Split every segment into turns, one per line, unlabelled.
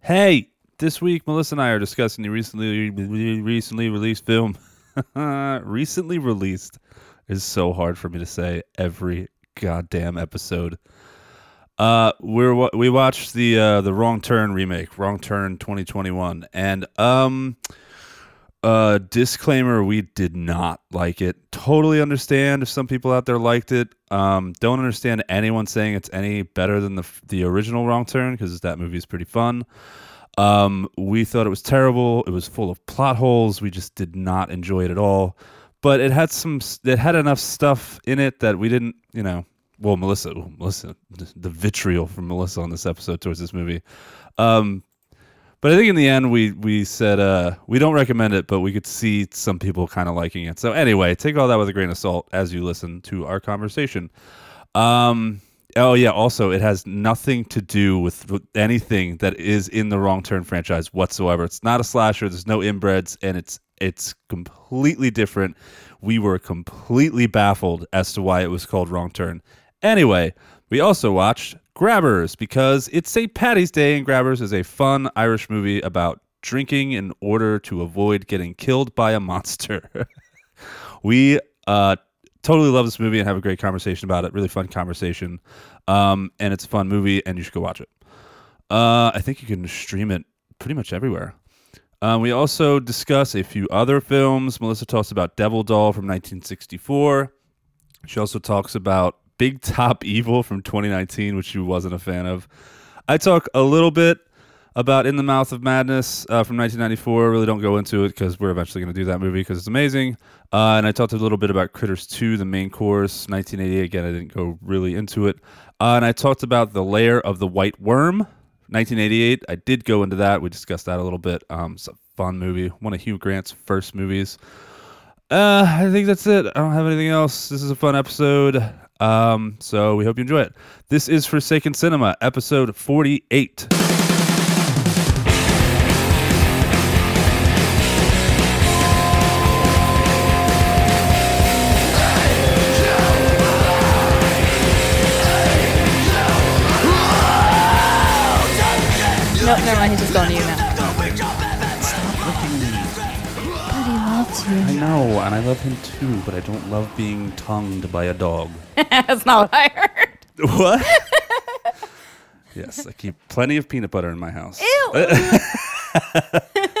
Hey, this week Melissa and I are discussing the recently recently released film. recently released is so hard for me to say every goddamn episode. Uh, we're wa- we watched the uh, the Wrong Turn remake, Wrong Turn 2021, and um, uh, disclaimer: we did not like it. Totally understand if some people out there liked it. Um, don't understand anyone saying it's any better than the f- the original Wrong Turn because that movie is pretty fun. Um, we thought it was terrible. It was full of plot holes. We just did not enjoy it at all. But it had some. s- It had enough stuff in it that we didn't. You know. Well, Melissa, ooh, Melissa, the vitriol from Melissa on this episode towards this movie. Um, but I think in the end we we said uh, we don't recommend it, but we could see some people kind of liking it. So anyway, take all that with a grain of salt as you listen to our conversation. Um. Oh yeah. Also, it has nothing to do with with anything that is in the Wrong Turn franchise whatsoever. It's not a slasher. There's no inbreds, and it's it's completely different. We were completely baffled as to why it was called Wrong Turn. Anyway, we also watched Grabbers because it's St. Patty's Day, and Grabbers is a fun Irish movie about drinking in order to avoid getting killed by a monster. we uh totally love this movie and have a great conversation about it really fun conversation um and it's a fun movie and you should go watch it uh i think you can stream it pretty much everywhere um, we also discuss a few other films melissa talks about devil doll from 1964 she also talks about big top evil from 2019 which she wasn't a fan of i talk a little bit about in the mouth of madness uh, from 1994 really don't go into it because we're eventually going to do that movie because it's amazing uh, and i talked a little bit about critters 2 the main course 1988 again i didn't go really into it uh, and i talked about the layer of the white worm 1988 i did go into that we discussed that a little bit um, it's a fun movie one of hugh grant's first movies uh, I think that's it. I don't have anything else. This is a fun episode. Um, so we hope you enjoy it. This is Forsaken Cinema, episode 48.
No, never mind. He's just going to you now.
I know, and I love him too, but I don't love being tongued by a dog.
That's not what I heard.
What? yes, I keep plenty of peanut butter in my house.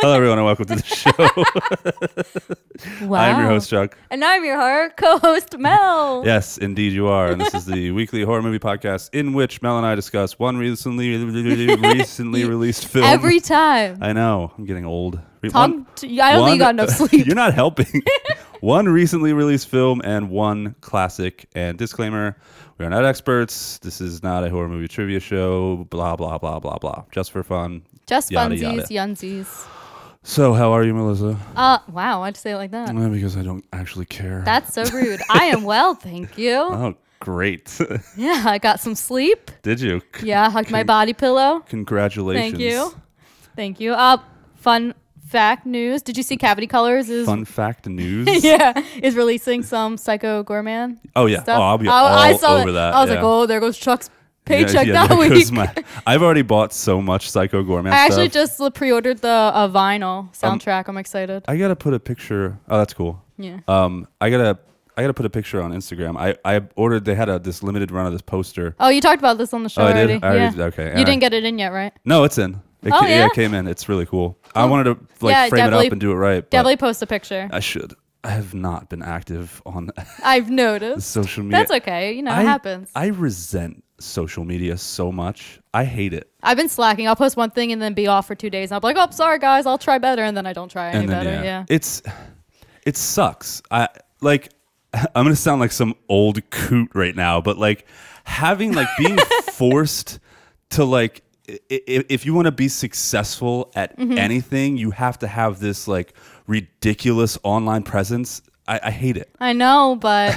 Hello, everyone, and welcome to the show.
Wow.
I'm your host, Chuck.
And I'm your horror co-host, Mel.
Yes, indeed you are. And this is the weekly horror movie podcast in which Mel and I discuss one recently recently released film.
Every time.
I know. I'm getting old. Re-
Tom, t- I don't think you got enough sleep.
You're not helping. one recently released film and one classic. And disclaimer we are not experts. This is not a horror movie trivia show. Blah, blah, blah, blah, blah. Just for fun.
Just
Yada,
funsies,
yada.
yunsies.
So, how are you, Melissa?
Uh, wow, why'd you say it like that?
Uh, because I don't actually care.
That's so rude. I am well, thank you.
oh, great.
Yeah, I got some sleep.
Did you?
Yeah, I hugged my
Con-
body pillow.
Congratulations.
Thank you. Thank you. Uh, fun fact news. Did you see Cavity Colors is
Fun fact news.
yeah, is releasing some Psycho Gourmand.
Oh, yeah.
stuff.
Oh, I'll be
I- I
all
saw
over
it.
that,
I was
yeah.
like, oh, there goes Chuck's
Yeah,
paycheck
yeah,
that
there
week.
goes my- I've already bought so much Psycho Gourmet
I actually
stuff.
just pre-ordered the uh, vinyl soundtrack. I'm excited.
Um, I gotta put a picture. Oh, that's cool.
yeah.
Um, I gotta I gotta put a picture on Instagram. I I ordered. They had a this limited run of this poster.
Oh, you talked about this on the show
Oh, I
already.
did? I already-
yeah.
okay,
You
alright.
didn't get it in yet, right?
No, it's in. It
Oh,
ca-
yeah?
it came in. It's really cool. I wanted to like
Yeah,
frame it
definitely-
up and do it right. but
Definitely post a picture.
I should. I have not been active on
I've noticed.
social media.
That's okay. You know,
I,
it happens.
I resent social media so much. I hate it.
I've been slacking. I'll post one thing and then be off for two days. And I'll be like, oh, sorry, guys. I'll try better. And then I don't try any better. yeah.
It's it sucks. I like I'm gonna sound like some old coot right now, but like having like being forced to like i- i- if you want to be successful at
Mm-hmm.
anything, you have to have this like ridiculous online presence. I, I hate it.
I know, but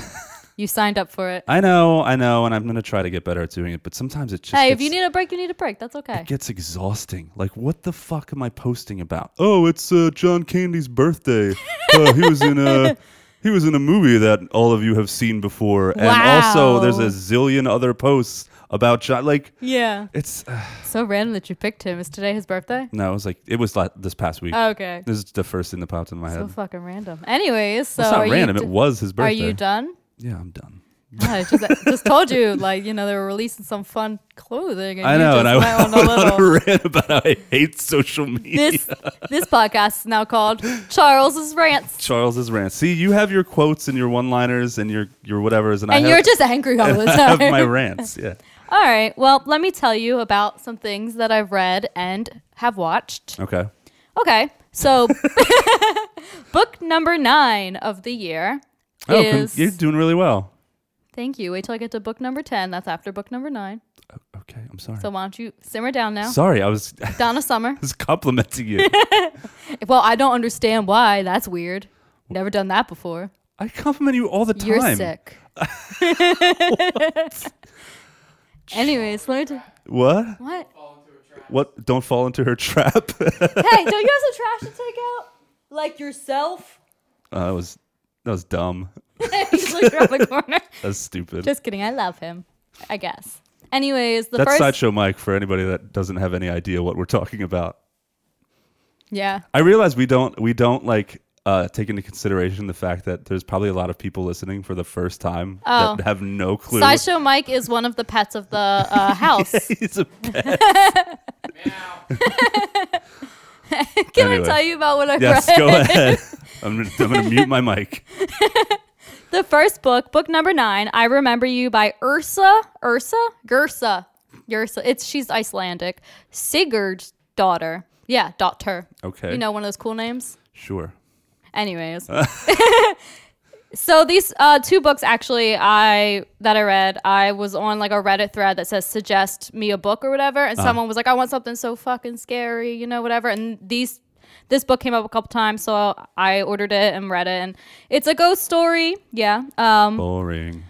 you signed up for it.
I know, I know, and I'm gonna try to get better at doing it. But sometimes it just
Hey, if
gets-
you need a break, you need a break. That's okay.
gets exhausting. Like, what the fuck am I posting about? Oh, it's uh, John Candy's birthday. Uh, he was in uh, he was in a movie that all of you have seen before, and also there's
Wow.
a zillion other posts about John. Like
Yeah.
it's uh,
So random that you picked him. Is today his birthday?
no, it was like it was like this past week.
Okay.
this is the first thing that popped in my
So
head.
fucking random. Anyways, so
it's
are
not
you
random.
d-
it was his birthday.
Are you done?
Yeah, I'm done.
I just, just told you, like you know, they were releasing some fun clothing. And
I
you
know, and I
just
went
went on a little.
on a rant about how I hate social media.
this this podcast is now called Charles's Rants,
Charles's rant. See, you have your quotes and your one-liners and your your whatever's, and,
and
I
you're
have,
just angry all the
I have
time.
my rants. Yeah.
all right, well, let me tell you about some things that I've read and have watched.
Okay. Oh,
Okay, so book number nine of the year
Oh, con-
is.
you're doing really well.
Thank you. Wait till I get to book number ten. That's after book number nine.
Okay, I'm sorry.
So why don't you simmer down now,
sorry, I was
Donna Summer?
was complimenting you.
Well, I don't understand why. That's weird. Never done that before.
I compliment you all the time.
You're sick. Anyways, let me. T-
What?
what?
What? Don't fall into her trap. uh,
Hey, don't you have some trash to take out? Like yourself?
Oh, that was that was dumb.
He's like around the corner.
That's stupid.
Just kidding. I love him. I guess. Anyways, the
That's
first.
sideshow Mike for anybody that doesn't have any idea what we're talking about.
yeah.
I realize we don't we don't like uh, take into consideration the fact that there's probably a lot of people listening for the first time
Oh.
that have no clue.
Sideshow Mike is one of the pets of the uh, house.
He's a pet.
Can
Anyway.
I tell you about what I
Yes,
read?
go ahead. I'm, gonna- I'm gonna mute my mic.
The first book, book number nine, I Remember You by Ursa, Ursa, Gersa, Gersa. It's she's Icelandic. Sigurd's daughter. Yeah, daughter.
Okay.
You know, one of those cool names.
Sure.
Anyways. so these uh, two books actually I that I read, I was on like a Reddit thread that says suggest me a book or whatever, and someone was like, I want something so fucking scary, you know, whatever. And these this book came up a couple times, so I ordered it and read it, and it's a ghost story. Yeah. Um,
Boring.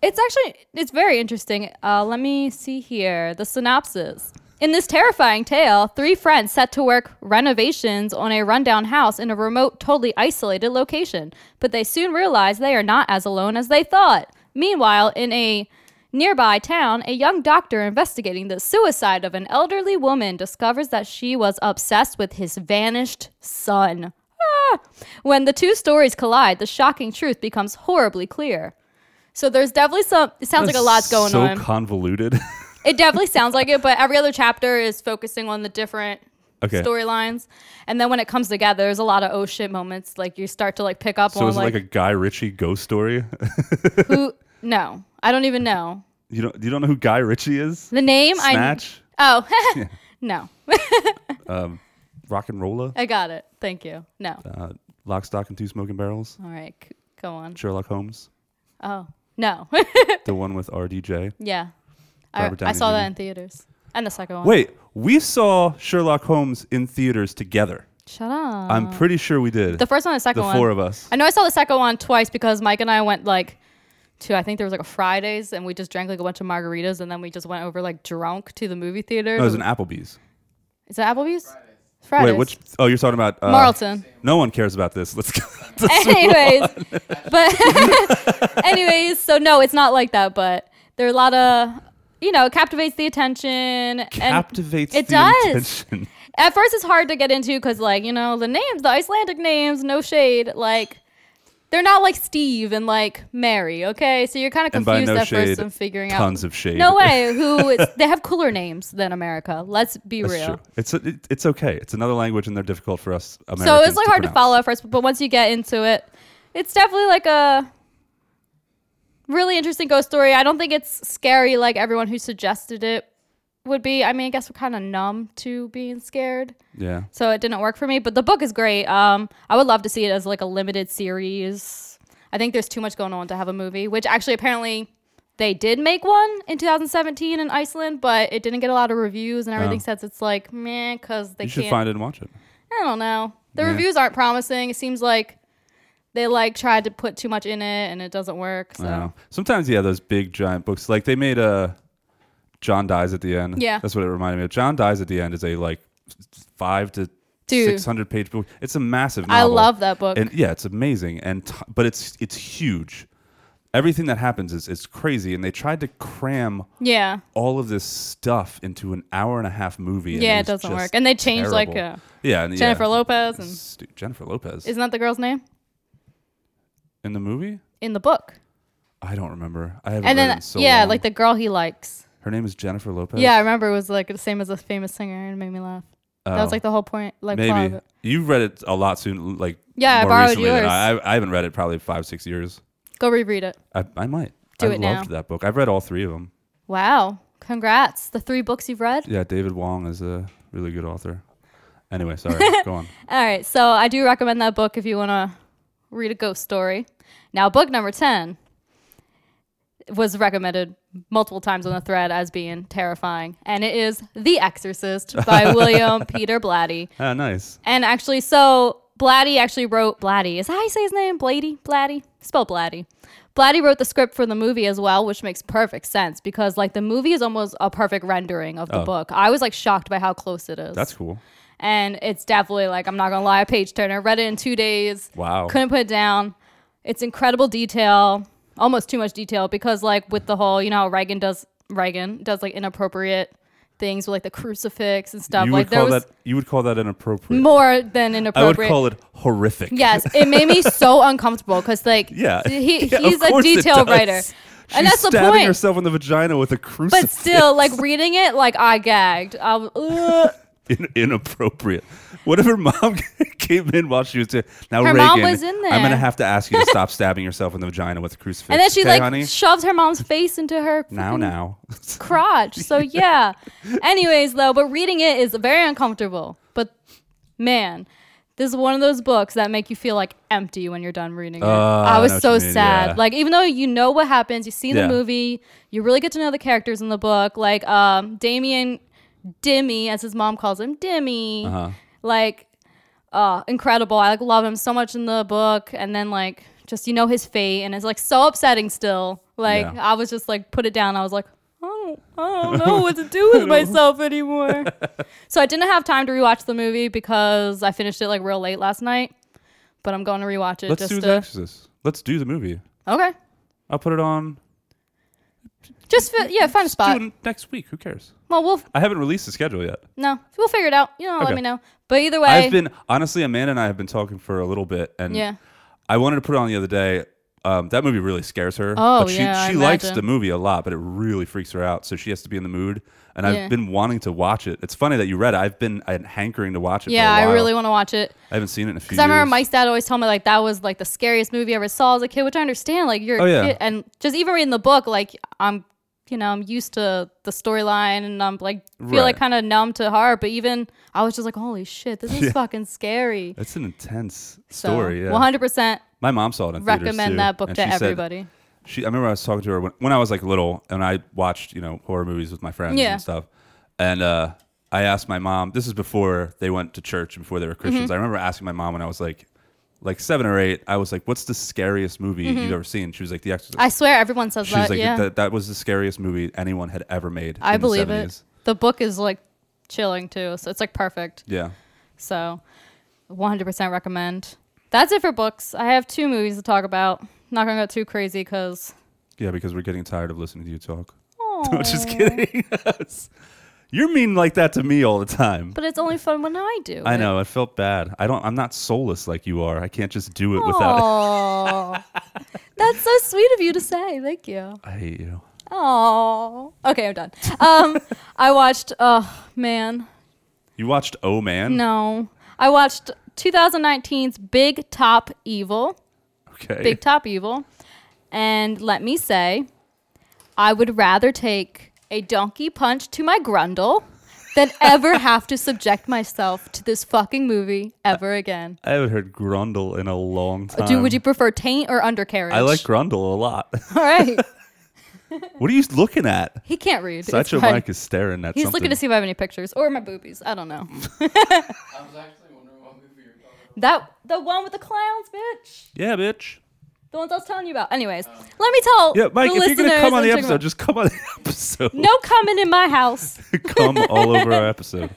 it's actually it's very interesting. Uh, let me see here the synopsis. In this terrifying tale, three friends set to work renovations on a rundown house in a remote, totally isolated location, but they soon realize they are not as alone as they thought. Meanwhile, in a nearby town, a young doctor investigating the suicide of an elderly woman discovers that she was obsessed with his vanished son. Ah! When the two stories collide, the shocking truth becomes horribly clear. So there's definitely some. It sounds like a lot's going
so
on.
convoluted.
it definitely sounds like it, but every other chapter is focusing on the different
Okay.
storylines, and then when it comes together, there's a lot of oh shit moments. Like you start to like pick up
so
on
is it
like,
like a Guy Ritchie ghost story?
who. No, I don't even know
you don't you don't know who Guy Ritchie is?
the name.
Snatch,
I oh no,
Rock and Rolla,
I got it. Thank you. No.
uh, Lock, Stock, and Two Smoking Barrels,
All right, c- go on.
Sherlock Holmes,
Oh no.
the one with RDJ.
yeah, I,
Robert
I
Downey
saw
Jr..
that in theaters, and the second one.
Wait, we saw Sherlock Holmes in theaters together.
shut up.
I'm pretty sure we did.
Uh, the first one, and the second
The
one.
four of us.
I know I saw the second one twice because Mike and I went like to I think there was like a Fridays and we just drank like a bunch of margaritas and then we just went over like drunk to the movie theater.
No, Oh, it was an Applebee's.
Is it Applebee's? Fridays.
Wait, which? Oh, you're talking about uh,
Marlton.
No one cares about this. Let's go. This
anyways, but anyways, so no, it's not like that. But there are a lot of you know it captivates the attention.
captivates
it
the
does.
attention.
And at first, it's hard to get into because like you know the names, the Icelandic names, no shade, like. They're not like Steve and like Mary, okay? So you're kind of
And by
confused
no
at
shade,
first and figuring out
Tons of shade.
No way. Who is, they have cooler names than America. Let's be
That's
real.
true. It's it, it's okay. It's another language, and they're difficult for us. Americans
So it's like hard to
pronounce.
follow at first, but once you get into it, it's definitely like a really interesting ghost story. I don't think it's scary like everyone who suggested it would be. I mean, I guess we're kind of numb to being scared,
Yeah.
so it didn't work for me. But the book is great. Um, I would love to see it as like a limited series. I think there's too much going on to have a movie, which actually apparently they did make one in 2017 in Iceland, but it didn't get a lot of reviews and everything says it's like meh because they
Oh. You should
can't.
find it and watch it.
I don't know. The
Yeah.
reviews aren't promising. It seems like they like tried to put too much in it and it doesn't work. So
Wow. Sometimes, yeah, those big giant books. Like they made a John dies at the end.
Yeah.
that's what it reminded me of. John dies at the end is a like five to
Dude.
600 page book. It's a massive
I
novel.
love that book.
And yeah, it's amazing. And t- but it's it's huge. Everything that happens is is crazy and they tried to cram
yeah.
all of this stuff into an hour and a half movie. and
Yeah, it
was
doesn't
just
work. And they changed, like,
terrible.
uh,
yeah, and-
Jennifer
yeah.
Lopez and
Stu- Jennifer Lopez
isn't that the girl's name?
in the movie.
In the book.
I don't remember. I haven't
And
read it
then
in so
yeah,
long.
like the girl he likes.
her name is Jennifer Lopez.
Yeah, I remember it was like the same as a famous singer and it made me laugh. That
Oh.
was like the whole point like plot of
maybe
it.
you read it a lot soon. Like
Yeah, I
more
borrowed
recently than
yours.
I, I I haven't read it probably five six years.
Go reread it.
I, I might.
Do
I
it
loved that book. I've read all three of them.
Wow. Congrats. The three books you've read.
Yeah, David Wong is a really good author. Anyway, sorry. go on.
All right. So I do recommend that book if you want to read a ghost story. Now, book number 10 was recommended multiple times on the thread as being terrifying, and it is The Exorcist by William Peter Blatty.
Ah, nice.
And actually, so Blatty actually wrote Blatty. Is that how you say his name? Blady? Blatty? Spell Blatty. Blatty wrote the script for the movie as well, which makes perfect sense because, like, the movie is almost a perfect rendering of the book. I was, like, shocked by how close it is.
Oh. That's cool.
And it's definitely, like, I'm not going to lie, a page turner. Read it in two days.
Wow.
Couldn't put it down. It's incredible detail, almost too much detail because, like, with the whole, you know, how Reagan does, Reagan does, like, inappropriate things with, like, the crucifix and stuff.
you
like,
would call that you would call that inappropriate.
more than
I would
inappropriate.
call it horrific.
Yes, it made me so uncomfortable because like
Yeah.
he,
Yeah, of
he's a
course it
detail
does.
writer,
She's
and that's the
stabbing
point.
herself in the vagina with a crucifix.
But still, like reading it, like I gagged. I was, ugh.
In- inappropriate. What if her mom came in while she was there? Now
Her
Reagan,
mom was in there.
I'm gonna have to ask you to stop stabbing yourself in the vagina with a crucifix.
and then she
okay,
like
honey?
shoves her mom's face into her
now
freaking
now.
crotch. So yeah. Anyways, though, but reading it is very uncomfortable. But man. This is one of those books that make you feel like empty when you're done reading it. I
Ah, I
was
know what
so
you mean,
sad.
yeah.
Like even though you know what happens, you see the
Yeah.
movie, you really get to know the characters in the book. Like um, Damien, Dimmy, as his mom calls him, Dimmy.
Uh-huh.
Like uh, incredible. I like love him so much in the book, and then like just you know his fate, and it's like so upsetting still. Like
Yeah.
I was just like put it down. I was like, oh, I don't know what to do with myself anymore. so I didn't have time to rewatch the movie because I finished it like real late last night. But I'm going to rewatch it.
Let's
just
do
to-
the Exorcist. Let's do the movie.
okay.
I'll put it on
Just fi- yeah, find a spot.
June next week. Who cares?
Well, we'll f-
I haven't released the schedule yet.
no, we'll figure it out. You know, let
Okay.
me know. But either way,
I've been honestly, Amanda and I have been talking for a little bit, and
Yeah.
I wanted to put it on the other day. Um, that movie really scares her.
Oh,
but she,
yeah, I
she likes
imagine.
the movie a lot, but it really freaks her out. So she has to be in the mood. And
Yeah.
I've been wanting to watch it. It's funny that you read it. I've been uh, hankering to watch it.
yeah,
for a
I
while.
really want to watch it.
I haven't seen it in a few.
Because I remember
years.
Mike's dad always told me like that was like the scariest movie I ever saw as a kid, which I understand. Like you're, a
Oh, yeah.
kid, and just even reading the book, like I'm, you know, I'm used to the storyline, and I'm like feel like
Right.
kind of numb to horror. But even I was just like, holy shit, this is fucking scary.
It's an intense
So,
story. yeah.
100%
My mom saw it in theaters, too,
recommend that book
and
to
she said-
everybody.
she I remember I was talking to her when, when I was like little and I watched, you know, horror movies with my friends
Yeah.
and stuff. And uh I asked my mom, this is before they went to church and before they were Christians.
Mm-hmm.
I remember asking my mom when I was like like 7 or 8, I was like, "What's the scariest movie you've ever seen?" She was like, "The Exorcist."
Mm-hmm. I swear everyone says
she
that.
was like,
yeah,
that, that was the scariest movie anyone had ever made."
I
in the
believe
70s.
it. The book is like chilling too, so it's like perfect.
Yeah.
So 100% recommend. That's it for books. I have two movies to talk about. Not going to go too crazy because.
Yeah, because we're getting tired of listening to you talk. No, just kidding. You're mean like that to me all the time.
But it's only fun when I do.
I know. I felt bad. I don't. I'm not soulless like you are. I can't just do it without.
Oh. That's so sweet of you to say. Thank you.
I hate you.
Oh. Okay, I'm done. Um, I watched. Oh, man.
You watched Oh Man?
No. I watched 2019's Big Top Evil.
Okay.
Big Top Evil. And let me say, I would rather take a donkey punch to my grundle than ever have to subject myself to this fucking movie ever again.
I haven't heard Grundle in a long time.
Do Uh, would you prefer taint or undercarriage?
Um, I like Grundle a lot.
All right.
what are you looking at?
He can't read. It's
Sideshow
fine.
Mike is staring at
He's
something.
looking to see if I have any pictures or my boobies. I don't know.
I was actually wondering what movie you're talking about.
That the one with the clowns, bitch.
Yeah, bitch.
The ones I was telling you about. Anyways, let me tell
Um, Yeah, Mike.
the
if you're gonna
listeners
come on
and
the
check 'em
episode,
out.
just come on the episode.
no coming in my house.
come all over our episode.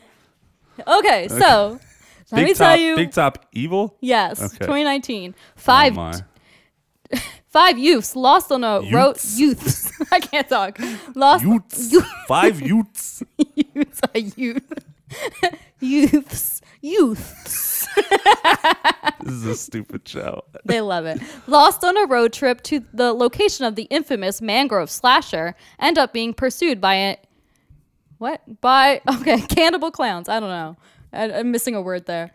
Okay, so Let
Big
me
top,
tell you.
Big top evil.
yes,
Okay.
2019. Five
Oh my.
five youths lost on a road. Youths. I can't talk. Lost
Utes.
Youth-
Five utes.
youths are youth. youths. Youths.
This is a stupid show.
They love it. Lost on a road trip to the location of the infamous mangrove slasher, end up being pursued by a what? By okay, cannibal clowns. I don't know. I, I'm missing a word there.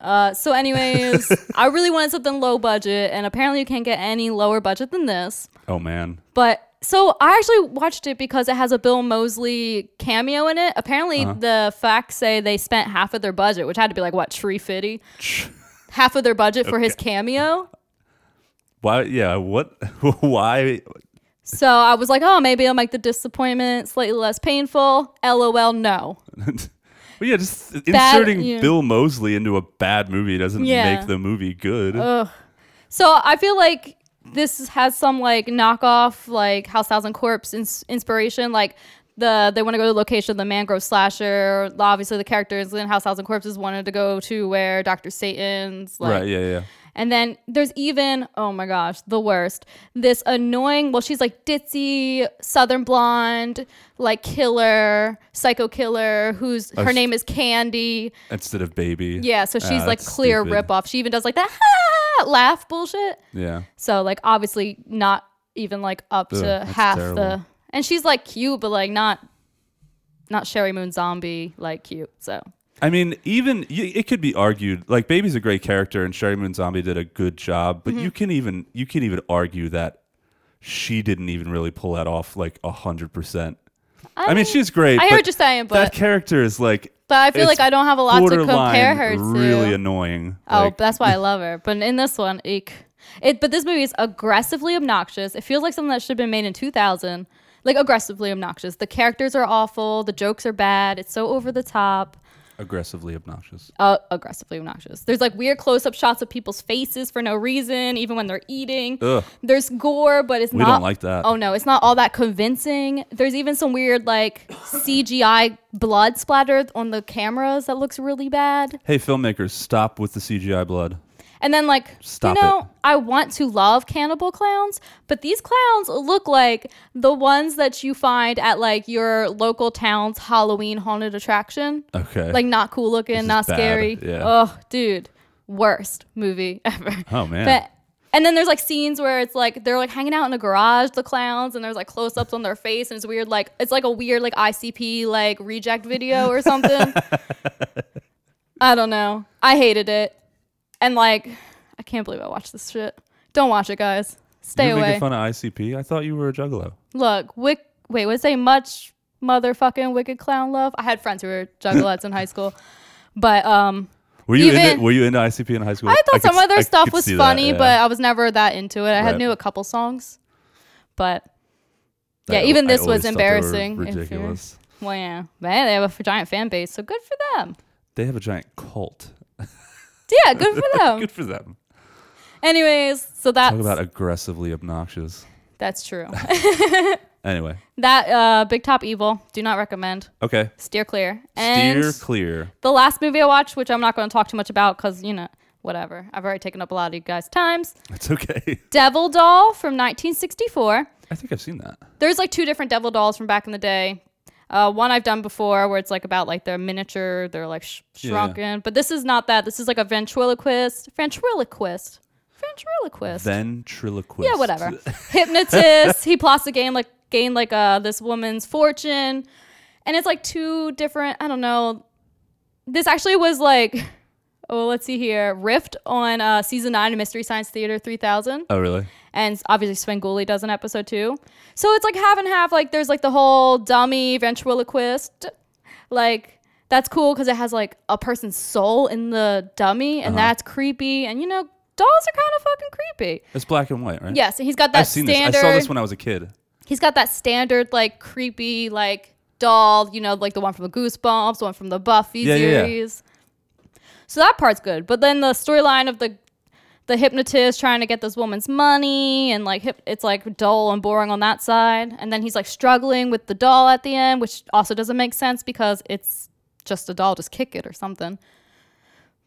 Uh, so, anyways, I really wanted something low budget, and apparently you can't get any lower budget than this.
Oh man.
But so I actually watched it because it has a Bill Mosley cameo in it. Apparently, the facts say they spent half of their budget, which had to be like what three fifty, half of their budget for his cameo.
Why? Yeah. What? Why?
So I was like, oh, maybe it'll make the disappointment slightly less painful. LOL, no.
Well, yeah, just
Bad-
inserting
yeah.
Bill Mosley into a bad movie doesn't
Yeah.
make the movie good.
So I feel like this has some like knockoff, like House Thousand Corpse ins- inspiration. Like the they want to go to the location of the mangrove slasher. Obviously, the characters in House Thousand Corpses wanted to go to where Doctor Satan's like
right? Yeah. Yeah.
And then there's even, oh my gosh, the worst. This annoying, well, she's like ditzy, southern blonde, like killer, psycho killer, who's her
s-
name is Candy.
Instead of baby.
Yeah, so she's
Ah,
like
that's
clear
stupid.
ripoff. She even does like that "Ha!" laugh bullshit.
Yeah.
So like obviously not even like up
Ugh,
to
that's
half the
terrible.
and she's like cute, but like not not Sherry Moon zombie like cute. So
I mean, even y- it could be argued like Baby's a great character and Sherry Moon Zombie did a good job,
Mm-hmm.
but you can even you can even argue that she didn't even really pull that off like a hundred percent. I mean, she's great.
I hear
but
what you're saying,
that
but
character is like.
but I feel
it's
like I don't have a lot to compare
borderline
her to.
Really annoying.
Oh,
Like,
that's why I love her. But in this one, eek. It, but this movie is aggressively obnoxious. It feels like something that should have been made in 2000. Like aggressively obnoxious. The characters are awful. The jokes are bad. It's so over the top.
aggressively obnoxious.
Uh, aggressively obnoxious. There's like weird close-up shots of people's faces for no reason, even when they're eating.
Ugh.
There's gore, but it's
We
not.
don't like that.
Oh no, it's not all that convincing. There's even some weird like CGI blood splatter on the cameras that looks really bad.
Hey, filmmakers, stop with the CGI blood.
And then like
Stop
you know,
it.
I want to love cannibal clowns, but these clowns look like the ones that you find at like your local town's Halloween haunted attraction.
Okay.
Like not cool looking,
is
not
bad.
scary.
Yeah.
Oh, dude. Worst movie ever.
Oh, man.
But and then there's like scenes where it's like they're like hanging out in a garage, the clowns, and there's like close ups on their face, and it's weird, like it's like a weird like ICP like reject video or something. I don't know. I hated it. And like, I can't believe I watched this shit. Don't watch it, guys. Stay
You're
away.
making fun of ICP. I thought you were a juggalo.
Look, wick. Wait, was they much motherfucking wicked clown love? I had friends who were juggalettes in high school, but um,
Were you
Even-
into, Were you into ICP in high school?
I thought
could
some
s-
of
I
their stuff
could
was
see that,
funny,
yeah.
but I was never that into it. I had
Right.
knew a couple songs, but yeah,
I-
even
I
this was
always thought they were
embarrassing. if you're-
ridiculous.
Well, yeah, but hey, they have a f- giant fan base, so good for them.
They have a giant cult.
Yeah, good for them.
Good for them.
Anyways, so Um, that's
Talk about aggressively obnoxious.
that's true.
Anyway,
That uh, Big Top Evil, do not recommend.
okay.
Steer clear. And
Steer clear.
the last movie I watched, which I'm not going to talk too much about because, you know, whatever. I've already taken up a lot of you guys' times.
It's okay.
Devil Doll from 1964.
I think I've seen that.
There's like two different Devil Dolls from back in the day. Uh, one I've done before where it's like about like their miniature, they're like sh-
Yeah.
shrunken. But this is not that. This is like a ventriloquist. Ventriloquist. Ventriloquist.
Ventriloquist.
Yeah, whatever. Hypnotist. He plots a game like gain like uh this woman's fortune, and it's like two different. I don't know. This actually was like, oh, let's see here. Rift on uh, season nine of Mystery Science Theater three thousand,
Oh, really?
and obviously Svengoolie does an episode two. So it's like half and half. Like there's like the whole dummy ventriloquist, like. That's cool because it has like a person's soul in the dummy, and
Uh-huh.
that's creepy. And you know, dolls are kind of fucking creepy.
It's black and white, right?
Yes, and he's got that
I've seen
standard.
this. I saw this when I was a kid.
He's got that standard like creepy like doll, you know, like the one from the Goosebumps, the one from the Buffy
Yeah, yeah, yeah.
series. So that part's good, but then the storyline of the the hypnotist trying to get this woman's money and like hip, it's like dull and boring on that side, and then he's like struggling with the doll at the end, which also doesn't make sense because it's just a doll, just kick it or something.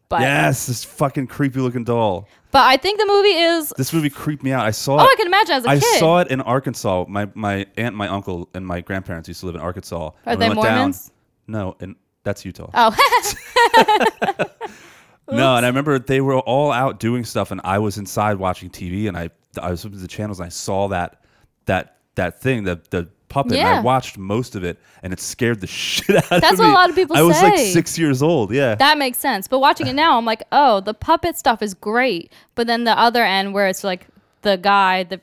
But
yes, this fucking creepy looking doll.
but I think the movie is.
This movie creeped me out. I saw
Oh,
it.
I can imagine as a
I
kid.
saw it in Arkansas. My my aunt, my uncle, and my grandparents used to live in Arkansas. Are
they Mormons?
Down. No, and that's Utah.
Oh,
No, and I remember they were all out doing stuff, and I was inside watching TV, and I I was looking at the channels, and I saw that that that thing, the the puppet. And I
Yeah.
watched most of it, and it scared the shit out of me.
That's what a lot of people
I was like
say.
six years old. Yeah,
that makes sense. But watching it now, I'm like, oh, the puppet stuff is great. But then the other end where it's like the guy, the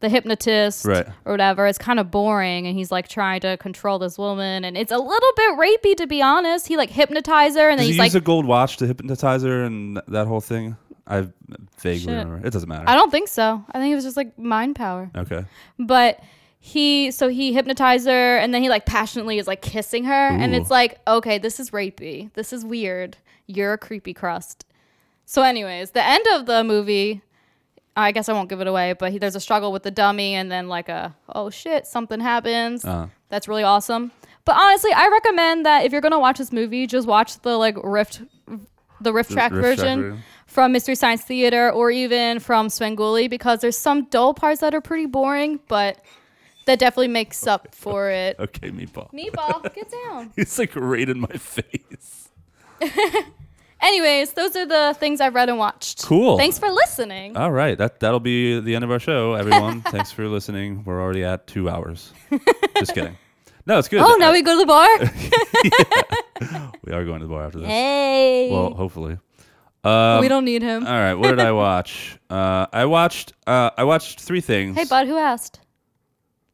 the hypnotist
Right.
or whatever, it's kind of boring and he's like trying to control this woman and it's a little bit rapey to be honest. He like hypnotized her and
Does
then
he
he's
use
like
a gold watch to hypnotize her and th- that whole thing? I vaguely
Shit.
remember. It doesn't matter.
I don't think so. I think it was just like mind power.
okay.
but he so he hypnotized her and then he like passionately is like kissing her and
Ooh.
it's like okay this is rapey this is weird you're a creepy crust so anyways the end of the movie i guess i won't give it away but he, there's a struggle with the dummy and then like a oh shit something happens
Uh-huh.
that's really awesome but honestly i recommend that if you're gonna watch this movie just watch the like rift the riff track
riff track
version
version.
from Mystery Science Theater or even from Swanguli because there's some dull parts that are pretty boring, but that definitely makes up for it.
Okay, meatball.
Meatball, get down.
He's like right in my face.
Anyways, those are the things I've read and watched.
Cool. Uh,
Thanks for listening.
All right, that that'll be the end of our show, everyone. Thanks for listening. We're already at two hours. Just kidding. No, it's good.
oh,
I-
now we go to the bar?
We are going to the bar after this.
hey.
Well, hopefully. Um,
we don't need him.
All right. What did I watch? uh, I watched. Uh, I watched three things.
hey, bud, who asked?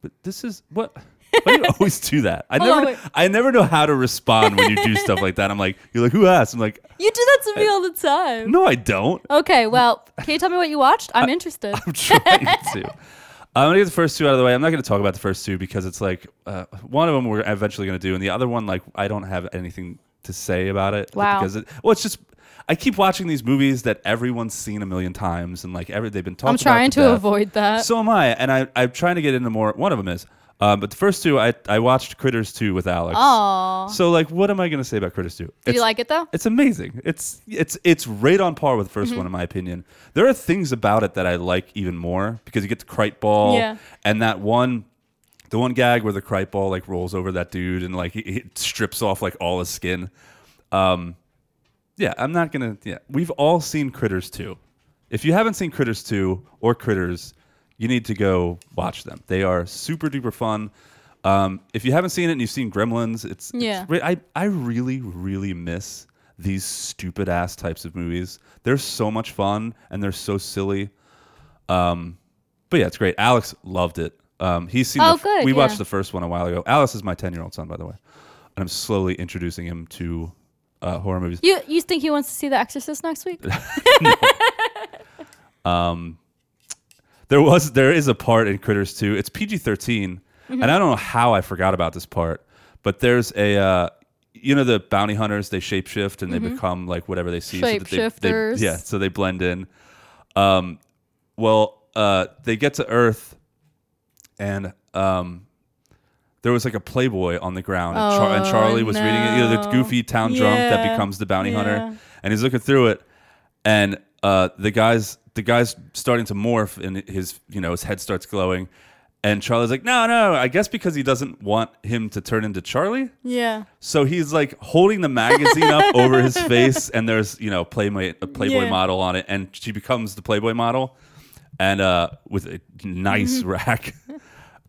But this is what. Why do you always do that? I
Hold on,
never.
wait.
I never know how to respond when you do stuff like that. I'm like, you're like, who asked? I'm like,
You do that to me all the time.
no, I don't.
Okay, well, can you tell me what you watched? I'm interested.
I'm trying to. I'm gonna get the first two out of the way. I'm not gonna talk about the first two because it's like uh, one of them we're eventually gonna do, and the other one like I don't have anything to say about it.
Wow.
Because it, well, it's just I keep watching these movies that everyone's seen a million times, and like every they've been talking.
I'm trying
about
to
death.
avoid that.
So am I, and I I'm trying to get into more. One of them is, um, but the first two I I watched Critters two with Alex.
Aw.
So like, what am I gonna say about Critters two?
Did you like it though?
It's amazing. It's it's it's right on par with the 1st one in my opinion. There are things about it that I like even more because you get the kite ball
Yeah.
and that one the one gag where the kite ball like rolls over that dude and like he, he strips off like all his skin. Um yeah, I'm not going to yeah. We've all seen Critters 2. If you haven't seen Critters 2 or Critters, you need to go watch them. They are super duper fun. Um, if you haven't seen it and you've seen Gremlins, it's, it's
Yeah.
Wait, I, I really, really miss these stupid ass types of movies. They're so much fun and they're so silly. Um, but yeah, it's great. Alex loved it. Um, he's seen.
Oh,
the f-
good,
We
yeah.
watched the first one a while ago. Alex is my ten-year-old son, by the way, and I'm slowly introducing him to uh, horror movies.
You you think he wants to see The Exorcist next week?
There was there is a part in Critters 2. It's PG-13, and
Mm-hmm.
I don't know how I forgot about this part, but there's a uh, you know the bounty hunters they shapeshift and they become like whatever they see. that they- they,
Mm-hmm. Shapeshifters.
yeah, so they blend in. Um, well, uh, they get to Earth, and um, there was like a Playboy on the ground, and, Char- and
Oh,
Charlie was reading it. You know the
no.
goofy town drunk that
Yeah.
becomes the bounty
Yeah.
hunter, and he's looking through it and uh, the guys the guys starting to morph and his you know his head starts glowing and charlie's like no no i guess because he doesn't want him to turn into charlie
yeah.
so he's like holding the magazine up over his face and there's you know playboy a playboy
Yeah.
model on it and she becomes the playboy model and uh with a nice
Mm-hmm.
rack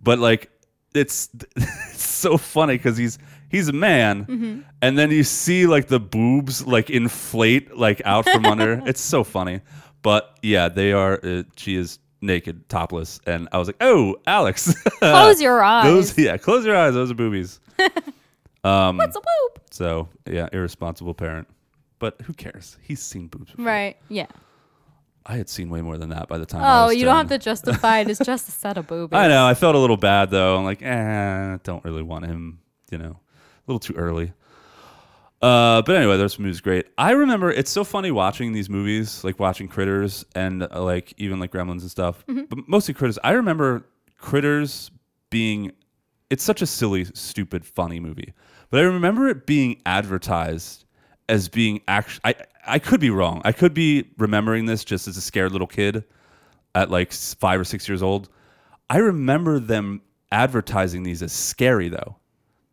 but like it's, it's so funny because he's he's a man
Mm-hmm.
and then you see like the boobs like inflate like out from under it's so funny but yeah they are uh, she is naked topless and i was like oh alex
Close your eyes.
Uh, those yeah close your eyes those are boobies um
It's a whoop.
so yeah irresponsible parent but who cares he's seen boobs before.
Right. Yeah.
i had seen way more than that by the time I
Oh,
was
you don't
10.
have to justify it. It's just a set of boobies.
I know. I felt a little bad though. I'm like, eh, don't really want him. You know, a little too early. Uh, but anyway, those movies great. I remember it's so funny watching these movies, like watching Critters and uh, like even like Gremlins and stuff, but mostly Critters. I remember Critters being. It's such a silly, stupid, funny movie, but I remember it being advertised as being actually. I I could be wrong. I could be remembering this just as a scared little kid at like s- five or six years old. I remember them advertising these as scary though,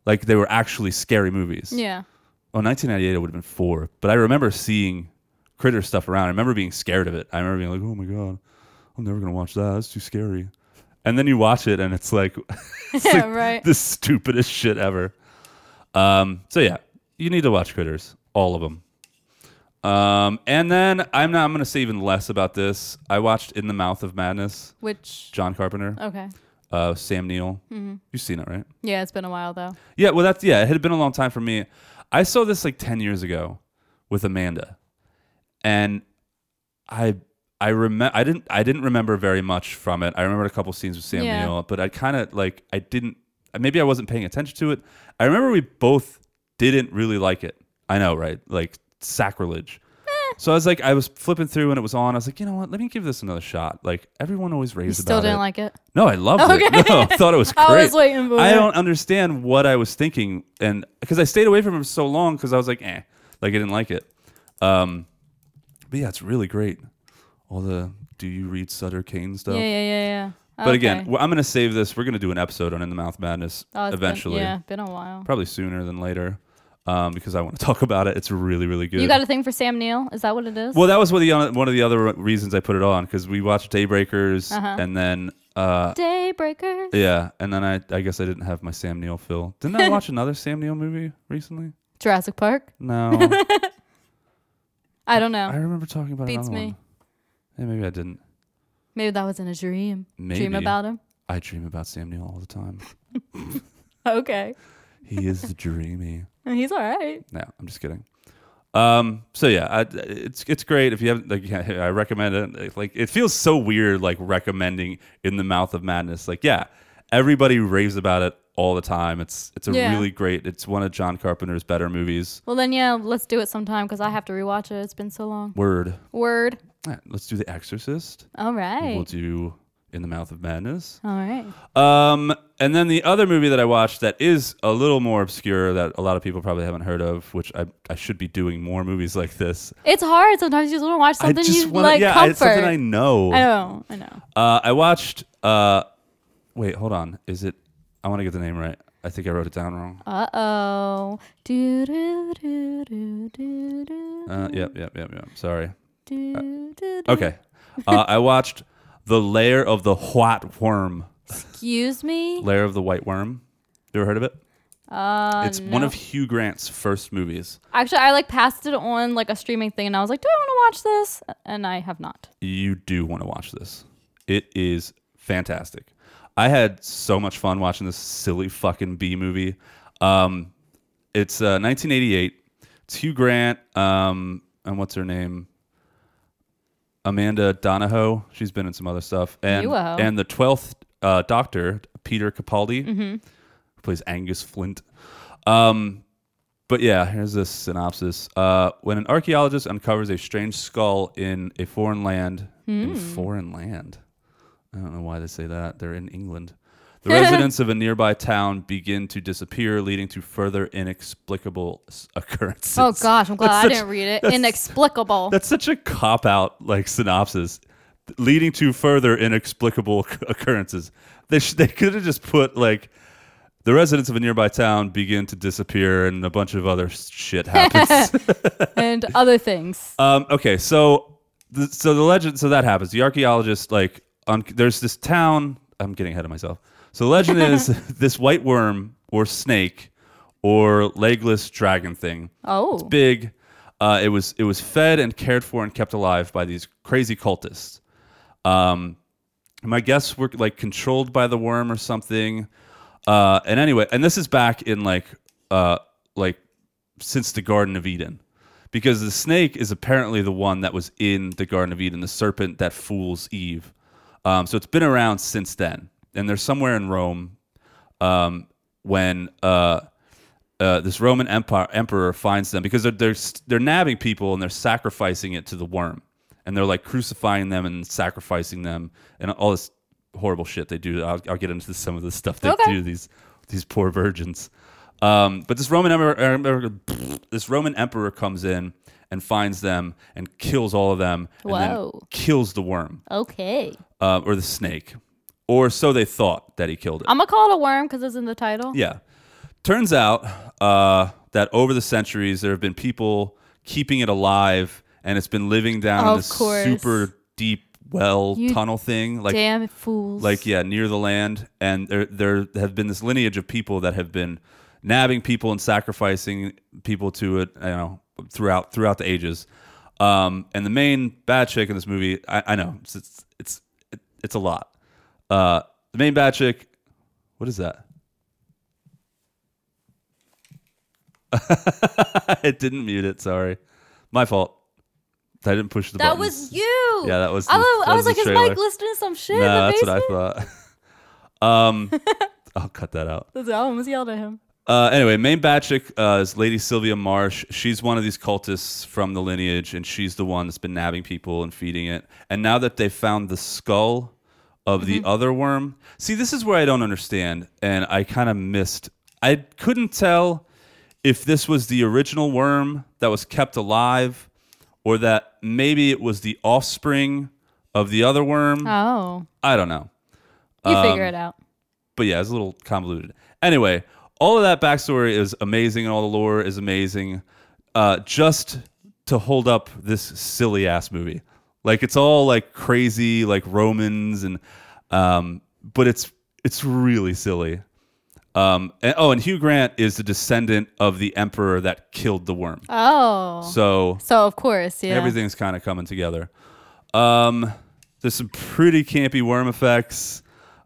like they were actually scary movies.
Yeah.
Well, 1998 it would have been four, but I remember seeing critter stuff around. I remember being scared of it. I remember being like, "Oh my god, I'm never gonna watch that. That's too scary." And then you watch it, and it's like, it's
Yeah,
like
right.
the stupidest shit ever. Um, so yeah, you need to watch critters, all of them. Um, and then I'm not. I'm gonna say even less about this. I watched In the Mouth of Madness,
Which
John Carpenter,
okay.
uh, Sam Neill.
Mm-hmm.
You've seen it, right?
Yeah, it's been a while though.
Yeah, well, that's yeah. It had been a long time for me. I saw this like ten years ago with Amanda, and I I remember I didn't I didn't remember very much from it. I remembered a couple scenes with Sam
Yeah.
Neill, but I kind of like I didn't. Maybe I wasn't paying attention to it. I remember we both didn't really like it. I know, right? Like sacrilege.
Eh.
So I was like, I was flipping through and it was on. I was like, you know what? Let me give this another shot. Like everyone always raves
You still
about
didn't
it.
like it?
No, I loved
Okay.
it. No, I thought it was great.
I was waiting for
I
it.
don't understand what I was thinking, and because I stayed away from him so long, because I was like, eh, like I didn't like it. Um, but yeah, it's really great. All the do you read Sutter Kane stuff?
Yeah, yeah, yeah, yeah.
But again,
Okay.
well, I'm gonna save this. We're gonna do an episode on In the Mouth Madness
Oh, it's been-
eventually,
yeah, been a while.
probably sooner than later, um, because I want to talk about it. It's really, really good.
You got a thing for Sam Neill? Is that what it is?
Well, that was one of the one of the other reasons I put it on because we watched Daybreakers,
Uh-huh.
and then uh,
Daybreakers.
Yeah, and then I, I guess I didn't have my Sam Neill fill. Didn't I watch another Sam Neill movie recently?
Jurassic Park.
No,
I don't know.
I remember talking about
Beats
another
me.
one. Yeah, maybe I didn't.
Maybe that was in a dream. Dream
Maybe.
about him.
I dream about Sam Neill all the time.
Okay,
He is dreamy.
Oh, he's all right.
No, I'm just kidding. Um, so yeah, I, it's it's great if you haven't like yeah, I recommend it. It's Like it feels so weird like recommending in the mouth of madness. Like yeah, everybody raves about it all the time. It's it's a
Yeah.
really great. It's one of John Carpenter's better movies.
Well, then yeah, let's do it sometime because I have to rewatch it. It's been so long.
Word.
Word.
All right, let's do The Exorcist.
All right.
We'll do In the Mouth of Madness.
all right.
Um, and then the other movie that I watched that is a little more obscure that a lot of people probably haven't heard of, which I, I should be doing more movies like this.
It's hard sometimes. You just want to watch
I
something
just
you
wanna-
like.
yeah, I- it's
comfort.
something I know.
I know. I know.
Uh, I watched. Uh, wait, hold on. Is it? I want to get the name right. I think I wrote it down wrong.
Uh oh. Do do do do do do.
Uh, yep, yep, yep, yep. Sorry.
do, do, do.
Okay. Uh, I watched The Lair of the White Worm.
Excuse me.
Lair of the White Worm. You ever heard of it?
Uh,
It's one of Hugh Grant's first movies.
Actually, I like passed it on like a streaming thing, and I was like, "Do I want to watch this?" And I have not.
you do want to watch this. It is fantastic. I had so much fun watching this silly fucking B movie. Um, it's uh, 1988. It's Hugh Grant um, and what's her name? Amanda Donahoe. She's been in some other stuff. And
You-o.
and the 12th uh, Doctor, Peter Capaldi, who plays Angus Flint. Um, but yeah, here's the synopsis. Uh, when an archaeologist uncovers a strange skull in a foreign land,
Hmm.
in foreign land, I don't know why they say that. They're in England. The residents of a nearby town begin to disappear, leading to further inexplicable s- occurrences.
Oh gosh, I'm glad
That's
I
such-
didn't read it.
that's-
Inexplicable.
That's such a cop out like synopsis, leading to further inexplicable occurrences. They sh- they could have just put like the residents of a nearby town begin to disappear, and a bunch of other shit happens.
and other things.
Um, okay, so the, so the legend so that happens. The archaeologist like on there's this town. I'm getting ahead of myself. So the legend is this white worm or snake or legless dragon thing.
Oh.
it's big. Uh, it was it was fed and cared for and kept alive by these crazy cultists. Um, my guess were like controlled by the worm or something. Uh, and anyway, and this is back in like uh, like since the Garden of Eden, because the snake is apparently the one that was in the Garden of Eden, the serpent that fools Eve. Um, so it's been around since then, and they're somewhere in Rome um, when uh, uh, this Roman empire emperor finds them because they're, they're they're nabbing people and they're sacrificing it to the worm, and they're like crucifying them and sacrificing them and all this horrible shit they do. I'll, I'll get into some of the stuff they
Okay.
do these these poor virgins. Um, but this Roman emperor, er- er- this Roman emperor comes in and finds them and kills all of them. And then
Whoa.
kills the worm
Okay.
uh, or the snake, or so they thought that he killed it.
I'm going to call it a worm because it's in the title.
Yeah. Turns out uh, that over the centuries, there have been people keeping it alive, and it's been living down in
Of
this
course.
super deep well
You
tunnel thing, like
Damn fools.
like yeah, near the land. And there there have been this lineage of people that have been nabbing people and sacrificing people to it, you know, throughout throughout the ages. Um, and the main bad chick in this movie, I, I know it's it's it's, it's a lot. Uh, the main bad chick, what is that? it didn't mute it. Sorry, my fault. I didn't push the
that
buttons.
was you.
Yeah, that was
I,
the-
lo-
that
I
was
was
the
like, is
trailer.
Mike listening to some shit?
No,
in the
that's
basement?
what I thought. um, I'll cut that out.
That's- I almost yelled at him.
Uh, anyway, main bad chick uh, is Lady Sylvia Marsh. She's one of these cultists from the lineage, and she's the one that's been nabbing people and feeding it. And now that they found the skull of the
Mm-hmm.
other worm, see, this is where I don't understand, and I kind of missed. I couldn't tell if this was the original worm that was kept alive, or that maybe it was the offspring of the other worm.
Oh.
I don't know
You
Um,
figure it out.
but yeah, it's a little convoluted. Anyway, all of that backstory is amazing, and all the lore is amazing. Uh, just to hold up this silly ass movie, like it's all like crazy, like Romans, and um, but it's it's really silly. Um, and, oh, and Hugh Grant is the descendant of the emperor that killed the worm.
Oh. So,
So
of course, yeah.
everything's kind of coming together. Um, there's some pretty campy worm effects,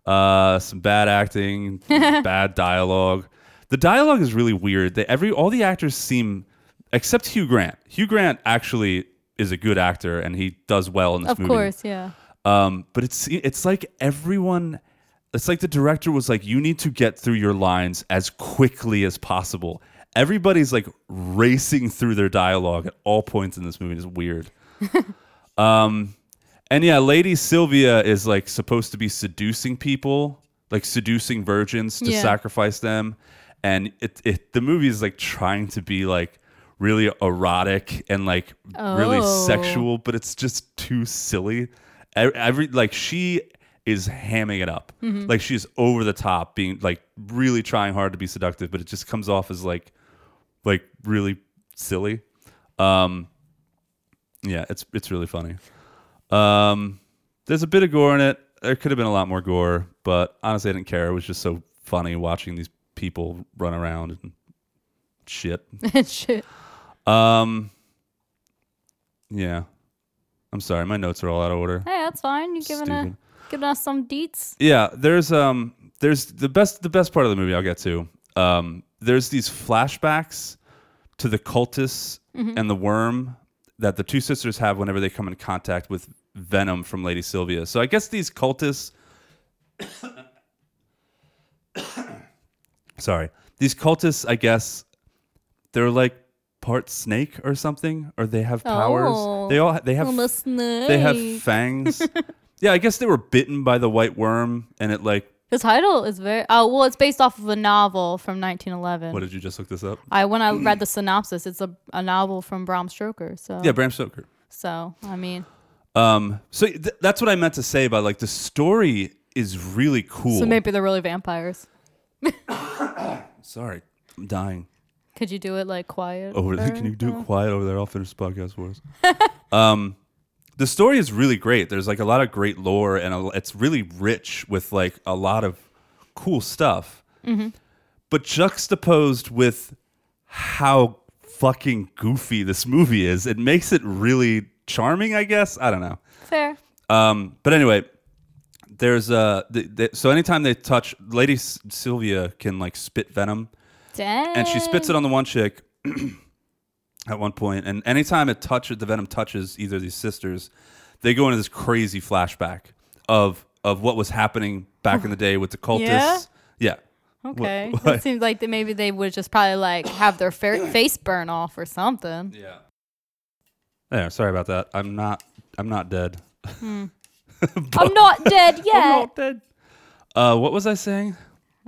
uh, some bad acting, bad dialogue. The dialogue is really weird. They, every all the actors seem, except Hugh Grant. Hugh Grant actually is a good actor and he does well in this
Of
movie.
course, yeah.
Um, but it's it's like everyone. It's like the director was like, "You need to get through your lines as quickly as possible." Everybody's like racing through their dialogue at all points in this movie. It's weird. um, and yeah, Lady Sylvia is like supposed to be seducing people, like seducing virgins to
Yeah.
sacrifice them, and it, it the movie is like trying to be like really erotic and like really
Oh.
sexual cool, but it's just too silly. E- Every like she is hamming it up, like she's over the top, being like really trying hard to be seductive, but it just comes off as like like really silly. Um, yeah, it's it's really funny. Um, there's a bit of gore in it. There could have been a lot more gore, but honestly, I didn't care. It was just so funny watching these people run around and shit.
Shit.
Um. Yeah, I'm sorry. My notes are all out of order.
Hey, that's fine. You giving a,
Stupid.
giving us some deets?
Yeah, there's um, there's the best the best part of the movie. I'll get to. Um, there's these flashbacks to the cultists and the worm that the two sisters have whenever they come in contact with venom from Lady Sylvia. So I guess these cultists. sorry, these cultists. I guess they're like part snake or something, or they have powers.
Oh,
they all they have
I'm a snake.
they have fangs. yeah, I guess they were bitten by the white worm, and it like.
the title is very. Oh well, it's based off of a novel from 1911.
What did you just look this up?
I when I read the synopsis, it's a, a novel from Bram Stoker. So
Yeah, Bram Stoker.
So I mean,
Um, so th- that's what I meant to say about like the story is really cool.
so maybe they're really vampires.
Sorry, I'm dying
Could you do it like quiet?
over there.
or-
Can you do it quiet over there? I'll finish the podcast for us. um, the story is really great. There's like a lot of great lore, and a, it's really rich with like a lot of cool stuff. But juxtaposed with how fucking goofy this movie is, it makes it really charming. I guess I don't know.
Fair.
Um, but anyway, there's uh, th th- so anytime they touch, Lady S- Sylvia can like spit venom,
Dang.
and she spits it on the one chick at one point, and anytime it touches, the venom touches either of these sisters, they go into this crazy flashback of of what was happening back in the day with the cultists. Yeah. Wha-
Okay.
what?
It seems like that maybe they would just probably like have their fa- face burn off or something.
Yeah. There, sorry about that. I'm not. I'm not dead.
I'm not dead yet.
dead. Uh, what was I saying?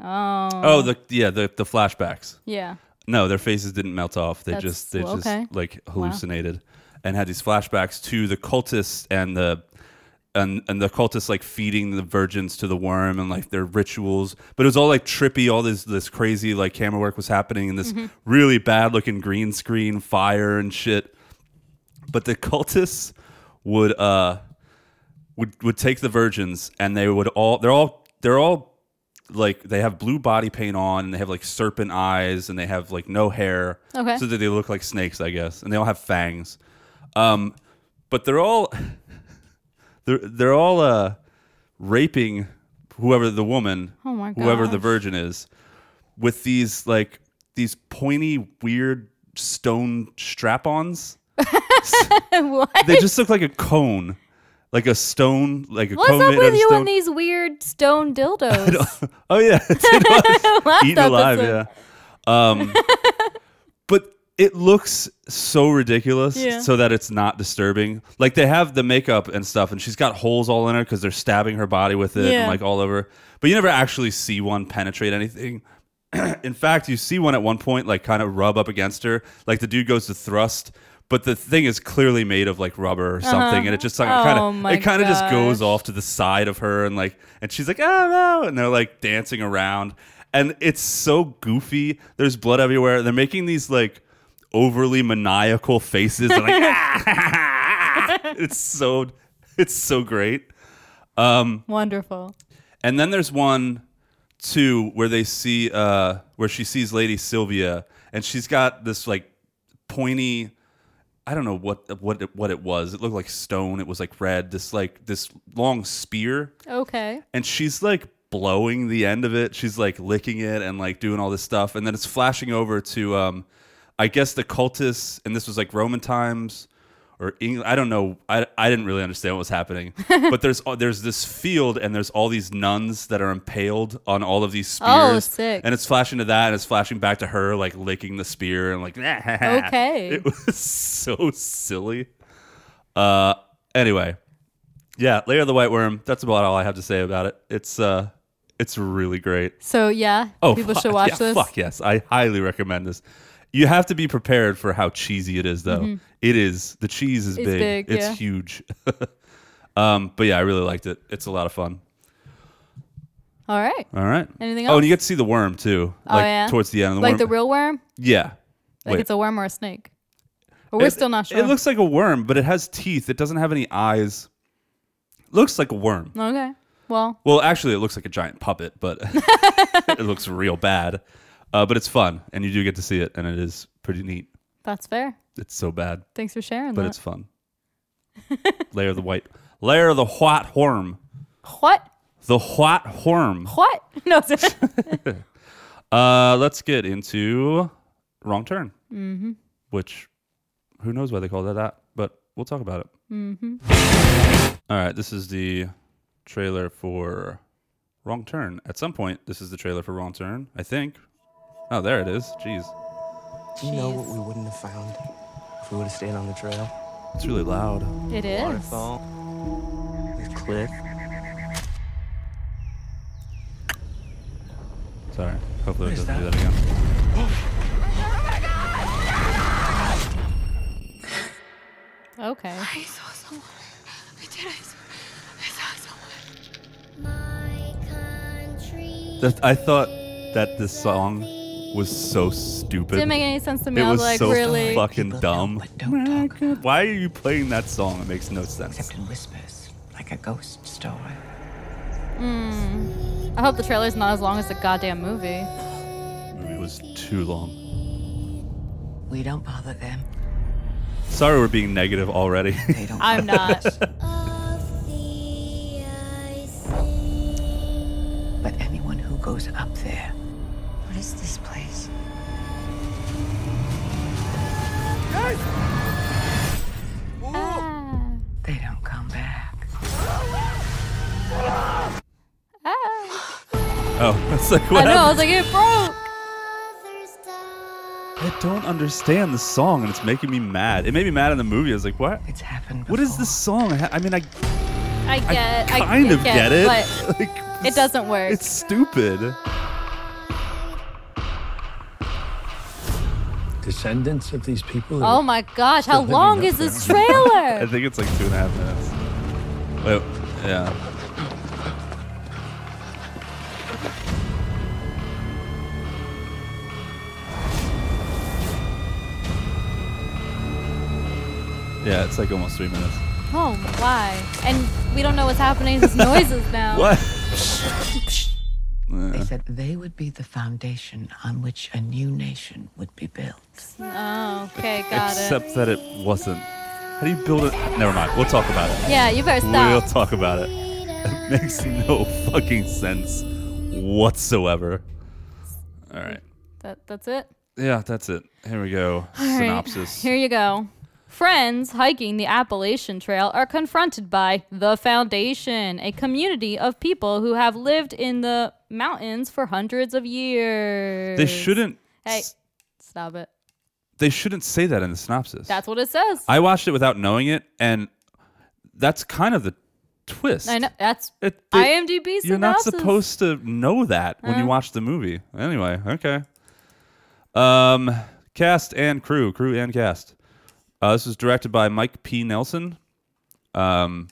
Oh.
Oh, the yeah, the the flashbacks.
Yeah.
No, their faces didn't melt off. They
That's-
just they
well,
just
okay.
like hallucinated and had these flashbacks to the cultists and the and and the cultists like feeding the virgins to the worm and like their rituals. But it was all like trippy, all this this crazy like camera work was happening and this
Mm-hmm.
really bad looking green screen fire and shit. But the cultists would uh would would take the virgins and they would all they're all they're all like they have blue body paint on and they have like serpent eyes and they have like no hair
Okay.
so that they look like snakes i guess and they all have fangs um but they're all they're they're all uh raping whoever the woman
Oh my god.
whoever the virgin is with these like these pointy weird stone strap-ons
what?
they just look like a cone like a stone like a
What's
cone
up
made out
with
of
you
stone
and these weird stone dildos?
oh yeah
Last
eaten alive.
episode.
Yeah. Um, but it looks so ridiculous,
Yeah.
so that it's not disturbing. Like they have the makeup and stuff, and she's got holes all in her because they're stabbing her body with it,
Yeah.
and like all over. But you never actually see one penetrate anything. in fact, you see one at one point, like kind of rub up against her. Like the dude goes to thrust. But the thing is clearly made of like rubber or something, and it just like,
Uh-huh. Oh
kind of
my
it kind of just goes
gosh.
off to the side of her and like and she's like oh no and they're like dancing around and it's so goofy there's blood everywhere they're making these like overly maniacal faces and like "Ah!" it's so it's so great
Wonderful.
and then there's one too where they see uh where she sees Lady Sylvia and she's got this like pointy I don't know what what it, what it was. It looked like stone. It was like red. This like this long spear
Okay.
and she's like blowing the end of it. She's like licking it and like doing all this stuff, and then it's flashing over to, um, I guess the cultists, and this was like Roman times or England. I don't know. I, I didn't really understand what was happening, but there's uh, there's this field, and there's all these nuns that are impaled on all of these spears.
Oh, sick.
And it's flashing to that, and it's flashing back to her like licking the spear and like.
Okay.
It was so silly. Uh, anyway, yeah, Layer of the White Worm. That's about all I have to say about it. It's uh, it's really great.
So yeah,
Oh,
people
fuck,
should watch
yeah,
this.
Fuck yes, I highly recommend this. You have to be prepared for how cheesy it is, though. It is the cheese is
Mm-hmm. It's
big.
big,
It's
yeah.
huge. um, but yeah, I really liked it. It's a lot of fun.
All right.
All right.
Anything
Oh,
else?
and you get to see the worm too.
Oh,
like
yeah?
towards the end. The
like
worm.
the real worm?
yeah.
Like
Wait.
it's a worm or a snake? But we're
It-
still not sure.
It looks like a worm, but it has teeth. It doesn't have any eyes. Looks like a worm.
okay. Well,
Well, actually, it looks like a giant puppet, but it looks real bad. Uh, but it's fun, and you do get to see it, and it is pretty neat.
that's fair.
It's so bad,
Thanks for sharing
but
that.
it's fun. Layer of the white, layer of the white horm,
what?
the white horm.
What? No. it's-
Uh, let's get into wrong turn, mm-hmm. which who knows why they called it that, but we'll talk about it. Mm-hmm. right, this is the trailer for Wrong Turn. At some point, this is the trailer for Wrong Turn, I think. Oh, there it is. Jeez,
Do you know what we wouldn't have found if we would have stayed on the trail?
it's really loud.
it is.
Waterfall, the cliff.
Sorry. Hopefully, it doesn't do that again.
Okay.
I saw someone. I did. I saw, I saw someone.
My country.
That, I thought that this song was so stupid.
Didn't make any sense to me.
it
I
was
was like,
so
really?
fucking dumb.
But don't talk about
Why are you playing that song? It makes no sense.
except in whispers, like a ghost story.
I hope the trailer's not as long as the goddamn movie.
It was too long.
We don't bother them.
Sorry, we're being negative already.
They don't.
I'm not.
Of the icy.
But anyone who goes up there. What is this place?
ah.
They don't come back.
Ah.
oh, it's like
I
what?
know. I
happened?
was like, it broke.
Others die.
I don't understand the song, and it's making me mad. It made me mad in the movie. I was like, what?
It's happened before.
What is this song? I ha- I mean, I
I get. I
kind of
get,
get it.
But
Like,
it doesn't work.
It's stupid.
descendants of these people?
Oh my gosh, how
living
long
up
is this
there.
I
trailer?
think it's like two and a half minutes. Wait, yeah. Yeah, it's like almost three minutes.
oh, why? And we don't know what's happening. There's noises now.
What?
They said they would be the foundation on which a new nation would be built.
Oh, okay, got it.
Except that it wasn't. How do you build it? Never mind. We'll talk about it.
Yeah, you better
We'll
stop.
talk about it. It makes no fucking sense whatsoever. All right.
That, that's it.
Yeah, that's it. Here we go.
All right,
Synopsis.
Here you go. Friends hiking the Appalachian Trail are confronted by the Foundation, a community of people who have lived in the mountains for hundreds of years.
They shouldn't.
Hey, stop it.
They shouldn't say that in the synopsis.
That's what it says. I,
I watched it without knowing it, and that's kind of the twist.
know. That's
It- they-
IMDb synopsis.
You're not supposed to know that
Eh.
when you watch the movie. Anyway, okay. Um, cast and crew, crew and cast. Uh, this was directed by Mike P. Nelson. Um,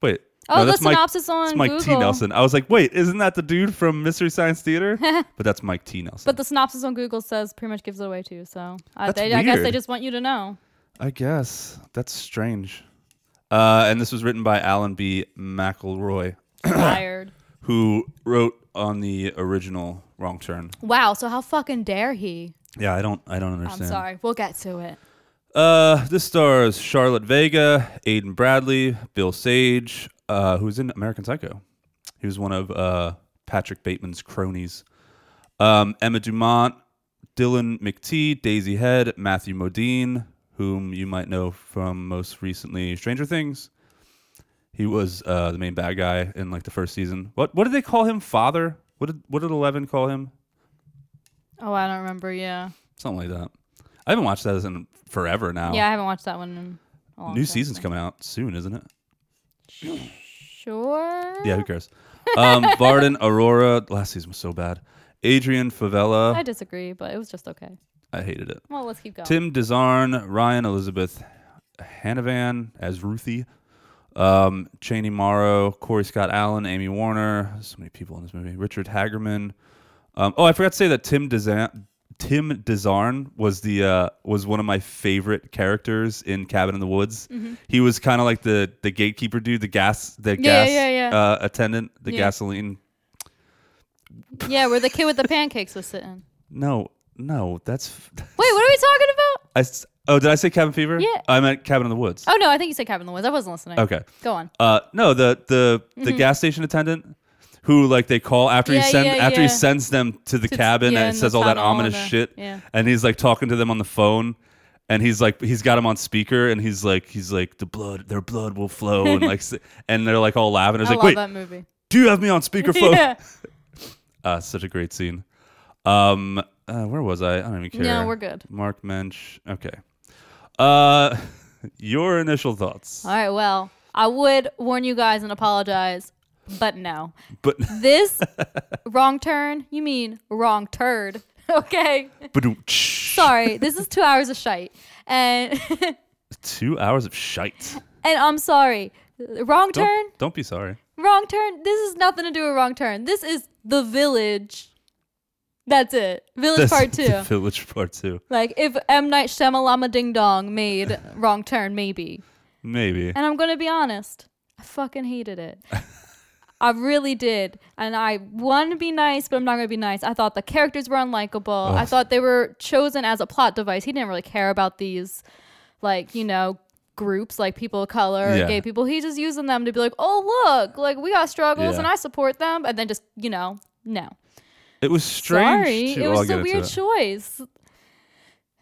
wait.
Oh, the
that's Mike-
synopsis on
that's Mike T.
Google.
Nelson. I was like, wait, isn't that the dude from Mystery Science Theater? but that's Mike T. Nelson.
But the synopsis on Google says pretty much gives it away too. So I,
That's
they, I guess they
weird.
just want you to know.
I guess that's strange. Uh, and this was written by Alan B. McElroy,
Tired.
who wrote on the original Wrong Turn.
Wow. So how fucking dare he?
Yeah, I don't, I don't understand.
I'm sorry. We'll get to it.
Uh, this stars Charlotte Vega, Aidan Bradley, Bill Sage, uh, who's in American Psycho. He was one of uh, Patrick Bateman's cronies. Um, Emma Dumont, Dylan McTee, Daisy Head, Matthew Modine, whom you might know from most recently Stranger Things. He was uh, the main bad guy in like the first season. What what did they call him? Father? What did what did Eleven call him?
Oh, I don't remember. Yeah.
Something like that. I haven't watched that in forever now.
Yeah, I haven't watched that one in a long
Oh. New
time.
season's coming out soon, isn't it?
Sure.
Yeah, who cares? Um, Varden, Aurora. Last season was so bad. Adrian Favela.
I
I
disagree, but it was just okay.
hated it.
Well, let's keep going.
Oh. Tim Desarn, Ryan Elizabeth Hanavan as Ruthie, um, Cheney Morrow, Corey Scott Allen, Amy Warner. So many people in this movie. Richard Hagerman. Um, oh, I forgot to say that Tim Desarn. Tim Desarn was the uh, was one of my favorite characters in Cabin in the Woods.
Mm-hmm.
He was kind of like the the gatekeeper dude, the gas the
Yeah,
gas
yeah, yeah.
Uh, attendant, the
Yeah.
gasoline
yeah, where the kid with the pancakes was sitting.
No, no, that's. Wait,
Wait, what are we talking about?
I, s- oh, did I say Cabin Fever?
Yeah.
I meant Cabin in the Woods.
Oh no, I think you said Cabin in the Woods. I wasn't listening.
Okay.
Go on.
Uh, no, the the the gas station attendant who like they call after
Mm-hmm. Yeah,
he send
yeah,
after
yeah.
he sends them to the
To-
cabin
yeah,
and
in
it
the
says all that
tunnel and
ominous
the-
shit.
yeah.
And he's like talking to them on the phone. And he's like, he's got him on speaker, and he's like, he's like, the blood, their blood will flow, and like, s- and they're like all laughing. It's
I
like,
love
wait,
that movie.
do you have me on speakerphone?
yeah.
Uh, such a great scene. Um, uh, where was I? I don't even care.
No, we're good.
Mark Mensch. Okay. Uh, your initial thoughts,
All right. Well, I would warn you guys and apologize, but no.
but
This wrong turn. You mean wrong turd? Okay.
but
Sorry. This is two hours of shite, and
two hours of shite.
and I'm sorry. Wrong
Don't,
turn.
Don't be sorry.
Wrong turn. This is nothing to do with wrong turn. This is the village. That's it. Village
That's
part
the
two.
Village part two.
like if M Night Shyamalama Ding Dong made wrong turn, maybe.
Maybe.
And I'm gonna be honest, I fucking hated it. I really did. And I want to be nice, but I'm not gonna be nice. I thought the characters were unlikable. I thought they were chosen as a plot device. He didn't really care about these, like you know. Groups like people of color, or
Yeah.
gay people, he's just using them to be like, oh, look, like we got struggles
Yeah.
and I support them. And then just, you know, no.
It was strange.
Sorry,
too.
it
I'll
was
get to
a weird
it.
choice.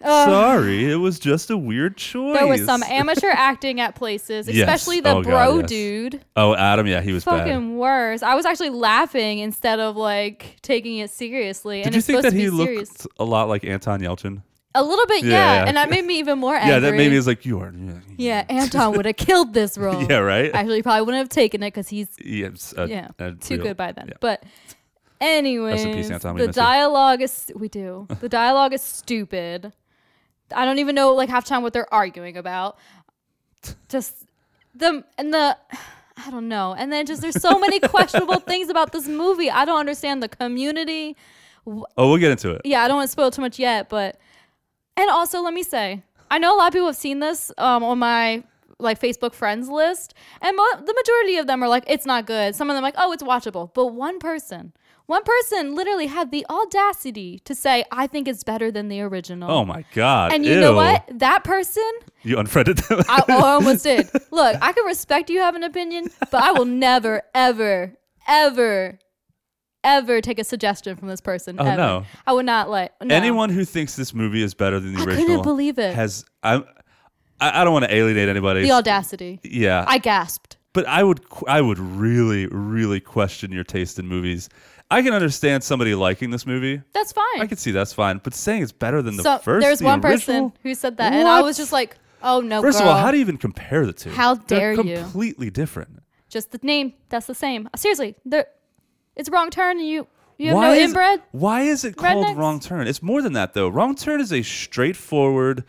Sorry, it was just a weird choice.
There was some amateur acting at places,
Yes.
especially the
Oh, God,
bro
yes.
dude.
oh, Adam. Yeah, he was bad.
Fucking worse. I was actually laughing instead of like taking it seriously. and
Did you
it's
think
supposed
that
to be
he looked
serious.
a lot like Anton Yelchin?
a little bit? Yeah,
Yeah, yeah.
and that made me even more angry.
Yeah, that made me was like, you are. Yeah.
Yeah, Anton would have killed this role.
Yeah, right?
Actually, he probably wouldn't have taken it because he's
Yeah. it's a-
yeah
a
too
real-
good by then.
yeah.
But anyways,
Anton, we
the
miss you.
dialogue is we do. The dialogue is stupid. I don't even know like half time what they're arguing about. Just the and the I don't know. And then just there's so many questionable things about this movie. I don't understand the community.
Oh, we'll get into it.
Yeah, I don't want to spoil too much yet, but and also let me say, I know a lot of people have seen this um, on my like Facebook friends list, and mo- the majority of them are like, "It's not good." Some of them are like, "Oh, it's watchable," but one person, one person literally had the audacity to say, "I think it's better than the original."
Oh my god!
And you know
Ew.
what? That person,
You unfriended them.
I, oh, I almost did. Look, I can respect you have an opinion, but I will never, ever, ever, ever take a suggestion from this person.
Oh,
ever.
no.
I would not let no.
Anyone who thinks this movie is better than the
I couldn't
original,
believe it.
Has I? I, I don't want to alienate anybody.
the audacity.
yeah,
I gasped.
but I would qu- I would really really question your taste in movies. I can understand somebody liking this movie.
That's fine.
I could see that's fine, but saying it's better than the
so
first.
there's
the
one
original?
person who said that, and I
What?
was just like, "Oh no,
First
girl.
of all, how do you even compare the two?
How
They're
dare you.
Completely different.
just the name? That's the same. Seriously, there, it's wrong turn. And you you have
why
no
is,
inbred.
Why is it called
rednecks?
Wrong Turn? It's more than that though. Wrong Turn is a straightforward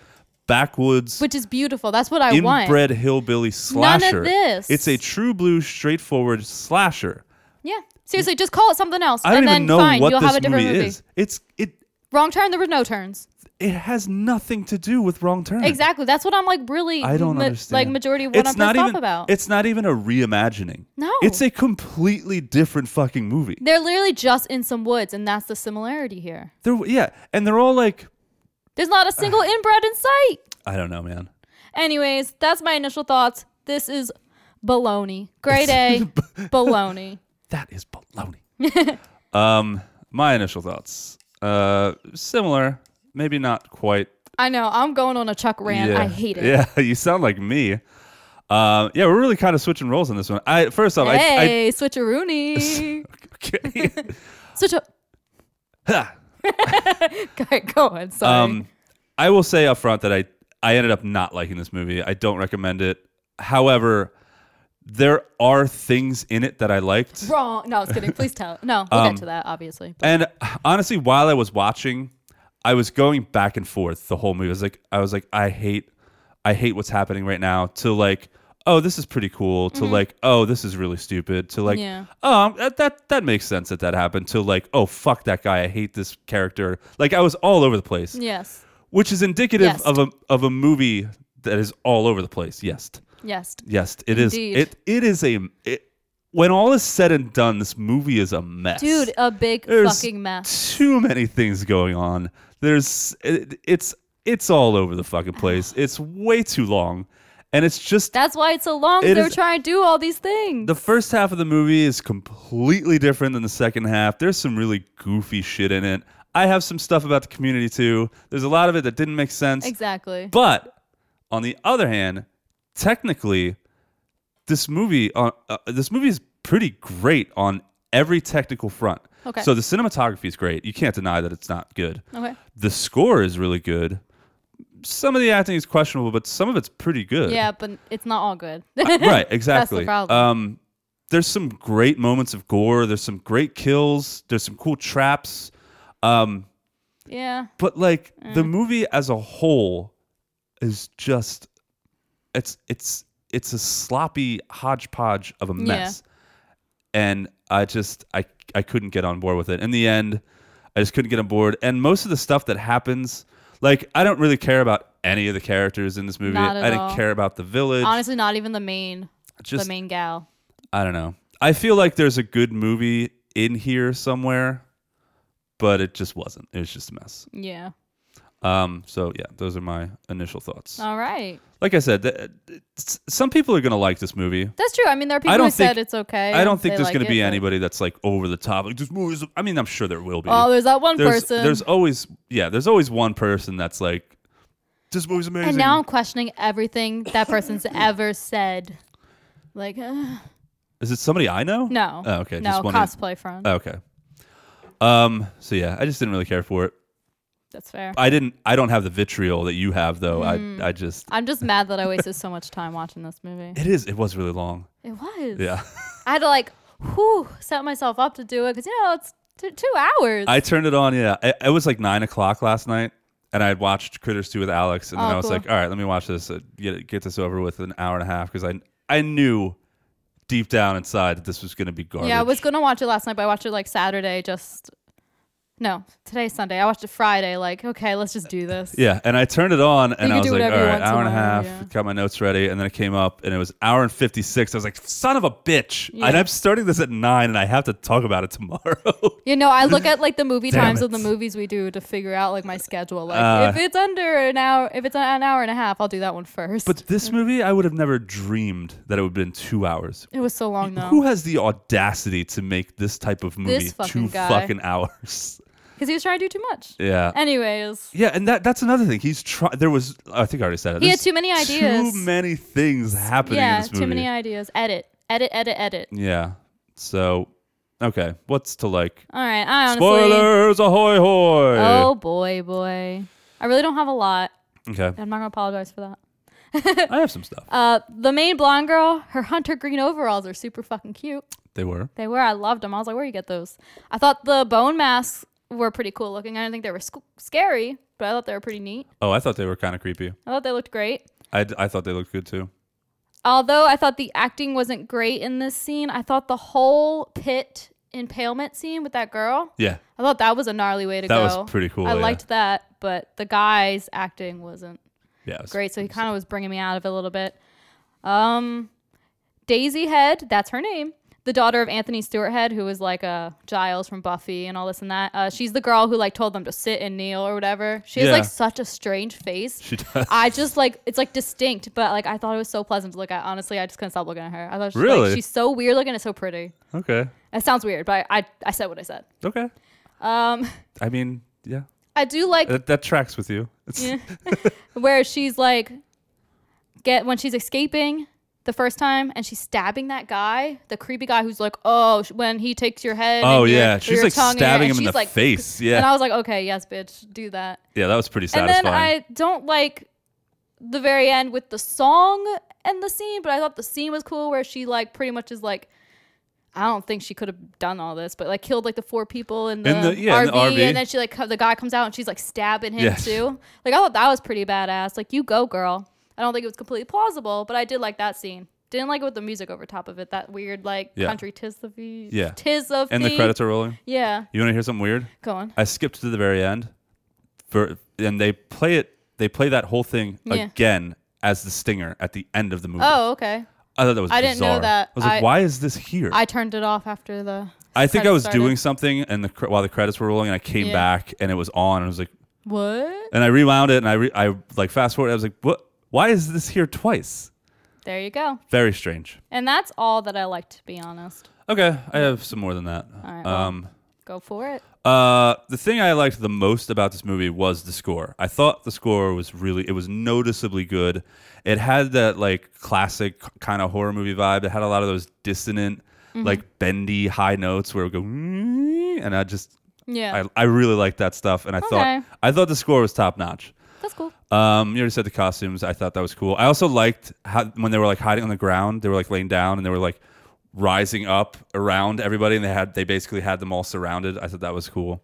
backwoods
Which is beautiful. That's what I want.
inbred hillbilly slasher.
this.
It's a true blue straightforward slasher.
Yeah. Seriously, just call it something else.
I don't
and
even
then
know
fine,
what
you'll
this
have a different movie.
is. It's it
Wrong turn, there were no turns.
it has nothing to do with Wrong Turn.
Exactly. That's what I'm like really
Hmm. I don't
ma-
understand.
like majority of what I'm pissed
not
off
even,
about.
It's not even a reimagining.
No.
It's a completely different fucking movie.
They're literally just in some woods and that's the similarity here.
They're yeah, and they're all like
There's not a single inbred in sight.
I don't know, man.
Anyways, that's my initial thoughts. This is baloney. Grade A baloney.
That is baloney. um, my initial thoughts. Uh, similar, maybe not quite.
I know. I'm going on a Chuck rant. I hate it.
Yeah, you sound like me. Uh, yeah, we're really kind of switching roles on this one. I first off,
Hey,
I,
switcheroony.
I okay.
Switch up.
Ha.
Go on. Sorry.
um, I will say up front that I I ended up not liking this movie. I don't recommend it. However, there are things in it that I liked.
Wrong. No, I was kidding. Please tell. No, we'll
um,
get to that, obviously. But
And honestly, while I was watching, I was going back and forth the whole movie. I was like, I was like, I hate, I hate what's happening right now. To like, oh, this is pretty cool. To like, oh, this is really stupid. To like,
Mm-hmm. Yeah.
oh, that, that that makes sense that that happened. To like, oh, fuck that guy. I hate this character. Like, I was all over the place,
yes.
which is indicative
Yes.
of a of a movie that is all over the place. Yes,
Yes.
yes, it is.
Indeed.
It it is a. It, when all is said and done, this movie is a mess
Dude, a big
there's
fucking mess.
Too many things going on. There's it, it's it's all over the fucking place. It's way too long, and it's just
That's why it's so long.
It
They're
is-
trying to do all these things.
the first half of the movie is completely different than the second half. There's some really goofy shit in it. I have some stuff about the community too. There's a lot of it that didn't make sense.
exactly.
But on the other hand, technically, this movie on uh, this movie is pretty great on every technical front.
Okay.
So the cinematography is great. You can't deny that it's not good.
okay.
The score is really good. Some of the acting is questionable, but some of it's pretty good.
Yeah, but it's not all good.
uh, right. Exactly.
problem.
Um, there's some great moments of gore. There's some great kills. There's some cool traps. Um,
yeah.
but like
Mm.
the movie as a whole is just it's it's it's a sloppy hodgepodge of a mess and i just i i couldn't get on board with it in the end i just couldn't get on board and most of the stuff that happens like i don't really care about any of the characters in this movie
Not at
i didn't
all.
care about the village
Honestly, not even the main,
just
the main gal.
i don't know i feel like there's a good movie in here somewhere but it just wasn't it was just a mess
Yeah.
um, so yeah, those are my initial thoughts.
All right.
like I said, th- s- some people are gonna like this movie.
That's true. I mean, there are people
I
who
don't think
said it's okay.
I don't think
they
there's
like
gonna
it,
be
but-
anybody that's like over the top. Like this movie's. I mean, I'm sure there will be.
Oh, there's that one
there's,
person.
there's always yeah, there's always one person that's like this movie's amazing.
and now I'm questioning everything that person's ever said. Like, uh,
is it somebody I know?
no.
Oh, okay.
No,
just wondering-
cosplay friend.
Oh, okay. Um. So yeah, I just didn't really care for it.
That's fair.
I didn't. I don't have the vitriol that you have though.
Mm.
I. I just.
I'm just mad that I wasted so much time watching this movie.
It is. It was really long.
It was.
Yeah.
I had to like, whew, set myself up to do it because you know it's t- two hours.
I turned it on. Yeah, it, it was like nine o'clock last night, and I had watched Critters 2 with Alex, and then
Oh,
I was
cool.
like, all right, let me watch this, uh, get get this over with in an hour and a half because I I knew deep down inside that this was going to be garbage.
Yeah, I was gonna watch it last night, but I watched it like Saturday. Just no, today's Sunday. I watched it Friday. Like, okay, let's just do this.
Yeah, and I turned it on, and
You
I
can
was
do
like, all
whatever you
right,
want
hour and a
tomorrow,
half.
yeah.
Got my notes ready, and then it came up, and it was hour and fifty six. I was like, son of a bitch!
Yeah.
And I'm starting this at nine, and I have to talk about it tomorrow.
You know, I look at like the movie
Damn
times of
it.
the movies we do to figure out like my schedule. Like,
Uh,
if it's under an hour, if it's an hour and a half, I'll do that one first.
but this movie, I would have never dreamed that it would have been two hours.
it was so long
Who
though,
has the audacity to make this type of movie two
fucking guy.
fucking hours?
because he was trying to do too much.
Yeah.
Anyways,
yeah, and that that's another thing. He's try there was I think I already said it.
He had
There's
too many ideas.
Too many things happening in
yeah,
this movie.
too many ideas. Edit, edit, edit, edit.
yeah. So okay. What's to like?
All right, I honestly.
Spoilers, ahoy hoy!
Oh boy, boy. I really don't have a lot.
Okay,
I'm not gonna apologize for that.
I have some stuff.
Uh, the main blonde girl, her hunter green overalls are super fucking cute.
they were.
They were. I loved them. I was like, where you get those? I thought the bone masks were pretty cool looking. I didn't think they were sc- scary, but I thought they were pretty neat.
Oh, I thought they were kind of creepy.
I thought they looked great.
I, d- I thought they looked good too.
Although I thought the acting wasn't great in this scene, I thought the whole pit impalement scene with that girl,
Yeah,
I thought that was a gnarly way to
That
go.
was pretty cool,
I
yeah.
liked that, but the guy's acting wasn't
yeah. it was-
great. So he kind of was bringing me out of it a little bit. Um, Daisy Head, that's her name, the daughter of Anthony Stewart Head, who was like uh, Giles from Buffy and all this and that. Uh, she's the girl who like told them to sit and kneel or whatever. She has
Yeah.
like such a strange face.
She does.
I just like it's like distinct, but like I thought it was so pleasant to look at. Honestly, I just couldn't stop looking at her. I thought she, was, like,
Really?
she's so weird looking and so pretty.
Okay.
It sounds weird, but I, I I said what I said.
Okay.
Um,
I mean, yeah,
I do like
that, that tracks with you. It's,
where she's like get when she's escaping the first time and she's stabbing that guy the creepy guy who's like oh sh- when he takes your head
Oh
and your-
yeah,
or
she's
your
like
tongue and your-
stabbing him
and
in the
she's, like,
face.
and
Yeah,
i was like okay yes bitch do that
yeah, that was pretty
and
satisfying.
then i don't like the very end with the song and the scene but i thought the scene was cool where she like pretty much is like I don't think she could have done all this, but like killed like the four people in the,
In the- yeah, in the RV.
and then she like co- the guy comes out and she's like stabbing him
Yeah.
too. Like I thought that was pretty badass. Like you go, girl. I don't think it was completely plausible, but I did like that scene. Didn't like it with the music over top of it. That weird like
Yeah.
country tis the fee,
Yeah.
tis of
and the
thee."
credits are rolling.
Yeah,
You want to hear something weird?
go on.
I skipped to the very end, for and they play it. They play that whole thing
Yeah.
again as the stinger at the end of the movie.
Oh, okay.
I thought that was
I didn't know
bizarre.
that.
I was like,
I-
why is this here?
I turned it off after the.
I think I
credits
was
started.
doing something, and the cre- while the credits were rolling, and I came
Yeah.
back, and it was on, and I was like,
What?
and I rewound it, and I re- I like fast forward, I was like, what? Why is this here twice?
There you go.
Very strange.
And that's all that I like to be honest.
Okay, I have some more than that.
All right, well.
um,
Go for it.
uh, the thing I liked the most about this movie was the score. I thought the score was really, it was noticeably good. It had that like classic kind of horror movie vibe. It had a lot of those dissonant, like bendy high notes where it would go, and I just
Yeah,
I, I really liked that stuff, and I
Okay.
thought I thought the score was top notch.
that's cool.
Um, you already said the costumes. I thought that was cool. I also liked how when they were like hiding on the ground, they were like laying down, and they were like rising up around everybody, and they had they basically had them all surrounded. I thought that was cool.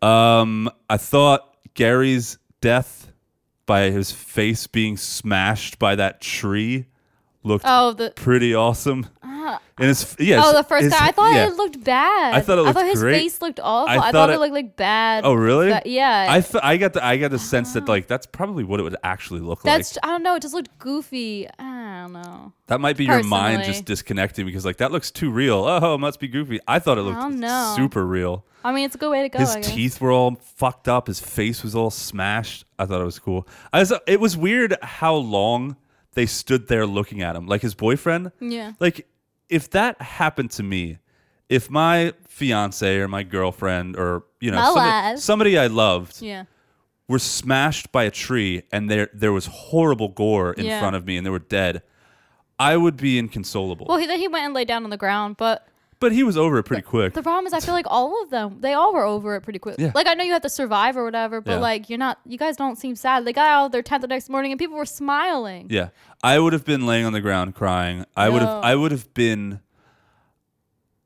Um, I thought Gary's death by his face being smashed by that tree looked
Oh, the
pretty awesome. and it's yeah.
Oh,
it's-
the first
it's-
guy. I thought
yeah.
it looked bad.
I thought it looked
his
great.
face looked awful.
I
I thought,
thought
it,
it-
looked like bad.
Oh really?
That- yeah.
I, th- I got the I got the sense that like that's probably what it would actually look
that's
like.
I don't know. It just looked goofy. I don't know.
That might be your mind
personally.
just disconnecting because like that looks too real. Oh, it must be goofy. I thought it looked
don't know.
super real.
I mean, it's a good way to Oh, go.
His
I guess.
teeth were all fucked up. His face was all smashed. I thought it was cool. I was, it was weird how long they stood there looking at him. Like his boyfriend.
Yeah.
Like if that happened to me, if my fiance or my girlfriend or you know
My
somebody,
wife.
somebody I loved
Yeah.
were smashed by a tree and there there was horrible gore in
Yeah.
front of me and they were dead, I would be inconsolable.
Well, he, then he went and laid down on the ground, but
but he was over it pretty quick.
the problem is, I feel like all of them, they all were over it pretty quick.
Yeah.
Like I know you have to survive or whatever, but
Yeah.
like you're not, you guys don't seem sad. They got out of their tent the next morning, and people were smiling.
yeah. I would have been laying on the ground crying. I would have
No.
I would have been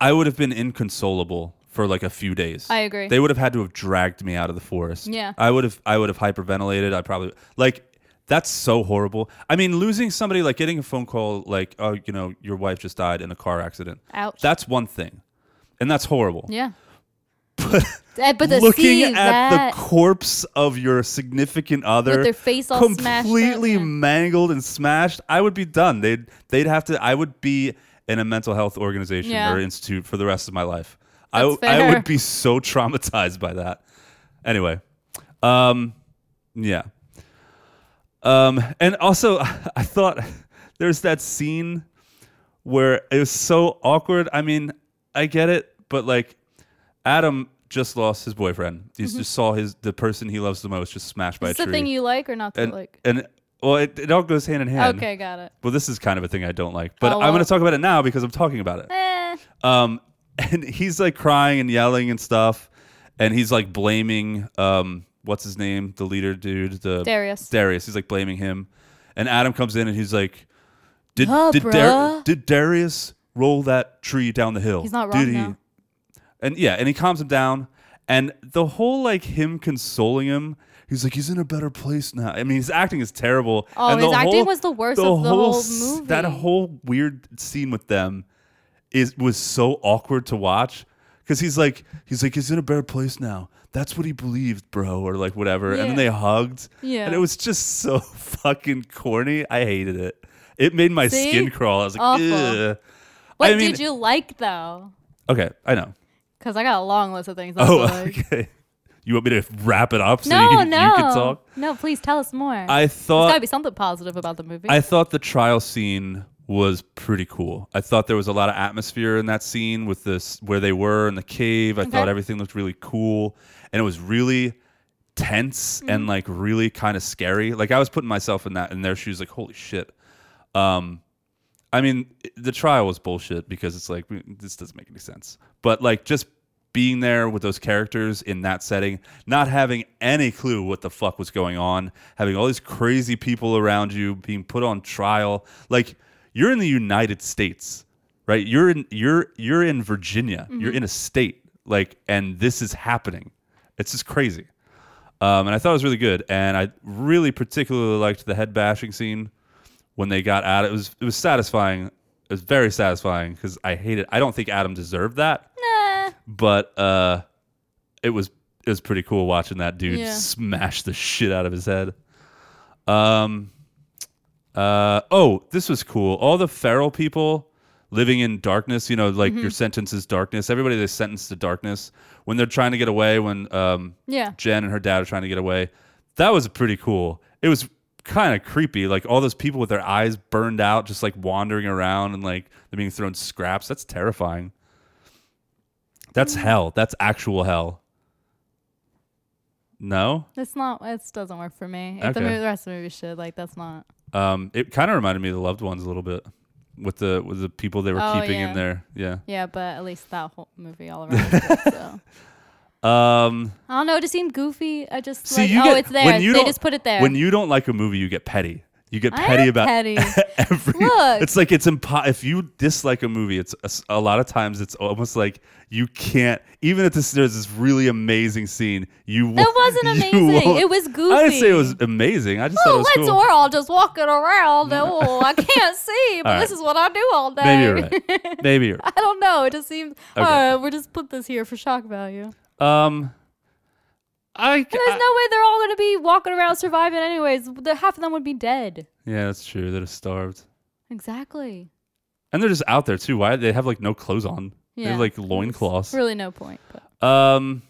I would have been inconsolable for like a few days.
I agree.
They would have had to have dragged me out of the forest.
Yeah.
I would have I would have hyperventilated. I probably like that's so horrible. I mean, losing somebody like getting a phone call like, oh, you know, your wife just died in a car accident.
Ouch.
That's one thing. And that's horrible.
yeah.
But
Eh, But the
looking
see
at
that
the corpse of your significant other
their face all smashed up,
completely
yeah.
mangled and smashed, I would be done. They'd they'd have to I would be in a mental health organization
Yeah.
or institute for the rest of my life. I
That's
w- I
fair.
would be so traumatized by that. Anyway. Um yeah. Um and also I thought there's that scene where it was so awkward. I mean, I get it, but like Adam just lost his boyfriend. He just saw his the person he loves the most just smashed by
Mm-hmm. is
a
the
tree.
thing you like or not to
and,
like.
and well, it, it all goes hand in hand.
Okay, got it.
Well, this is kind of a thing I don't like, but
Oh,
I'm
well.
going to talk about it now because I'm talking about it.
Eh,
Um, and he's like crying and yelling and stuff, and he's like blaming um, what's his name, the leader dude, the
Darius.
Darius. He's like blaming him, and Adam comes in and he's like, "Did
Huh,
did,
bruh?
did Darius roll that tree down the hill?
He's not
Did
wrong,
he?"
though.
And yeah, and he calms him down, and the whole like him consoling him. He's like he's in a better place now. I mean, his acting is terrible.
Oh,
and
his
the
acting
whole-
was the worst of the whole
s- That
movie.
whole weird scene with them is was so awkward to watch because he's like he's like he's in a better place now. That's what he believed, bro, or like whatever. And
Yeah.
then they hugged.
Yeah.
And it was just so fucking corny. I hated it. It made my
See?
skin crawl. I was like,
Awful.
Ugh.
what
I mean-
did you like though?
Okay, I know.
Because I got a long list of things. I
Oh,
was like.
okay. You want me to wrap it up so
no,
you, can,
no,
you can talk?
no. Please tell us more.
I
There's
thought
gotta be something positive about the movie.
I thought the trial scene was pretty cool. I thought there was a lot of atmosphere in that scene with this where they were in the cave. I thought everything looked really cool and it was really tense and like really kind of scary. Like I was putting myself in that in their shoes like holy shit. Um I mean the trial was bullshit because it's like we- this doesn't make any sense. But like just being there with those characters in that setting, not having any clue what the fuck was going on, having all these crazy people around you being put on trial. Like you're in the United States, right? You're in you're you're in Virginia. You're in a state like and this is happening. It's just crazy. Um, and I thought it was really good and I really particularly liked the head bashing scene when they got out. It was it was satisfying. It was very satisfying cuz I hate it. I don't think Adam deserved that
nah.
but uh it was it was pretty cool watching that dude
Yeah.
smash the shit out of his head um uh oh this was cool all the feral people living in darkness you know
Mm-hmm.
like your sentence is darkness everybody they sentenced to darkness when they're trying to get away when um
Yeah.
jen and her dad are trying to get away that was pretty cool it was kind of creepy like all those people with their eyes burned out just like wandering around and like they're being thrown scraps that's terrifying that's
Hmm.
hell. That's actual hell. No?
It's not. It doesn't work for me. If
Okay.
the, movie, the rest of the movie should like that's not.
Um, it kind of reminded me of the loved ones a little bit with the with the people they were
Oh,
keeping
yeah.
in there. Yeah.
Yeah, but at least that whole movie all around. is good, so.
Um
I don't know. It just seemed goofy. I just
see
like,
you
oh,
get,
it's there.
When you
they
don't-
just put it there.
When you don't like a movie, you get petty. You get
I am
petty about
petty.
every
Look.
It's like it's impo- if you dislike a movie, it's a, a lot of times it's almost like you can't even if this, there's this really amazing scene, you won't-
That wasn't
you
amazing.
won't-
It was
I didn't say it was
goofy.
amazing. I just thought it
oh,
was
let's
cool.
we're all just walking around. oh, I can't see, but
All
this
right.
is what I do all day.
Maybe you're right. Maybe you're right.
I don't know. It just seems.
Okay.
Oh, we're just put this here for shock value.
Um, I,
There's no way they're all going to be walking around surviving anyways. The, half of them would be dead.
yeah, that's true. They're starved,
Exactly.
and they're just out there too. Why they have like no clothes on? They
Yeah.
have like loincloths.
Really, no point. But
Um,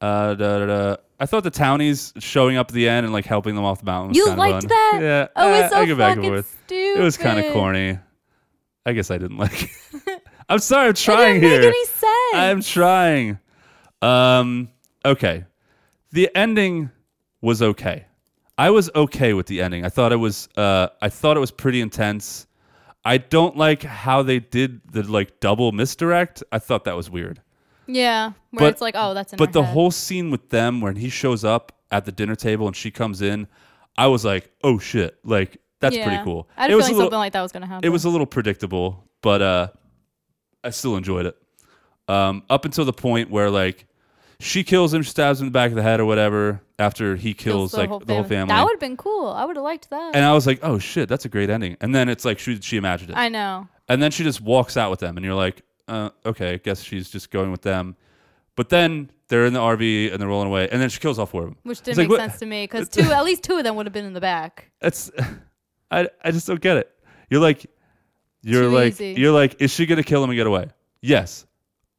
uh, da, da, da. I thought the townies showing up at the end and like helping them off the mountain. Was
You
kinda
liked
fun.
that?
Yeah.
Oh,
eh,
it's so
I go back and
fucking
forth. It was kind of
stupid.
corny. I guess I didn't like. it. I'm sorry. I'm
it
trying
didn't
here.
make any sense.
I'm trying. Um, okay. The ending was okay. I was okay with the ending. I thought it was uh I thought it was pretty intense. I don't like how they did the like double misdirect. I thought that was weird.
yeah, where
But-
it's like, oh, that's in
But
our
the
head.
whole scene with them when he shows up at the dinner table and she comes in, I was like, "Oh shit." Like that's pretty
Yeah.
cool.
I had
it
a
was a
feeling
little
something like that was going to happen.
it was a little predictable, but uh I still enjoyed it. um, up until the point where like she kills him, stabs him in the back of the head or whatever. After he kills, like the whole family,
That would have been cool. I would have liked that.
and I was like, oh shit, that's a great ending. And then it's like she she imagined it,
I know.
and then she just walks out with them, and you're like, uh, okay, I guess she's just going with them. But then they're in the RV and they're rolling away, and then she kills all four of them,
Which
It's
didn't
like,
make
what-
sense to me because two, at least two of them would have been in the back.
That's I I just don't get it. You're like you're
Too
like
easy.
you're like is she gonna kill him and get away? Yes.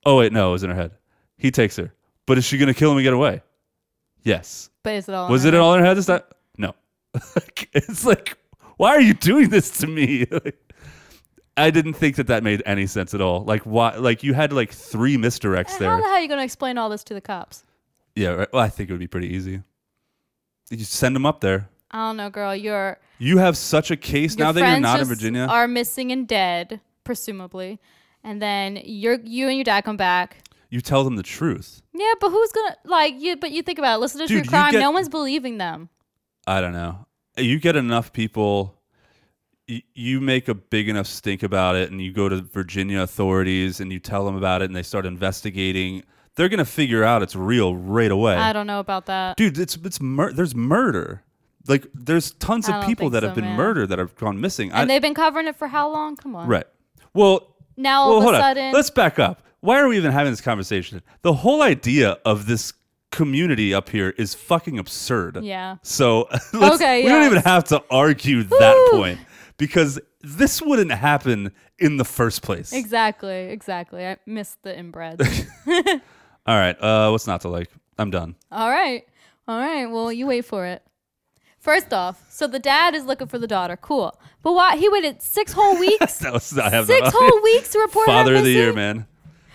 Oh wait, no, it was in her head. He takes her, but is she gonna kill him and get away? Yes.
But is it all?
was
in
it
her
all in her head this time? No. it's like why are you doing this to me? Like, I didn't think that that made any sense at all. Like why? Like you had like three misdirects
And
there.
How the hell are you going to explain all this to the cops?
yeah. Right? Well, I think it would be pretty easy. You send them up there.
I don't know, girl. Your
You have such a case
your
now that
friends
you're not in
just
Virginia.
are missing and dead, presumably, and then you're you and your dad come back.
you tell them the truth.
Yeah, but who's gonna like you? But you think about it. Listen to
Dude,
true
you
crime.
get-
no one's believing them.
I don't know. You get enough people, y- you make a big enough stink about it, and you go to Virginia authorities and you tell them about it, and they start investigating. They're gonna figure out it's real right away.
I don't know about that.
Dude, it's it's mur- there's murder. Like there's tons
I
of
don't
people
think
that
so,
have been
man.
murdered that have gone missing. I,
and they've been covering it for how long? Come on.
right. Well,
Now all
well,
of
hold
a
on.
sudden,
Let's back up. Why are we even having this conversation? The whole idea of this community up here is fucking absurd.
Yeah.
So let's-
Okay,
we don't
yeah.
even have to argue that
Woo.
point because this wouldn't happen in the first place.
exactly, exactly. I missed the inbred.
All right. Uh, what's not to like? I'm done.
all right, all right. Well, you wait for it. First off, so the dad is looking for the daughter. Cool, but why he waited six whole weeks?
That was, I have no-
Six whole weeks to report her
Father of the year,
missing?
man.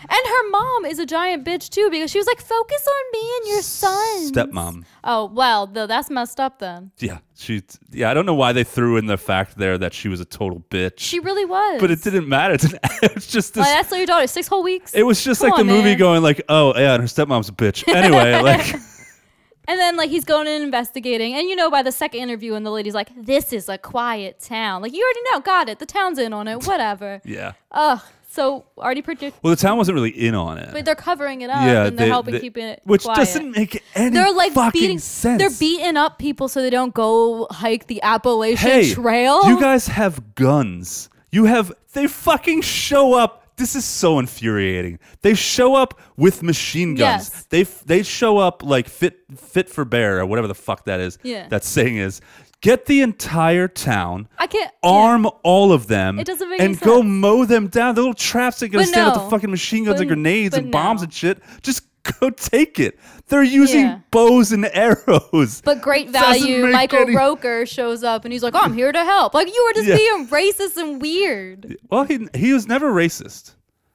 And her mom is a giant bitch too because she was like, "Focus on me and your son."
Stepmom.
Oh well, though that's messed up then.
Yeah. She. Yeah. I don't know why they threw in the fact there that she was a total bitch.
She really was.
but it didn't matter. It's, an, it's just this
Like, that's your daughter. Six whole weeks.
It was just
Come
like the
on,
movie
man.
going like, oh yeah, and her stepmom's a bitch. Anyway, like
And then like he's going in investigating, and you know by the second interview, and the lady's like, "This is a quiet town." Like you already know, got it. The town's in on it. Whatever.
yeah.
Ugh. So already predict.
Well, the town wasn't really in on it.
But they're covering it up,
yeah,
and they're
they-
helping
they-
keeping it
which
quiet.
doesn't make any
They're like
fucking
beating.
sense.
They're beating up people so they don't go hike the Appalachian
hey,
Trail.
You guys have guns. You have. They fucking show up. This is so infuriating. They show up with machine guns.
Yes.
They f- they show up like fit fit for bear or whatever the fuck that is.
Yeah.
That saying is, get the entire town.
I can't- yeah.
arm all of them.
It doesn't make
and
any
go
sense.
mow them down. The little traps that gonna
But
stand with the
no.
fucking machine guns and
But-
grenades
but
and bombs
no.
and shit. Just go take it. They're using
Yeah.
bows and arrows.
But great
It doesn't
value,
make
Michael
any-
Roker shows up and he's like, "Oh, I'm here to help. Like, you were just
Yeah.
being racist and weird.
Well, he he was never racist.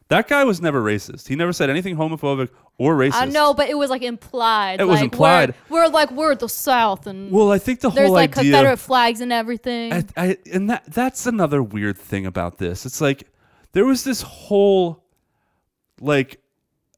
That guy was never racist. He never said anything homophobic or racist.
I know, but it was like implied.
It
like,
was implied.
We're, we're like, we're the South and
Well, I think the
there's
whole
like
idea.
Confederate flags and everything.
I, I, and that that's another weird thing about this. It's like there was this whole, like,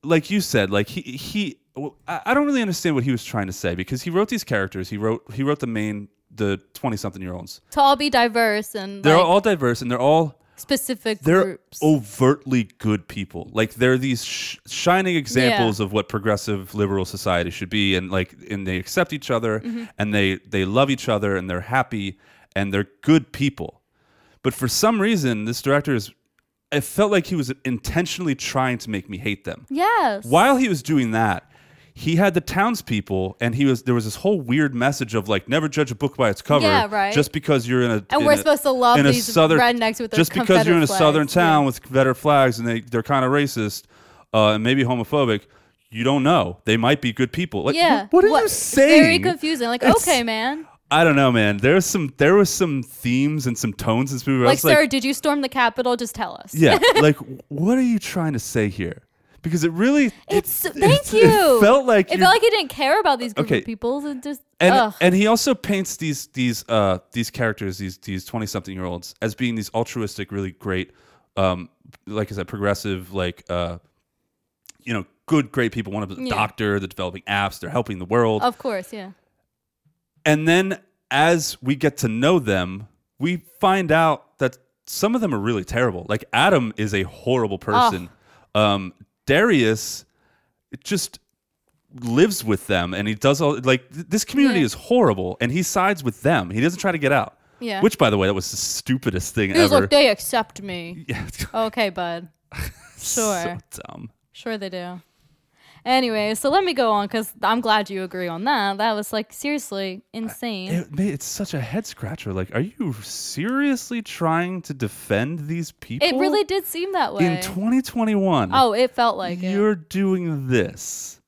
like you said, like he he. well, I I don't really understand what he was trying to say because he wrote these characters. He wrote he wrote the main the twenty something year olds.
to all be diverse and
They're
like,
all diverse and they're all
specific
they're
groups.
overtly good people. Like they're these sh- shining examples of what progressive liberal society should be, and like and they accept each other, and they they love each other, and they're happy, and they're good people. But for some reason, this director is. It felt like he was intentionally trying to make me hate them.
yes.
While he was doing that, he had the townspeople, and he was there was this whole weird message of like never judge a book by its cover.
Yeah, right.
Just because you're in a
And
in
we're
a-
supposed to love
in a
these
southern,
rednecks with their
just because you're in a
Confederate
southern
flags,
town
yeah.
with Confederate flags and they they're kind of racist uh, and maybe homophobic. You don't know. They might be good people. Like,
yeah.
wh- What are you
it's
saying?
Very confusing. Like,
It's-
okay, man.
I don't know, man. There's some. There was some themes and some tones in this movie. where I
Like,
was like,
sir, did you storm the Capitol? Just tell us.
yeah. like, what are you trying to say here? Because it really.
It's
it- it-
thank you.
It felt like
it
you're-
felt like he didn't care about these group
Okay.
of peoples. It just
and
ugh.
and he also paints these these uh these characters these these 20 something year olds as being these altruistic really great um like i said progressive like uh you know good great people one of them is a
Yeah.
doctor they're developing apps they're helping the world
of course, yeah.
and then as we get to know them we find out that some of them are really terrible like adam is a horrible person um Darius just lives with them and he does all like th- this community
Yeah.
is horrible and he sides with them. He doesn't try to get out.
Yeah.
Which by the way, that was the stupidest thing
He was
ever.
like, they accept me.
yeah. it's
Okay, bud.
so
Sure.
dumb.
Sure they do. Anyway, so let me go on because I'm glad you agree on that. That was like seriously insane.
It, ma- it's such a head scratcher. Like, are you seriously trying to defend these people?
it really did seem that way.
in 2021.
oh, it felt like it. Um,
you're doing this.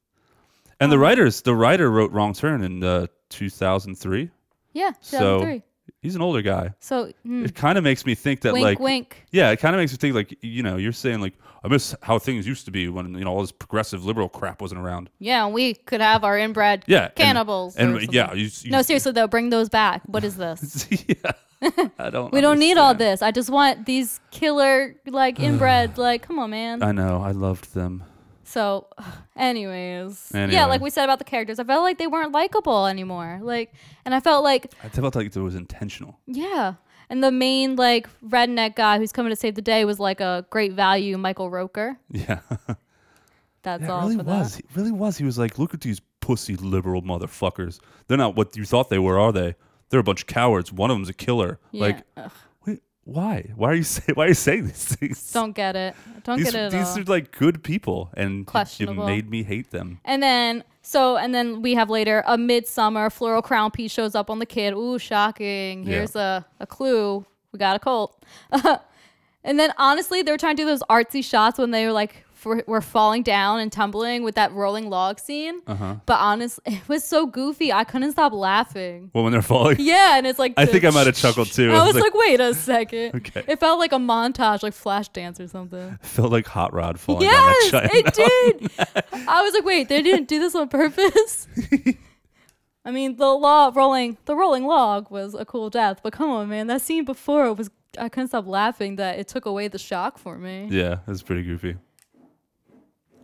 And the writers, the writer wrote Wrong Turn in uh, 2003.
Yeah,
So
2003.
he's an older guy.
So, mm,
It kind of makes me think that
wink,
like
wink.
yeah, it kind of makes me think like you know you're saying like I miss how things used to be when you know all this progressive liberal crap wasn't around.
Yeah, we could have our inbred
Yeah, and-
cannibals.
and,
or something.
yeah, you, you-
no, seriously though, bring those back. What is this?
yeah, I don't.
We don't need all
understand.
this. I just want these killer, like inbred, like come on, man.
I know. I loved them.
So, anyways, yeah,
Anyway.
like we said about the characters, I felt like they weren't likable anymore. Like, and I felt like,
I felt like it was intentional.
yeah. And the main like redneck guy who's coming to save the day was like a great value Michael Roker.
Yeah,
That's
Yeah, it
all
really
for
was.
that.
It really was. He was like, look at these pussy liberal motherfuckers. They're not what you thought they were, are they? They're a bunch of cowards. One of them's a killer.
Yeah.
Like,
Ugh,
wait, why? Why are you say? Why are you saying these things?
don't get it. Don't
these
get it. At
these
all.
are like good people, and it
Questionable.
made me hate them.
And then so and then we have later a midsummer floral crown piece shows up on the kid. Ooh, shocking.
Yeah.
Here's a, a clue. We got a cult. and then honestly, they were trying to do those artsy shots when they were like for, were falling down and tumbling with that rolling log scene.
Uh-huh.
But honestly, it was so goofy. I couldn't stop laughing.
Well, when they're falling,
Yeah, and it's like
I think I might have chuckled too.
I was like, wait a second.
Okay.
It felt like a montage, like flash dance or something.
felt like hot rod falling
Yes,
down a giant
it did. I was like, wait, they didn't do this on purpose. I mean, the log rolling, the rolling log was a cool death, but come on, man, that scene before it was. I couldn't stop laughing that it took away the shock for me.
Yeah, that's pretty goofy.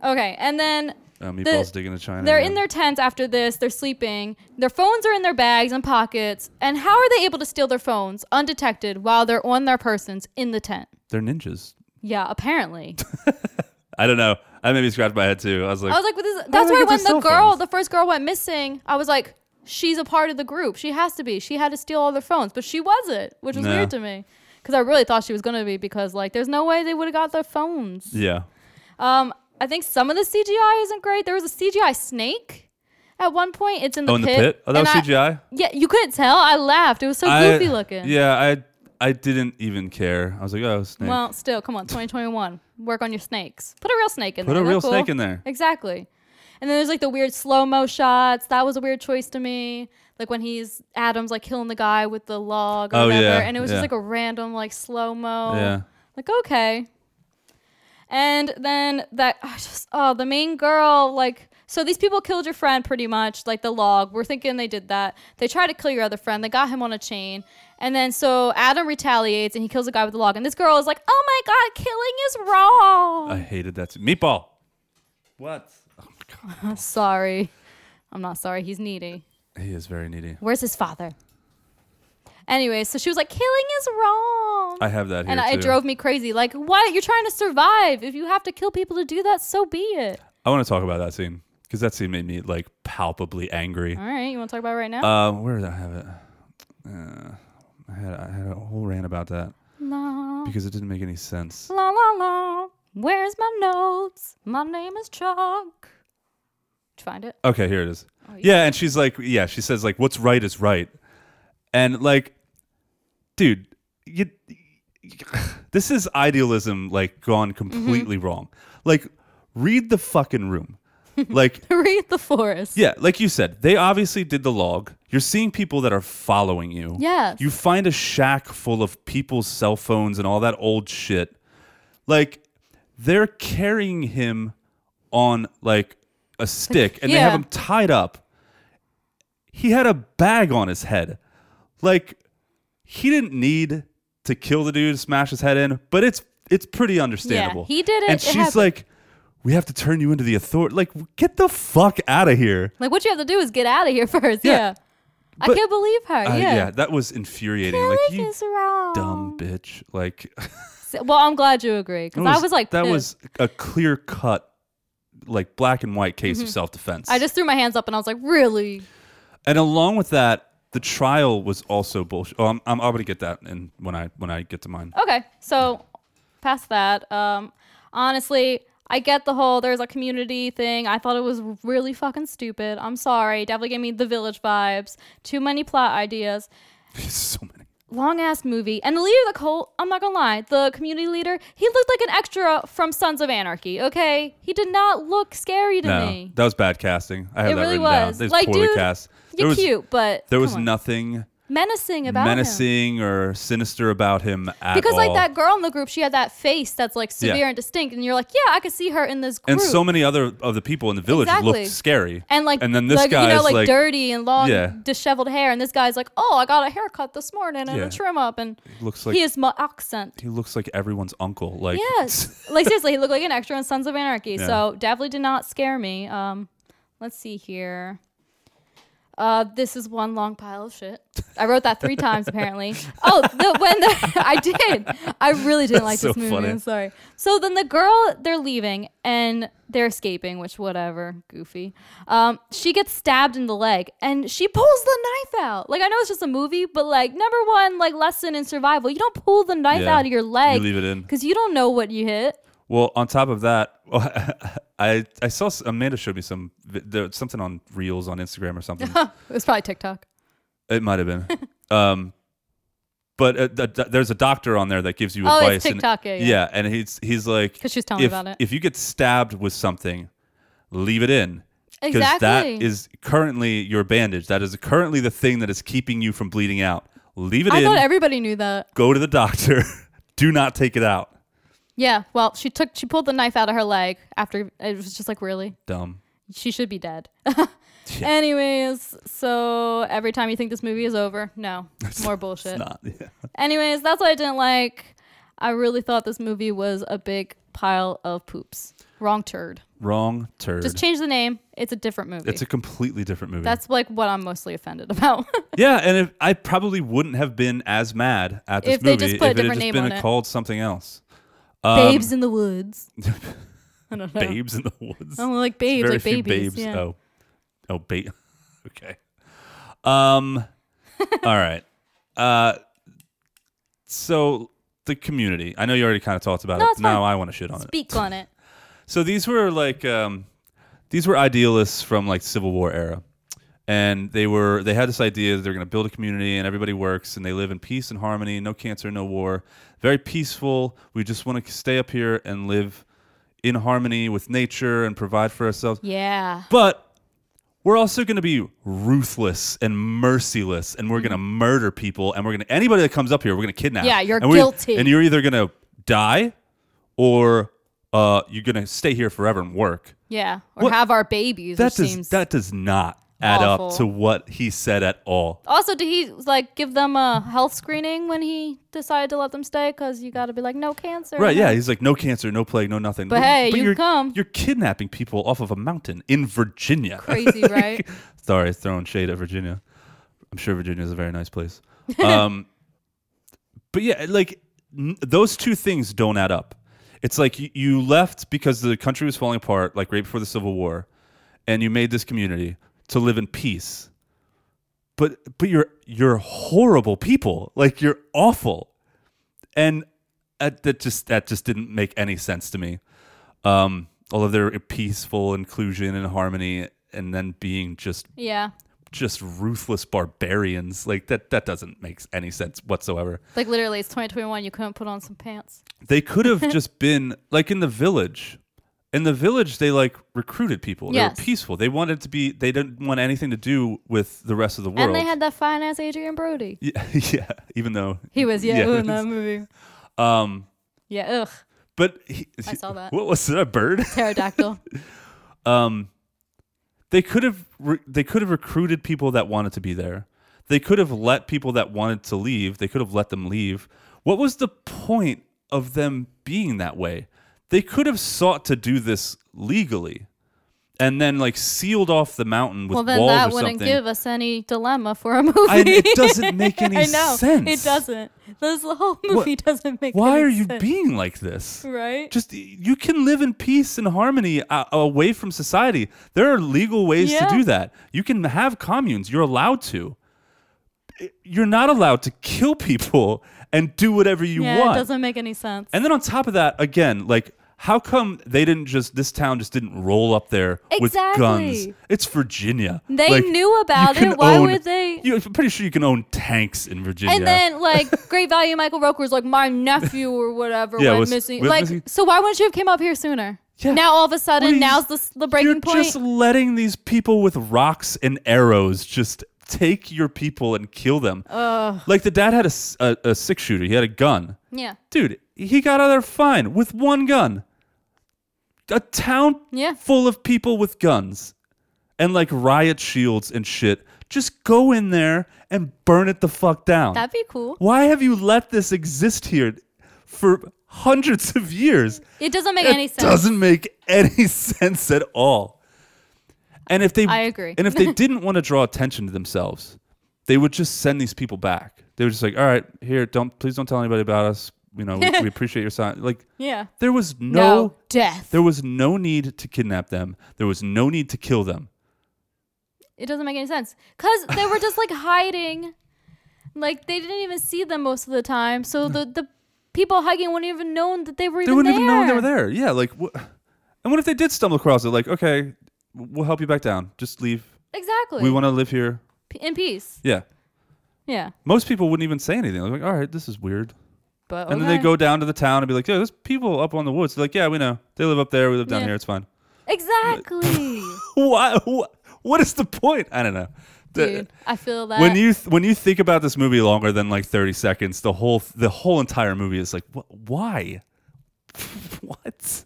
Okay, and then
Uh, meatballs digging to China.
they're
yeah.
in their tents after this. They're sleeping. Their phones are in their bags and pockets. And how are they able to steal their phones undetected while they're on their persons in the tent?
They're ninjas.
Yeah, apparently.
I don't know. I maybe scratched my head too. I was like,
I was like, well, this, that's
do they get
why when
their
the
cell
girl,
phones?
the first girl went missing, I was like, she's a part of the group. She has to be. She had to steal all their phones, but she wasn't, which was
No.
weird to me. Because I really thought she was going to be because, like, there's no way they would have got their phones.
yeah.
Um, I think some of the CGI isn't great. There was a CGI snake at one point. It's in the
oh, in
pit.
the pit. Oh, that
and
was
I-
CGI.
Yeah, you couldn't tell. I laughed. It was so
I-
goofy looking.
Yeah, I I didn't even care. I was like, oh, snake.
Well, still, come on, 2021. Work on your snakes. Put a real snake in
Put
there.
a
They're
real
cool.
snake in there.
Exactly. And then there's like the weird slow mo shots. That was a weird choice to me. Like when he's Adam's like killing the guy with the log or
Oh,
whatever,
yeah,
and it was
yeah.
just like a random like slow mo.
Yeah.
Like okay. And then that I just oh the main girl like so these people killed your friend pretty much like the log. We're thinking they did that. They tried to kill your other friend. They got him on a chain. And then so Adam retaliates and he kills a guy with the log. And this girl is like, "Oh my god, killing is wrong."
I hated that. Too. Meatball. What? Oh my god.
Sorry. I'm not sorry. He's needy.
He is very needy.
Where's his father? Anyway, so she was like, killing is wrong.
I have that here
and I,
too.
it drove me crazy. Like, why? You're trying to survive. If you have to kill people to do that, so be it.
I want to talk about that scene because that scene made me like palpably angry.
All right. You want to talk about it right now?
Um, where did I have it? Uh, I had I had a whole rant about that
la,
because it didn't make any sense.
la, la, la. Where's my notes? My name is Chalk. Did you find it?
Okay, here it is. yeah, and she's like, yeah, she says like, what's right is right, and like, dude, you, this is idealism like gone completely wrong. Like, read the fucking room. Like,
Read the forest.
yeah, like you said, they obviously did the log. You're seeing people that are following you.
Yes.
You find a shack full of people's cell phones and all that old shit. Like they're carrying him on like a stick and they
yeah.
have him tied up. He had a bag on his head. Like he didn't need to kill the dude, smash his head in, but it's it's pretty understandable.
he did it,
And
it
she's
happened.
like we have to turn you into the authority. Like, get the fuck out of here.
Like, what you have to do is get out of here first. Yeah.
Yeah.
I
But-
can't believe her.
Uh,
yeah.
that was infuriating.
Killing
like, you
is wrong.
dumb bitch. Like,
Well, I'm glad you agree because I was like,
that
pissed.
was a clear cut like black and white case of self defense.
Mm-hmm. I just threw my hands up and I was like, really?
And along with that, the trial was also bullshit. Oh, I'm, I'm, I'm gonna get that in when I when I get to mine.
Okay, so past that, um, honestly, I get the whole there's a community thing. I thought it was really fucking stupid. I'm sorry. Definitely gave me the village vibes. Too many plot ideas.
so many.
Long ass movie. And the leader of the cult, I'm not gonna lie, the community leader, he looked like an extra from Sons of Anarchy, okay? He did not look scary to
No,
me.
that was bad casting. I had
It
that
really
written down.
was.
It was
Like,
poorly
dude,
cast.
You're cute, but
There was
come on.
nothing
menacing about him.
menacing or sinister about him at
Because
all.
like that girl in the group, she had that face that's like severe
Yeah.
and distinct, and you're like, yeah, I could see her in this group.
and so many other of the people in the village
Exactly.
looked scary.
and like
and then this
like,
guy
you know
is
like,
like
dirty and long
Yeah.
disheveled hair and this guy's like oh i got a haircut this morning and
Yeah.
a trim up and
looks like
he is my accent
he looks like everyone's uncle. Like
yes like seriously he looked like an extra in sons of anarchy
Yeah.
so definitely did not scare me um let's see here uh, this is one long pile of shit. I wrote that three times apparently. Oh, the, when the, I did, I really didn't like
So
this movie.
funny.
I'm sorry. So then the girl they're leaving and they're escaping, which whatever, goofy. Um, she gets stabbed in the leg and she pulls the knife out. Like I know it's just a movie, but like number one, like lesson in survival, you don't pull the knife
Yeah.
out of your leg.
You leave it in.
because you don't know what you hit.
Well, on top of that, I I saw s- Amanda showed me some vi- there, was something on Reels on Instagram or something.
It was probably TikTok.
it might have been. Um, but uh, th- th- there's a doctor on there that gives you
Oh,
advice.
it's
and-
TikTok, yeah, yeah.
and he's he's like
'Cause she was telling me
if,
about it.
If you get stabbed with something, leave it in. that
Exactly.
is currently your bandage. That is currently the thing that is keeping you from bleeding out. Leave it
I
in.
thought everybody knew that.
go to the doctor. Do not take it out.
Yeah, well, she took she pulled the knife out of her leg after it was just like really.
Dumb.
She should be dead. Anyways, so every time you think this movie is over, no, more bullshit.
Not. Yeah.
Anyways, that's what I didn't like. I really thought this movie was a big pile of poops. Wrong turd.
Wrong turd.
Just change the name. It's a different movie.
It's a completely different movie.
that's like what I'm mostly offended about.
yeah, and if, I probably wouldn't have been as mad at this
If they
movie
just put a
if it had
different
just
name
been
on it.
called something else.
babes in the woods. I don't know.
Um, Babes in the woods.
I don't Oh, like babes,
Very
like
few
babies.
babes.
Yeah.
Oh, oh, ba- okay. Um, all right. Uh, so the community. I know you already kind of talked about
No,
it.
it's
Now
fine.
I want to shit on it.
Speak on it.
So these were like um, these were idealists from like Civil War era, and they were they had this idea that they're going to build a community and everybody works and they live in peace and harmony, no cancer, no war, very peaceful. We just want to stay up here and live in harmony with nature and provide for ourselves.
Yeah.
But we're also going to be ruthless and merciless, and we're going to murder people, and we're going to anybody that comes up here, we're going to kidnap.
Mm-hmm. Yeah, you're
and we-
guilty.
and you're either going to die, or uh, you're going to stay here forever and work.
Yeah, or
What-
have our babies.
That
which
does
seems
that does not add
awful.
up to what he said at all.
also, did he like give them a health screening when he decided to let them stay? Because you got to be like, no cancer.
Right?
no-
Yeah, he's like no cancer, no plague, no nothing.
But hey, you
you're,
come.
You're kidnapping people off of a mountain in Virginia.
Crazy, right?
Sorry, throwing shade at Virginia. I'm sure Virginia is a very nice place. Um, but yeah, like n- those two things don't add up. It's like you, you left because the country was falling apart, like right before the Civil War, and you made this community to live in peace. But but you're you're horrible people. Like you're awful, and uh, that just that just didn't make any sense to me um, all of their peaceful inclusion and harmony, and then being just
yeah,
just ruthless barbarians. Like that that doesn't make any sense whatsoever.
like literally, it's 2021. You couldn't put on some pants.
They could have just been like in the village. In the village, they like recruited people. They
Yes.
were peaceful. They wanted to be. They didn't want anything to do with the rest of the world.
And they had that fine ass Adrian Brody.
yeah, yeah. Even though
He was yeah,
Yeah.
ooh, in that movie.
um,
Yeah, ugh,
but he,
I saw that.
What was it? A bird?
pterodactyl.
um, they could have re- they could have recruited people that wanted to be there. They could have let people that wanted to leave. They could have let them leave. What was the point of them being that way? They could have sought to do this legally, and then like sealed off the mountain with
well, then
walls
that
or
wouldn't
something.
give us any dilemma for a movie.
I- it doesn't make any
I know
sense.
It doesn't. This the whole movie doesn't make.
Why
any
are you
sense.
being like this?
right?
Just you can live in peace and harmony uh, away from society. There are legal ways
Yeah.
to do that. You can have communes. You're allowed to. You're not allowed to kill people and do whatever you
yeah,
want.
it doesn't make any sense.
And then on top of that, again, like how come they didn't just this town just didn't roll up there
Exactly.
with guns? It's Virginia.
They
Like,
knew
you
about
can
it. Why
own-
would they-
You, I'm pretty sure you can own tanks in Virginia.
And then, like, great value Michael Roker was like, my nephew or whatever
Yeah,
went
was-
missing.
was
like,
missing.
so why wouldn't you have came up here sooner?
Yeah.
Now all of a
What are
sudden,
you-
now's the, the breaking
You're
point.
just letting these people with rocks and arrows just take your people and kill them. Like the dad had a, s- a- a six shooter. He had a gun.
yeah,
Dude, he got out of there fine with one gun. A town
Yeah.
full of people with guns and like riot shields and shit. Just go in there and burn it the fuck down.
that'd be cool.
Why have you let this exist here for hundreds of years?
It doesn't make
It
any sense.
doesn't make any sense at all. And if they,
I agree.
And if they didn't want to draw attention to themselves, they would just send these people back. They were just like, "All right, here, don't please don't tell anybody about us. You know, we, we appreciate your sign." Like,
Yeah.
there was no,
No, death.
there was no need to kidnap them. There was no need to kill them.
It doesn't make any sense because they were just like hiding, like they didn't even see them most of the time. So the the people hugging wouldn't even known that they were
They
even
wouldn't
there.
even know they were there. Yeah, like, wh- and what if they did stumble across it? Like, okay, we'll help you back down. Just leave.
Exactly.
We want to live here.
P- in peace.
Yeah.
Yeah,
Most people wouldn't even say anything. They're like, all right, this is weird.
but
And then they
okay.
go down to the town and be like, "Yeah, there's people up on the woods." They're like, "Yeah, we know. They live up there. We live down
Yeah.
here. It's fine."
exactly,
Why? What, what is the point? I don't know. The-
dude. I feel that
when you th- when you think about this movie longer than like 30 seconds, the whole the whole entire movie is like, "Wh- "Why? what?"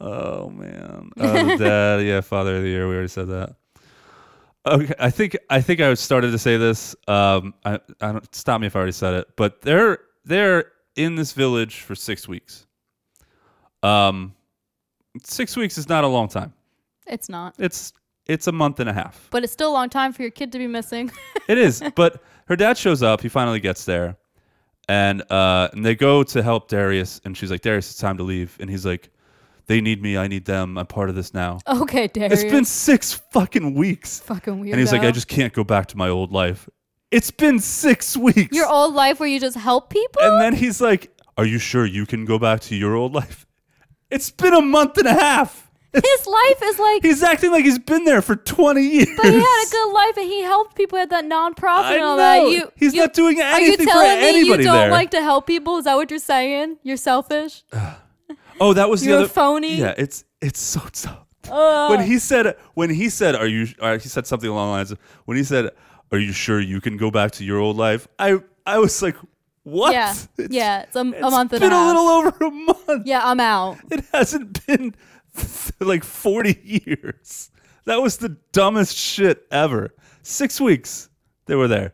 Oh man. Oh, the dad. Yeah, father of the year. We already said that. Okay, I think I think I started to say this. Um, I, I don't stop me if I already said it, but they're they're in this village for six weeks. Um, six weeks is not a long time.
it's not,
It's it's a month and a half.
but it's still a long time for your kid to be missing.
It is, but her dad shows up. He finally gets there, and uh, and they go to help Darius, and she's like, "Darius, it's time to leave," and he's like, "They need me. I need them. I'm part of this now."
okay, Darius.
It's been six fucking weeks.
Oh, fucking weird.
And he's like, I just can't go back to my old life. It's been six weeks.
your old life where you just help people.
and then he's like, Are you sure you can go back to your old life? It's been a month and a half.
His life is like
He's acting like he's been there for 20 years.
But he had a good life and he helped people at that
I
nonprofit and all that.
know.
You,
He's
you-
not doing
Are
anything for
you telling me you
anybody
don't
there.
like to help people? Is that what you're saying? You're selfish?
Oh, that was the
You're a
other
phony.
Yeah, it's it's so tough. when he said when he said are you or he said something along the lines of when he said are you sure you can go back to your old life? I I was like what?
Yeah.
It's-
yeah. It's a, a
it's
month
been
and a half.
a little over a month.
yeah, I'm out.
It hasn't been like 40 years. That was the dumbest shit ever. Six weeks they were there.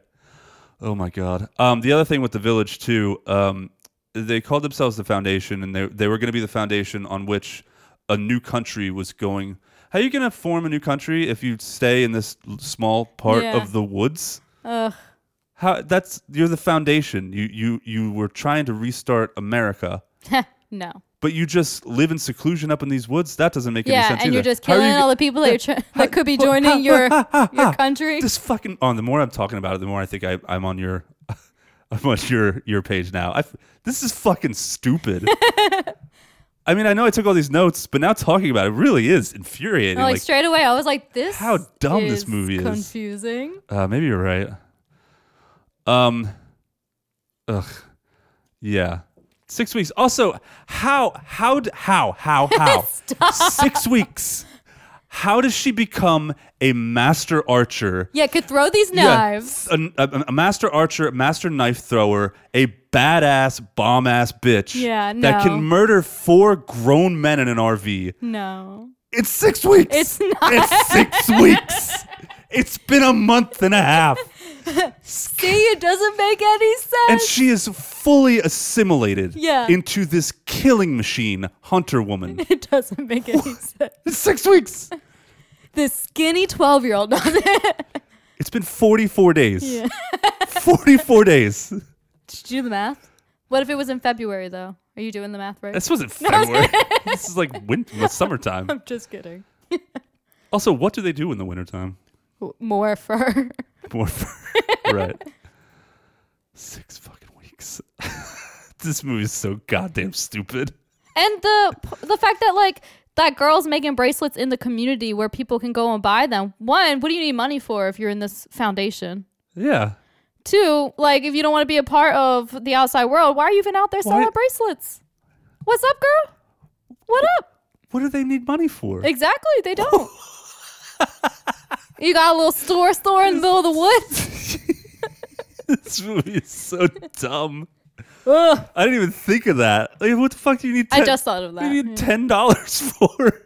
Oh my god. Um, the other thing with the village too, um, they called themselves the foundation, and they they were going to be the foundation on which a new country was going. How are you going to form a new country if you stay in this l- small part
Yeah.
of the woods? How that's you're the foundation. You you you were trying to restart America
No.
but you just live in seclusion up in these woods. That doesn't make any
Yeah,
sense
and you're
either.
just
How are
killing
you
all
g- Ah,
the people that, you're tr- that could be joining your your country.
This fucking. Oh, the more I'm talking about it, the more I think I, I'm on your, I'm on your your page now. I, this is fucking stupid. I mean, I know I took all these notes, but now talking about it really is infuriating.
And, like,
like,
straight away, I was like, "This
how dumb this movie is.
Confusing.
Uh, maybe you're right. Um, ugh, yeah, six weeks. Also, how, how, d- how, how, how? Six weeks. How does she become a master archer?
Yeah, could throw these
Yeah,
knives.
a, a- a master archer, a master knife thrower, a badass bomb ass bitch.
Yeah,
that
no.
can murder four grown men in an RV.
No,
It's six weeks.
It's not.
It's six weeks. It's been a month and a half.
See, it doesn't make any
and
sense.
she is fully assimilated
Yeah.
into this killing machine hunter woman.
it doesn't make any sense.
It's six weeks.
This skinny 12 year old does it.
It's been 44 days. 44 days.
Did you do the math? What if it was in February, though? Are you doing the math right?
This wasn't February. this is like winter, summertime.
I'm just kidding.
Also, what do they do in the wintertime?
W- More fur.
More fur. right. Six fucking weeks. this movie is so goddamn stupid.
and the p- the fact that like that girl's making bracelets in the community where people can go and buy them. One, what do you need money for if you're in this foundation?
Yeah.
Two, like if you don't want to be a part of the outside world, why are you even out there selling
Why-
bracelets? What's up, girl? What up?
What do they need money for?
Exactly, they don't. you got a little store store in the middle of the woods.
this movie is so dumb.
Ugh,
I didn't even think of that. Like, what the fuck do you need?
I
ten-
just thought of
what do
that. Hmm.
you need ten dollars for.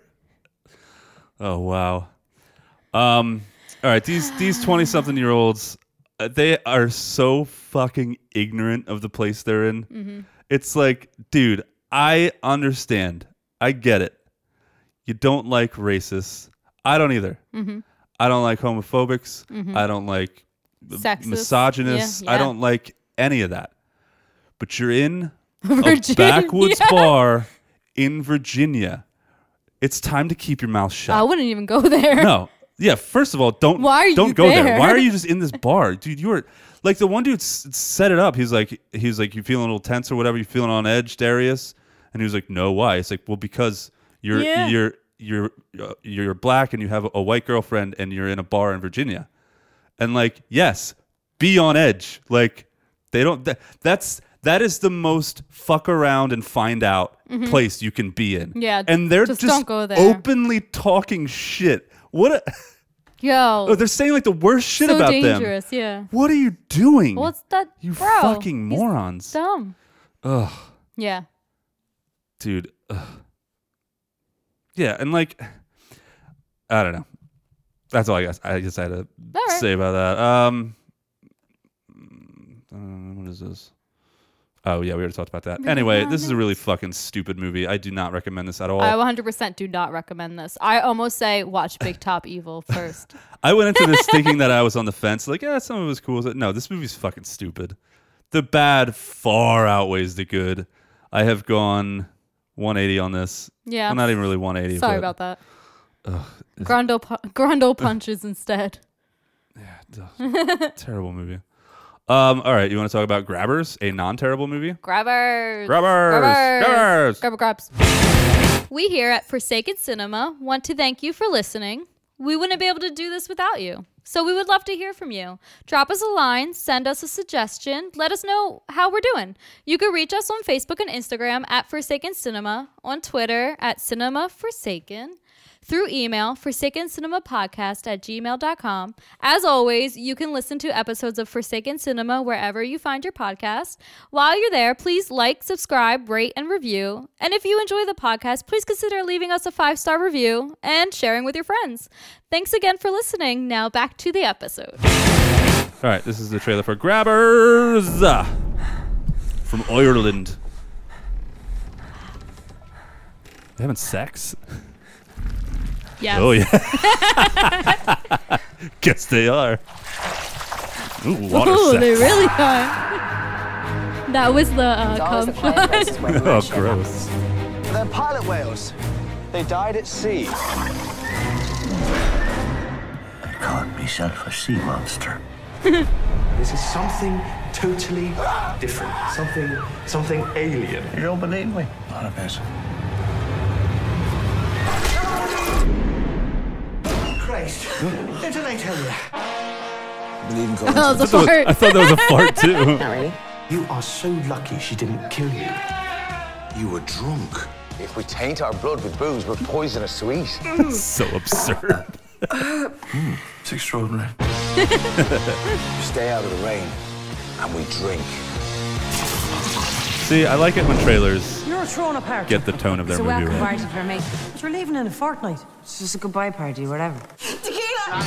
Oh wow. Um. All right. These these twenty something year olds, uh, they are so fucking ignorant of the place they're in.
Mm-hmm.
It's like, dude, I understand. I get it. You don't like racists. I don't either.
Mm-hmm.
I don't like homophobics. I don't like
Sexist.
misogynists.
Yeah,
I
yeah.
don't like any of that. But you're in a
Virginia.
backwoods bar in Virginia. It's time to keep your mouth shut.
I wouldn't even go there.
no. Yeah, first of all, don't
Why are
don't
you
go there?
there?
Why are you just in this bar? Dude, you were like the one dude s- set it up. He's like he's like you feeling a little tense or whatever, you feeling on edge, Darius? And he was like, "No, why?" It's like, "Well, because you're
Yeah.
you're you're uh, you're black and you have a, a white girlfriend and you're in a bar in Virginia." and like yes be on edge like they don't that, that's that is the most fuck around and find out place you can be in
Mm-hmm. Yeah,
and they're just,
just don't go there.
openly talking shit what a,
Yo,
oh, they're saying like the worst shit
so
about
dangerous.
them
Yeah.
what are you doing
What's that?
you
bro,
fucking
he's
morons
Dumb.
Ugh.
Yeah.
dude ugh. yeah and like i don't know that's all i guess i guess i had to
right.
say about that um uh, what is this oh yeah we already talked about that anyway this is a really fucking stupid movie i do not recommend this at all
I
i,
100% do not recommend this. I almost say watch Big Top Evil first.
went into this thinking that i was on the fence like yeah some of it was cool no this movie's fucking stupid the bad far outweighs the good i have gone 180 on this
Yeah.
well, not even really 180
Sorry
but-
about that. Grundle, pu- Grundle punches instead.
terrible movie. Um, all right, you want to talk about Grabbers, a non-terrible movie?
Grabbers.
Grabbers. Grabbers.
Grabber grabs. We here at Forsaken Cinema want to thank you for listening. We wouldn't be able to do this without you. So we would love to hear from you. Drop us a line, send us a suggestion, let us know how we're doing. You can reach us on Facebook and Instagram at Forsaken Cinema, on Twitter at Cinema Forsaken, through email, Forsaken Cinema Podcast at gmail.com. As always, you can listen to episodes of Forsaken Cinema wherever you find your podcast. While you're there, please like, subscribe, rate, and review. And if you enjoy the podcast, please consider leaving us a five star review and sharing with your friends. Thanks again for listening. Now back to the episode.
All right, this is the trailer for Grabbers uh, from Ireland. They having sex?
Yes.
Oh yeah. Oh, Guess they are. Ooh, water
Ooh, they
sex.
really are. That was the uh, cum shot.
Oh, gross.
They're pilot whales. They died at sea.
Caught myself a sea monster.
This is something totally different. Something, something alien.
You don't believe me? Not a bit.
Christ! Didn't I tell you?
Believe in God.
That was a
I
fart.
thought that was a fart too.
You are so lucky she didn't kill you.
You were drunk.
If we taint our blood with booze, we're poisonous to eat.
so absurd.
It's extraordinary.
Stay out of the rain, and we drink.
See, I like it when trailers
You're throwing a party.
get the tone of their
it's a
movie
welcome
right.
party for me. But you're leaving in a fortnight. It's just a goodbye party, whatever.
Tequila!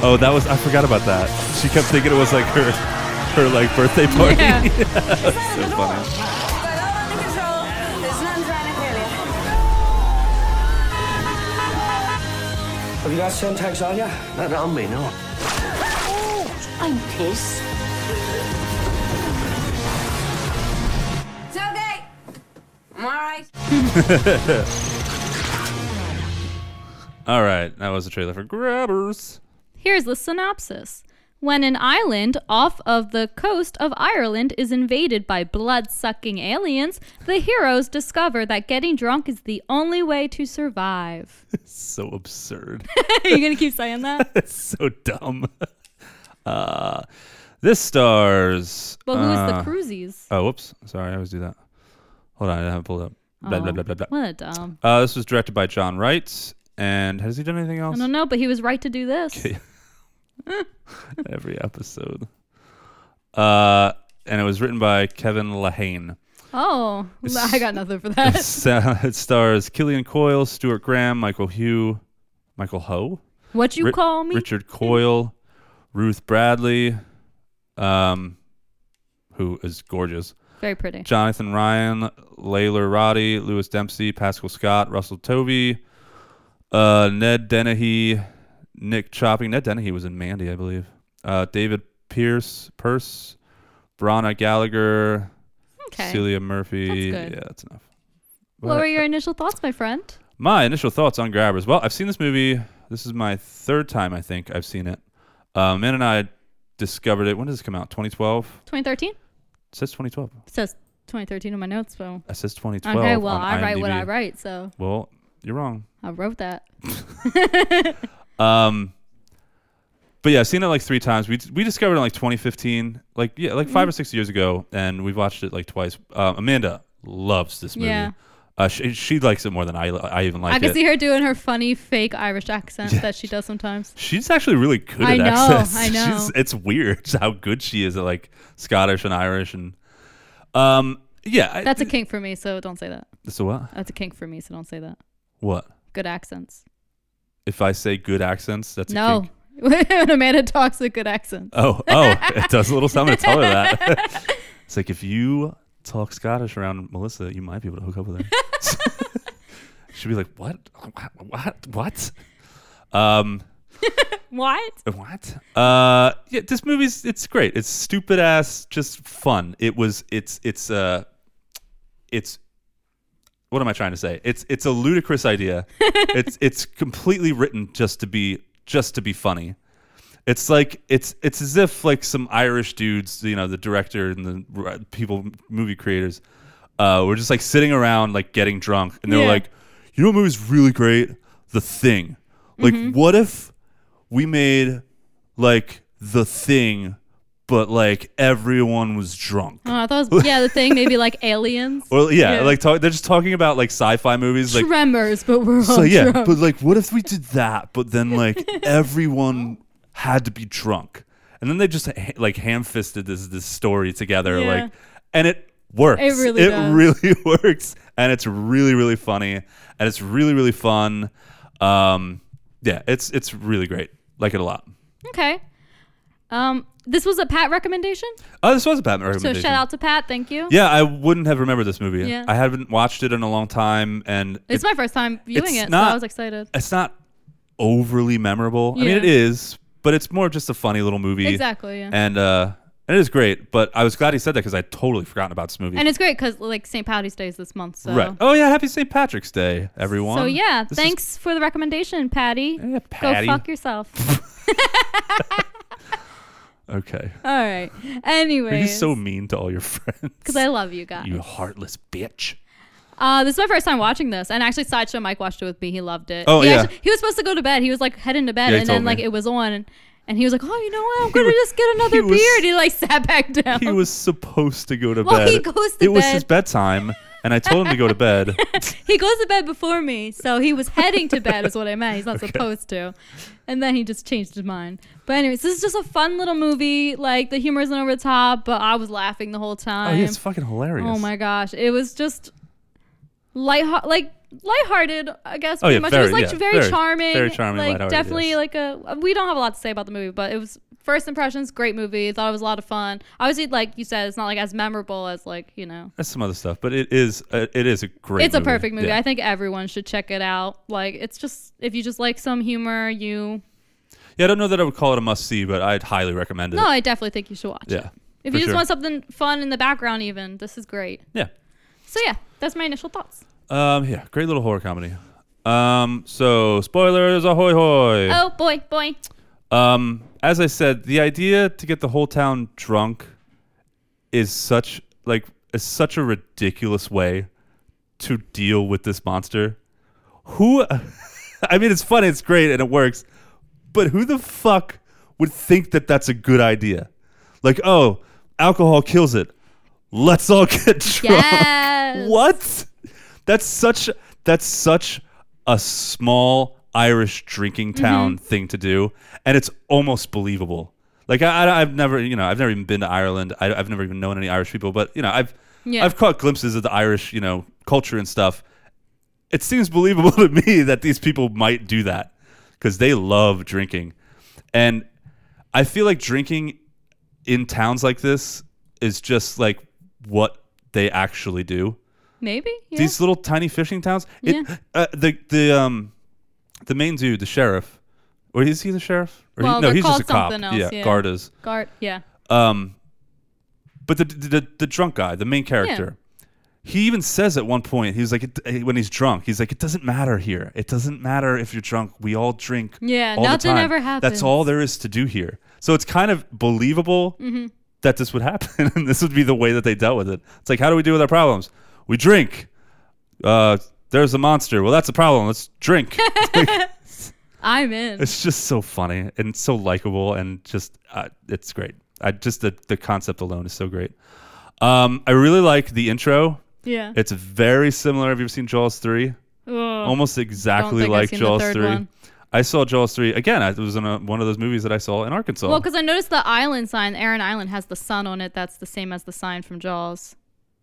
Oh, that was I forgot about that. She kept thinking it was like her her like birthday party.
Yeah.
That's so funny.
Have you got Semtex on ya?
Not on me, no.
Oh, I'm pissed. It's okay. I'm all right.
All right, that was a trailer for Grabbers.
Here's the synopsis. When an island off of the coast of Ireland is invaded by blood sucking aliens, the heroes discover that getting drunk is the only way to survive.
So absurd.
Are you going to keep saying that?
It's so dumb. Uh, this stars.
But who is the
uh,
Cruisies?
Oh, whoops. Sorry, I always do that. Hold on, I haven't pulled up. Blah, blah, blah, blah, blah.
What a dumb.
Uh, this was directed by John Wright. And has he done anything else?
I don't know, but he was right to do this.
Every episode. Uh, and it was written by Kevin Lahane.
Oh, I got nothing for that.
Sa- it stars Killian Coyle, Stuart Graham, Michael Hugh, Michael Ho,
What you
Ri-
call me?
Richard Coyle, Ruth Bradley, um, who is gorgeous,
Very pretty.
Jonathan Ryan, Layla Roddy, Lewis Dempsey, Pascal Scott, Russell Tovey, uh, Ned Dennehy, Nick Chopping. Ned Dennehy was in Mandy, I believe. Uh, David Pierce, Purse, Brana Gallagher,
Okay.
Celia Murphy.
That's good.
Yeah, that's enough.
What were your initial thoughts, my friend?
My initial thoughts on Grabbers. Well, I've seen this movie. This is my third time I think I've seen it. Uh, Man and I discovered it. When does it come out? 2012.
2013? It
It says 2012.
says 2013 in my notes, so.
It says 2012.
Okay, well,
on
I write what I
IMDb.
write, so
Well, you're wrong.
I wrote that.
Um, but yeah, I've seen it like three times. We we discovered it in like 2015, like yeah, like 5 or six years ago, and we've watched it like twice. Uh, Amanda loves this movie.
Yeah.
Uh, she, she likes it more than I I even like
I can
it.
see her doing her funny fake Irish accent that she does sometimes.
She's actually really good
I
at
know,
accents.
I know.
She's, it's weird how good she is at like Scottish and Irish and um yeah. I-
That's a kink for me, so don't say that.
so what?
That's a kink for me, so don't say that.
What?
Good accents.
If I say good accents, that's a
No.
kink?
when Amanda talks with good accents.
Oh oh, it does a little something to tell her that. it's like if you talk Scottish around Melissa, you might be able to hook up with her. She'd be like, what? What? What? What? Um,
What?
What? Uh, yeah, this movie's it's great. It's stupid ass, just fun. It was. It's it's uh, it's. What am I trying to say? It's it's a ludicrous idea. it's it's completely written just to be just to be funny. It's like it's it's as if like some Irish dudes, you know, the director and the r- people, movie creators, uh, were just like sitting around like getting drunk, and they're
Yeah.
like, you know, what movie's really great, The Thing. Like, what if we made like The Thing, but like everyone was drunk?
Oh, I thought it was, yeah, the thing maybe like aliens.
Or yeah,
Yeah.
like talk, they're just talking about like sci-fi movies, like.
Tremors, but we're all
So yeah,
drunk.
but like, what if we did that? But then like everyone had to be drunk, and then they just ha- like ham-fisted this this story together,
Yeah.
like, and it works.
It really
it
does.
really works, and it's really really funny, and it's really really fun. Um, yeah, it's it's really great. Like it a lot.
Okay. Um, this was a Pat recommendation,
Oh, this was a Batman
so
recommendation.
shout out to Pat. Thank you.
Yeah, I wouldn't have remembered this movie.
Yeah.
I haven't watched it in a long time, and
It's
it-
my first time viewing
it's
it, so
not-
I was excited.
it's not overly memorable. I mean,
Yeah.
it is, but it's more just a funny little movie.
Exactly, yeah.
And uh, and it is great. But I was glad he said that because I totally forgotten about this movie.
And it's great because like St. Patty's Day is this month, so
right. Oh yeah, Happy St. Patrick's Day, everyone.
so yeah.
This is-
thanks for the recommendation, Patty.
Yeah, Patty.
Go fuck yourself.
okay.
all right.
You're
Anyway,
just so mean to all your friends.
because I love you guys.
you heartless bitch.
Uh, this is my first time watching this, and actually, sideshow Mike watched it with me. He loved it.
Oh,
he
yeah.
actually- he was supposed to go to bed. He was like heading to bed,
Yeah, he
and then
told
like
me.
it was on, and he was like, "Oh, you know what? I'm gonna
was-
just get another
he
beer."
was-
and he like sat back down.
He was supposed to go to
Well,
bed.
he goes to
it was his
bed.
bedtime, and I told him to go to bed.
he goes to bed before me, so he was heading to bed, is what I meant. He's not supposed to. And then he just changed his mind. But anyways, this is just a fun little movie. Like the humor isn't over the top, but I was laughing the whole
oh
time.
yeah, it's fucking hilarious.
Oh my gosh, it was just light like lighthearted, I guess.
Oh,
pretty
yeah,
much. it
very-
was like
yeah,
very,
very-
charming,
very charming,
Like
lighthearted,
definitely
yes.
like a. We don't have a lot to say about the movie, but it was first impressions. Great movie. Thought it was a lot of fun. Obviously, like you said, it's not like as memorable as like you know.
That's some other stuff, but it is uh, it is a great.
it's a perfect movie.
Yeah.
I think everyone should check it out. Like it's just if you just like some humor, you
yeah, I don't know that I would call it a must see, but I'd highly recommend it.
no, I definitely think you should watch it.
yeah,
If
for
you just
sure.
want something fun in the background, even this is great.
yeah,
So yeah, that's my initial thoughts.
um, yeah, great little horror comedy. Um, so spoilers, ahoy hoy.
Oh boy, boy.
Um, as I said, the idea to get the whole town drunk is such like is such a ridiculous way to deal with this monster. Who I mean it's funny, it's great and it works, but who the fuck would think that that's a good idea? Like, oh, alcohol kills it. Let's all get drunk.
Yes.
What? That's such that's such a small Irish drinking
Mm-hmm.
town thing to do, and it's almost believable. Like I, I, I've never, you know, I've never even been to Ireland. I, I've never even known any Irish people, but you know, I've
Yeah.
I've caught glimpses of the Irish, you know, culture and stuff. It seems believable to me that these people might do that because they love drinking, and I feel like drinking in towns like this is just like what they actually do
Maybe. Yeah.
these little tiny fishing towns. It,
Yeah.
uh, the the um the main dude, the sheriff, or is he the sheriff? Or
Well,
he, no,
they're
he's just a
called
cop.
something else, yeah.
Gardas.
Guard. Yeah.
Um, but the, the the the drunk guy, the main character, he even says at one point, he's like, it, when he's drunk, he's like, it doesn't matter here. It doesn't matter if you're drunk. We all drink.
Yeah,
all the
nothing
time.
ever
That's
happens."
all there is to do here. So it's kind of believable
Mm-hmm.
that this would happen, and this would be the way that they dealt with it. It's like, how do we deal with our problems? We drink. Uh, there's a monster. Well, that's a problem. Let's drink.
I'm in.
It's just so funny and so likable and just uh, it's great. I just the, the concept alone is so great. Um, I really like the intro.
Yeah.
It's very similar. Have you ever seen Jaws three?
Ugh.
Almost exactly
think I've
like
seen the
Jaws
third
three.
one.
I saw Jaws three again. I, it was in a, one of those movies that I saw in Arkansas.
Well, because I noticed the island sign, Aaron Island, has the sun on it. That's the same as the sign from Jaws.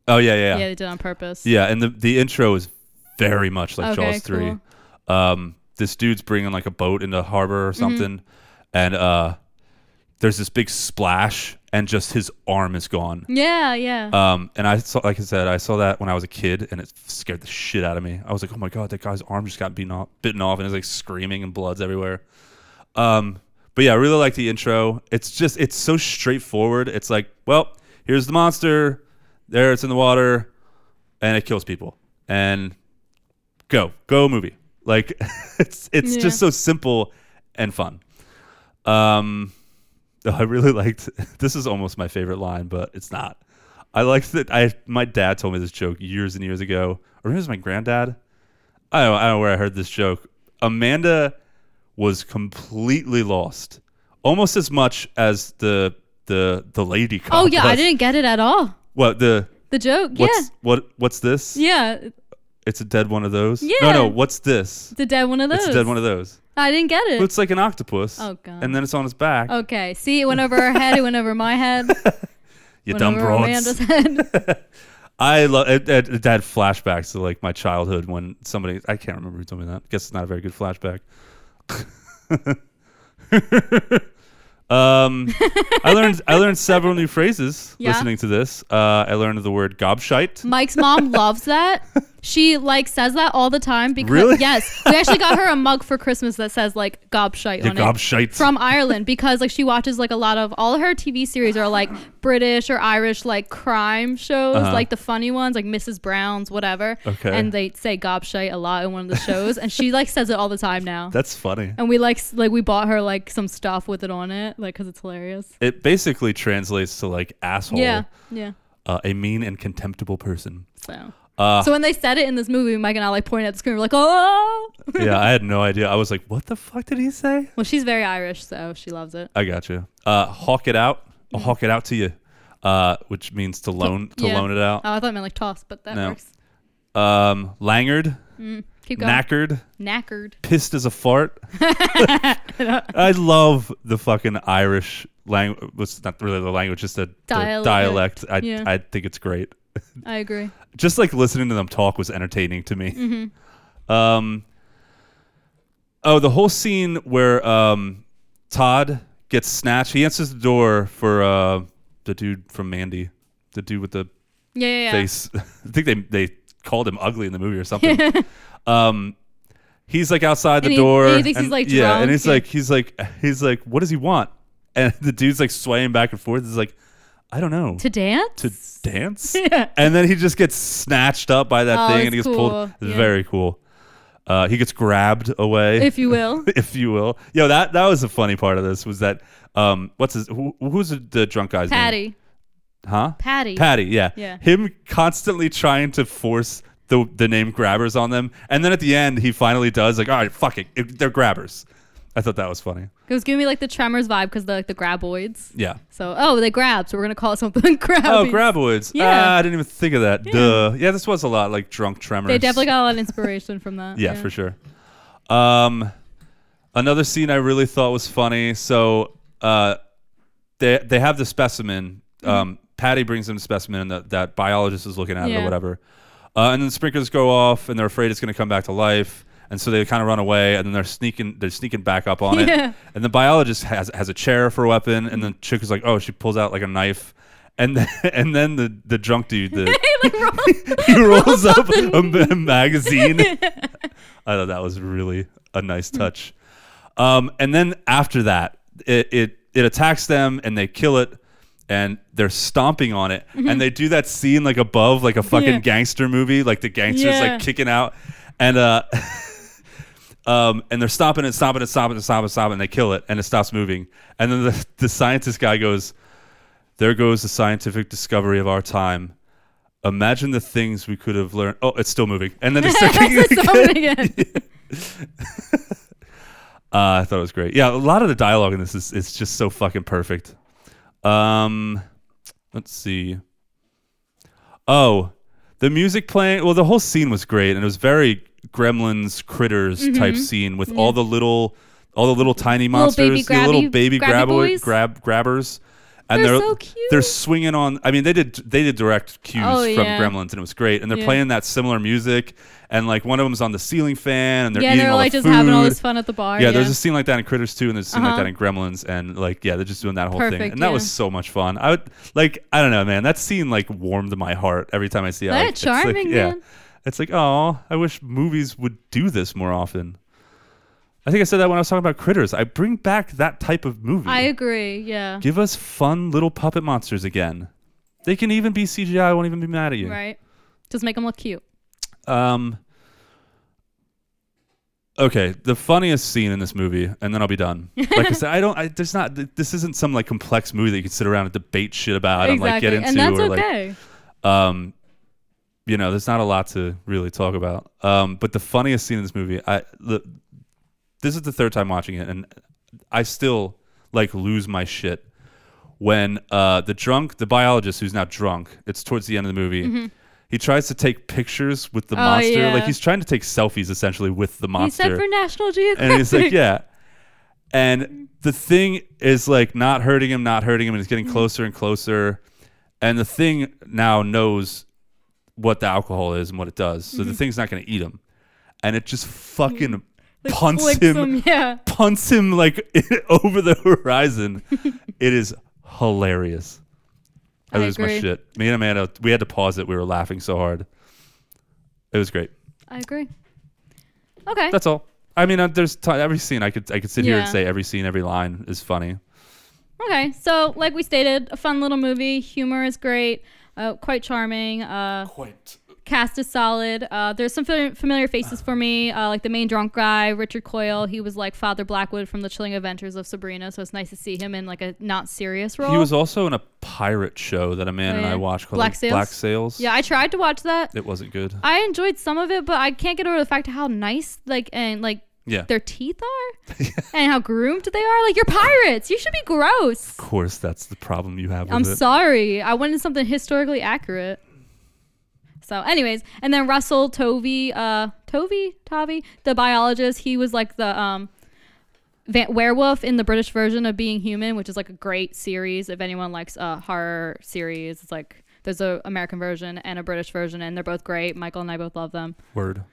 oh yeah, yeah,
Yeah,
yeah,
they did on purpose.
yeah. And the the intro is very much like
Okay,
Jaws three. Um, this dude's bringing like a boat into harbor or something, and uh, there's this big splash, and just his arm is gone.
Yeah, yeah.
Um, and I saw, like I said, I saw that when I was a kid, and it scared the shit out of me. I was like, "Oh my god, that guy's arm just got beaten off, bitten off, and it's like screaming and blood's everywhere." Um, but yeah, I really like the intro. It's just it's so straightforward. It's like, well, here's the monster. There, it's in the water, and it kills people. And go, go movie. Like it's it's
Yeah.
just so simple and fun. Um, Oh, I really liked. This is almost my favorite line, but it's not. I liked that. I my dad told me this joke years and years ago, or maybe it was my granddad. I don't, I don't know where I heard this joke. Amanda was completely lost, almost as much as the the the lady. Cop
oh yeah, I
was.
didn't get it at all.
What the
The joke.
what's what what's this?
yeah. Yeah.
It's a dead one of those. No,
Yeah.
no. What's this?
The dead one of those.
It's a dead one of those.
I didn't get it.
But it's like an octopus.
Oh, God. Oh,
And then it's on its back.
okay. See, it went over her head. It went over my head.
you
went
dumb
over
broads.
Amanda's head.
I love it, it, it had flashbacks to like my childhood when somebody I can't remember who told me that. Guess it's not a very good flashback. um, I learned I learned several new phrases
Yeah. Mm-hmm.
listening to this. Uh, I learned the word gobshite.
Mike's mom loves that. She like says that all the time because
Really?
yes, we actually got her a mug for Christmas that says like gobshite
Yeah,
on it.
gobshite.
from Ireland because like she watches like a lot of all her TV series are like British or Irish like crime shows, like the funny ones, like Mrs. Brown's, whatever.
Uh-huh. Okay.
And they say gobshite a lot in one of the shows, and she like says it all the time now.
That's funny.
and we like s- like we bought her like some stuff with it on it, like because it's hilarious.
It basically translates to like asshole,
Yeah, yeah.
uh, a mean and contemptible person.
So.
Uh,
so when they said it in this movie, Mike and I like pointed at the screen, we're like, oh.
yeah, I had no idea. I was like, what the fuck did he say?
well, she's very Irish, so she loves it.
I got you. Uh, hawk it out. I'll hawk it out to you, uh, which means to loan to
Yeah.
loan it out.
Oh, I thought it meant like toss, but that
No.
works.
Um, langered,
Keep going.
knackered,
Knackered.
pissed as a fart. I love the fucking Irish language. It's not really the language, just the the
Dialect.
dialect. I
Yeah.
I think it's great.
I agree.
just like listening to them talk was entertaining to me.
Mm-hmm.
Um, oh, the whole scene where um, Todd gets snatched. He answers the door for uh, the dude from Mandy, the dude with the
Yeah, yeah, yeah.
face. I think they they called him ugly in the movie or something. um, he's like outside the
And he-
door.
and he thinks he's, like,
yeah,
drunk,
and he's
yeah.
like he's like he's like, what does he want? And the dude's like swaying back and forth. He's like, I don't know
To dance?
to dance.
Yeah.
And then he just gets snatched up by that
Oh,
thing and he
it's
gets pulled.
cool.
It's
Yeah.
very cool. Uh, he gets grabbed away,
if you will.
if you will. Yo, that that was a funny part of this was that um, what's his who, who's the, the drunk guy's name?
Patty.
Huh?
Patty.
Patty, yeah.
Yeah.
Him constantly trying to force the the name grabbers on them. And then at the end he finally does like, all right, fuck it. it- They're grabbers. I thought that was funny.
It was giving me like the Tremors vibe because the, like, the graboids.
Yeah.
So, oh, they grabbed. So we're going to call it something grabby.
Oh, graboids.
Yeah.
Ah, I didn't even think of that. Duh. Yeah, this was a lot like drunk tremors.
They definitely got a lot of inspiration from that.
yeah, for sure. Um, another scene I really thought was funny. So, uh, they they have the specimen.
Mm-hmm.
Um, Patty brings in the specimen, and that that biologist is looking at it or
Yeah.
whatever. Uh, and then the sprinklers go off, and they're afraid it's going to come back to life, and so they kind of run away, and then they're sneaking they're sneaking back up on
Yeah.
it. And the biologist has has a chair for a weapon, and the chick is like, oh, she pulls out like a knife. And then, and then the, the drunk dude, the,
like, roll-
he rolls up a, ma- magazine. I thought that was really a nice
Hmm.
touch. Um, and then after that, it, it it attacks them and they kill it, and they're stomping on it, and they do that scene like above, like a fucking
Mm-hmm. Yeah.
gangster movie, like the gangsters
Yeah.
like kicking out, and uh. Um, and they're stomping and stomping and stomping and stomping and stomping, and they kill it, and it stops moving. And then the, the scientist guy goes, "There goes the scientific discovery of our time. Imagine the things we could have learned." Oh, it's still moving. And then it's
So I'm gonna get-
Uh, I thought it was great. Yeah, a lot of the dialogue in this is it's just so fucking perfect. Um, let's see. Oh, the music playing. Well, the whole scene was great, and it was very Gremlins critters
Mm-hmm.
type scene with all the little, all the little tiny monsters,
baby
the little
grabby-
baby
grabby
graboid,
boys.
grab grabbers, and
They're
they're
so cute.
they're swinging on. I mean, they did they did direct cues
Oh,
from
yeah.
Gremlins, and it was great. And they're
Yeah.
playing that similar music, and like one of them's on the ceiling fan, and they're
yeah,
eating
they're
all
like
the
just having all
food.
this fun at the bar.
Yeah, there's a scene like that in Critters 2 and there's a scene like
Uh-huh.
that in Gremlins and like yeah, they're just doing that whole thing.
Perfect,
And that was
yeah.
so much fun. I would like I don't know, man. That scene like warmed my heart every time I see it.
That
Like, it's like-
charming,
yeah.
man.
It's like, oh, I wish movies would do this more often. I think I said that when I was talking about Critters. I bring back that type of movie.
I agree. Yeah.
Give us fun little puppet monsters again. They can even be CGI. I won't even be mad at you.
Right. Just make them look cute.
Um. Okay, the funniest scene in this movie, and then I'll be done. Like I said, I don't. I, there's not. th- This isn't some like complex movie that you can sit around and debate shit about and like get into
and that's
or
okay.
like um. You know, there's not a lot to really talk about. Um, but the funniest scene in this movie, I the, this is the third time watching it, and I still like lose my shit when uh, the drunk, the biologist who's now drunk, it's towards the end of the movie. He tries to take pictures with the
Mm-hmm. Oh,
monster.
yeah.
Like he's trying to take selfies essentially with the
he
monster.
said for National Geographic.
and he's like, yeah. And the thing is like not hurting him, not hurting him, and it's
Mm-hmm.
getting closer and closer. And the thing now knows what the alcohol is and what it does. So
Mm-hmm.
the thing's not going to eat him. And it just fucking punts
Flicks
him
him, Yeah.
punts him like over the horizon. it is hilarious. I,
I
lose my
agree.
shit. Me and Amanda, we had to pause it. We were laughing so hard. It was great.
I agree. Okay.
That's all. I mean, uh, there's t- every scene I could I could sit here and
Yeah.
say every scene, every line is funny.
okay. So, like we stated, a fun little movie. Humor is great. Uh, quite charming. Uh,
Quite.
cast is solid. Uh, there's some fam- familiar faces for me, uh, like the main drunk guy, Richard Coyle. He was like Father Blackwood from The Chilling Adventures of Sabrina, so it's nice to see him in like a not serious role.
He was also in a pirate show that a man and I
Yeah.
watched called
Oh. Black
like,
Sails?
Black Sails.
yeah, I tried to watch that.
it wasn't good.
I enjoyed some of it, but I can't get over the fact of how nice, like, and like
yeah,
their teeth are, and how groomed they are. Like, you're pirates. You should be gross.
of course that's the problem you have. With
I'm
it.
sorry. I wanted something historically accurate. So, anyways, and then Russell Tovey, uh, Tovey, Tovey, the biologist, he was like the um, va- werewolf in the British version of Being Human, which is like a great series. If anyone likes uh, horror series, it's like There's a American version and a British version, and they're both great. Michael and I both love them.
Word.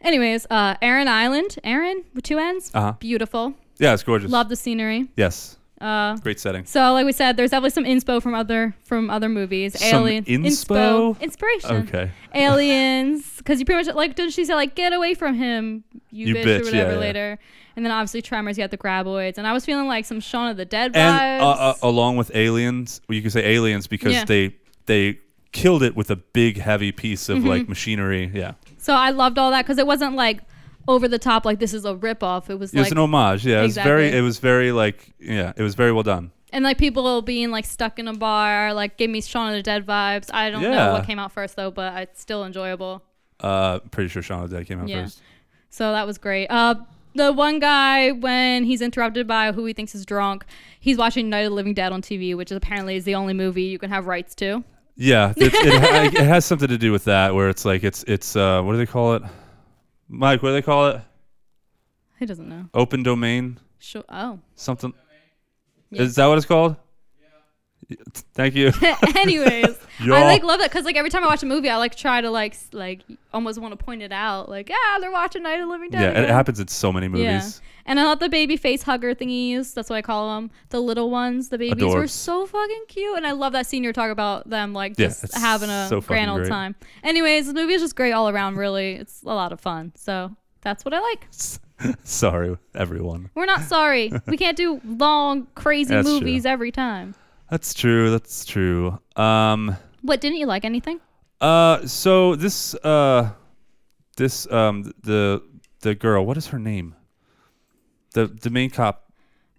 Anyways, uh, Aaron Island, Aaron with two N's,
Uh-huh.
beautiful.
Yeah, it's gorgeous.
Love the scenery.
Yes. Uh, Great setting.
So, like we said, there's definitely some inspo from other from other movies.
Some
Alien
inspo?
inspiration.
Okay.
Aliens, because you pretty much like didn't she say like get away from him, you,
You
bitch,
bitch,
or
yeah,
whatever
yeah.
later, and then obviously Tremors, you got the graboids, and I was feeling like some Shaun of the Dead vibes.
And uh, uh, along with aliens, well, you can say aliens because
Yeah.
they they killed it with a big heavy piece of like
Mm-hmm.
machinery. Yeah,
so I loved all that because it wasn't like over the top like this is a rip off. It was
it was
like
an homage. Yeah, it was
Exactly.
very it was very like yeah, it was very well done.
and like people being like stuck in a bar like gave me Shaun of the Dead vibes. I don't know
Yeah.
what came out first though, but it's still enjoyable.
Uh, pretty sure Shaun of the Dead came out
Yeah.
first.
So that was great. Uh, the one guy when he's interrupted by who he thinks is drunk, he's watching Night of the Living Dead on TV, which apparently is the only movie you can have rights to.
Yeah, it, it, ha- it has something to do with that where it's like it's it's uh what do they call it, Mike? What do they call it?
He doesn't know.
Open domain
Sure. Oh.
something. Is that what it's called? Yeah. Thank you.
Anyways,
Yeah.
I like love that because like every time I watch a movie, I like try to like s- like almost want to point it out. Like ah, they're watching Night of the Living Dead.
yeah, it
again."
happens in so many movies.
Yeah. And I thought the baby face hugger thingies, that's what I call them, the little ones, the babies were
Adorbs.
so fucking cute. And I love that scene you talk about them like
Yeah,
just
it's
having a
so fucking
grand old
great.
time. Anyways, the movie is just great all around, really. It's a lot of fun. So that's what I like.
Sorry, everyone.
We're not sorry. we can't do long, crazy
That's
movies every time.
That's true. That's true. Um,
What, didn't you like anything?
uh, so this, uh, this, um, the the girl. What is her name? The the main cop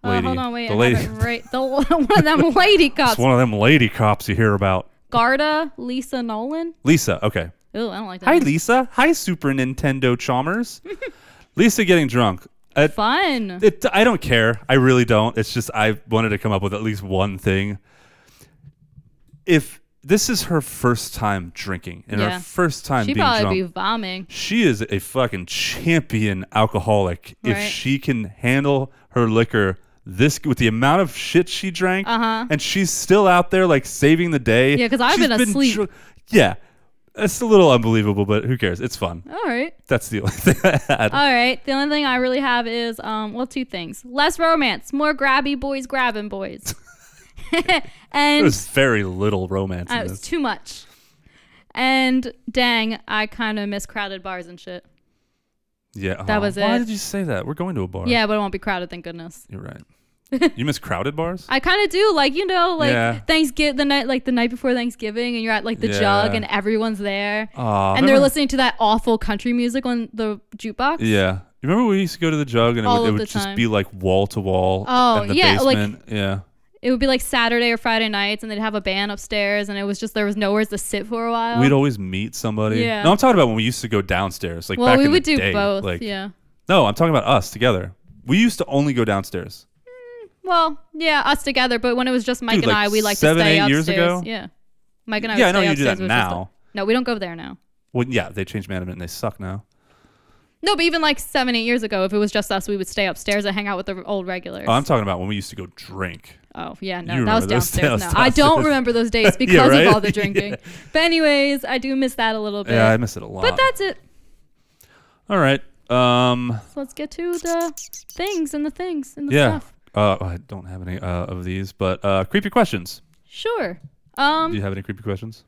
Uh,
lady.
hold on, wait.
The
I
lady.
have it right. The, one of them lady
It's
cops.
one of them lady cops you hear about.
Garda Lisa Nolan.
Lisa. Okay.
Ooh, I don't like that.
Hi,
name.
Lisa. Hi, Super Nintendo Chalmers. Lisa getting drunk. Uh,
Fun.
it, I don't care. I really don't. It's just I wanted to come up with at least one thing. If this is her first time drinking and
Yeah.
her first time
She'd
being
probably
drunk,
be vomiting.
she is a fucking champion alcoholic. If
Right.
she can handle her liquor this with the amount of shit she drank,
Uh-huh.
and she's still out there like saving the day.
Yeah, 'cause I've
She's
been asleep.
dr- yeah, it's a little unbelievable, but who cares? It's fun.
All right.
That's the only thing I had.
All right. The only thing I really have is, um, well, two things: less romance, more grabby boys grabbing boys, and
There's very little romance
uh,
in
it
this.
was too much. And dang, I kind of miss crowded bars and shit.
Yeah,
That
aw,
was
Why
it.
did you say that? We're going to a bar.
Yeah, but it won't be crowded, thank goodness.
you're right. you miss crowded bars.
I kind of do like you know like
Yeah.
Thanksgiving the night like the night before Thanksgiving and you're at like the jug
Yeah.
and everyone's there
Aw,
and they're
remember-
listening to that awful country music on the jukebox.
Yeah, you remember we used to go to the jug and it
All
would, it
of the
would just
time.
be like wall to wall.
Oh,
in the
yeah, like-
basement. yeah.
It would be like Saturday or Friday nights and they'd have a band upstairs and it was just there was nowhere to sit for a while.
We'd always meet somebody.
Oh. Yeah.
No, I'm talking about when we used to go downstairs. Like
Well,
back
we
in the
would do
day,
both.
Like,
yeah.
No, I'm talking about us together. We used to only go downstairs.
Well, yeah, us together. But when it was just Mike
Dude,
and
like
I, we like
seven,
to stay
eight
upstairs.
years ago?
Yeah, Mike and I.
Yeah,
would
I know
stay
you do that
upstairs, which was the-
now.
no, we don't go there now.
Well, yeah, they changed management and they suck now.
No, but even like seven, eight years ago, if it was just us, we would stay upstairs and hang out with the old regulars.
Oh, I'm talking about when we used to go drink.
Oh yeah,
You
no, that was
remember those
downstairs. No,
days,
I don't
downstairs.
remember those days because
right?
of all the
Yeah.
drinking. But anyways, I do miss that a little bit.
Yeah, I miss it a lot.
But that's it.
all right. Um,
So let's get to the things and the things and the
yeah.
stuff.
Uh, I don't have any uh, of these, but uh, creepy questions.
Sure. Um,
Do you have any creepy questions?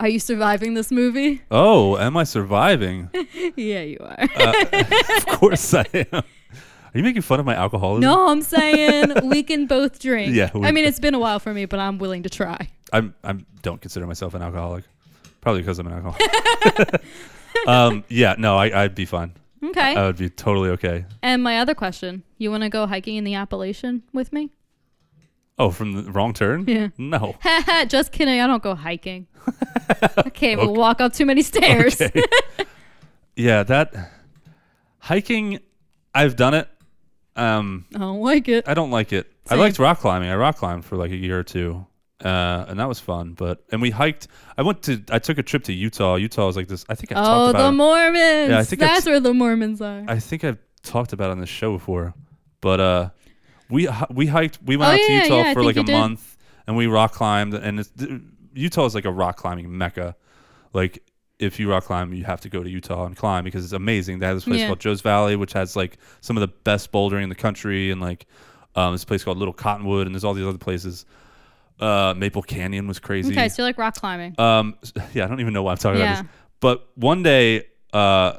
are you surviving this movie?
Oh, am I surviving?
yeah, you are.
of course I am. Are you making fun of my alcoholism?
No, I'm saying we can both drink.
Yeah, we-
I mean, it's been a while for me, but I'm willing to try.
I'm I'm don't consider myself an alcoholic. Probably because I'm an alcoholic. um, yeah, no, I, I'd be fine.
Okay.
I would be totally okay.
and my other question you want to go hiking in the Appalachian with me?
Oh, from the wrong turn?
Yeah.
No.
Just kidding. I don't go hiking. okay, we'll walk up too many stairs.
Yeah, that hiking I've done it. Um,
I don't like it.
I don't like it. I liked rock climbing. I rock climbed for like a year or two. Uh, and that was fun, but and we hiked. I went to. I took a trip to Utah. Utah was like this. I think I
Oh,
talked about.
the
it.
Mormons.
Yeah, I think
That's
I've-
where the Mormons are.
I think I've talked about it on the show before, but uh, we hi- we hiked. We went
Oh,
out
yeah,
to
yeah,
Utah
yeah, I
for like a
think you did.
month, and we rock climbed, and it's, Utah is like a rock climbing mecca. Like if you rock climb, you have to go to Utah and climb because it's amazing. They have this place
Yeah.
called Joe's Valley, which has like some of the best bouldering in the country, and like um, this place called Little Cottonwood, and there's all these other places. Uh, Maple Canyon was crazy.
Okay, so you like rock climbing.
Um, s- yeah, I don't even know why I'm talking about
Yeah.
this. But one day, uh,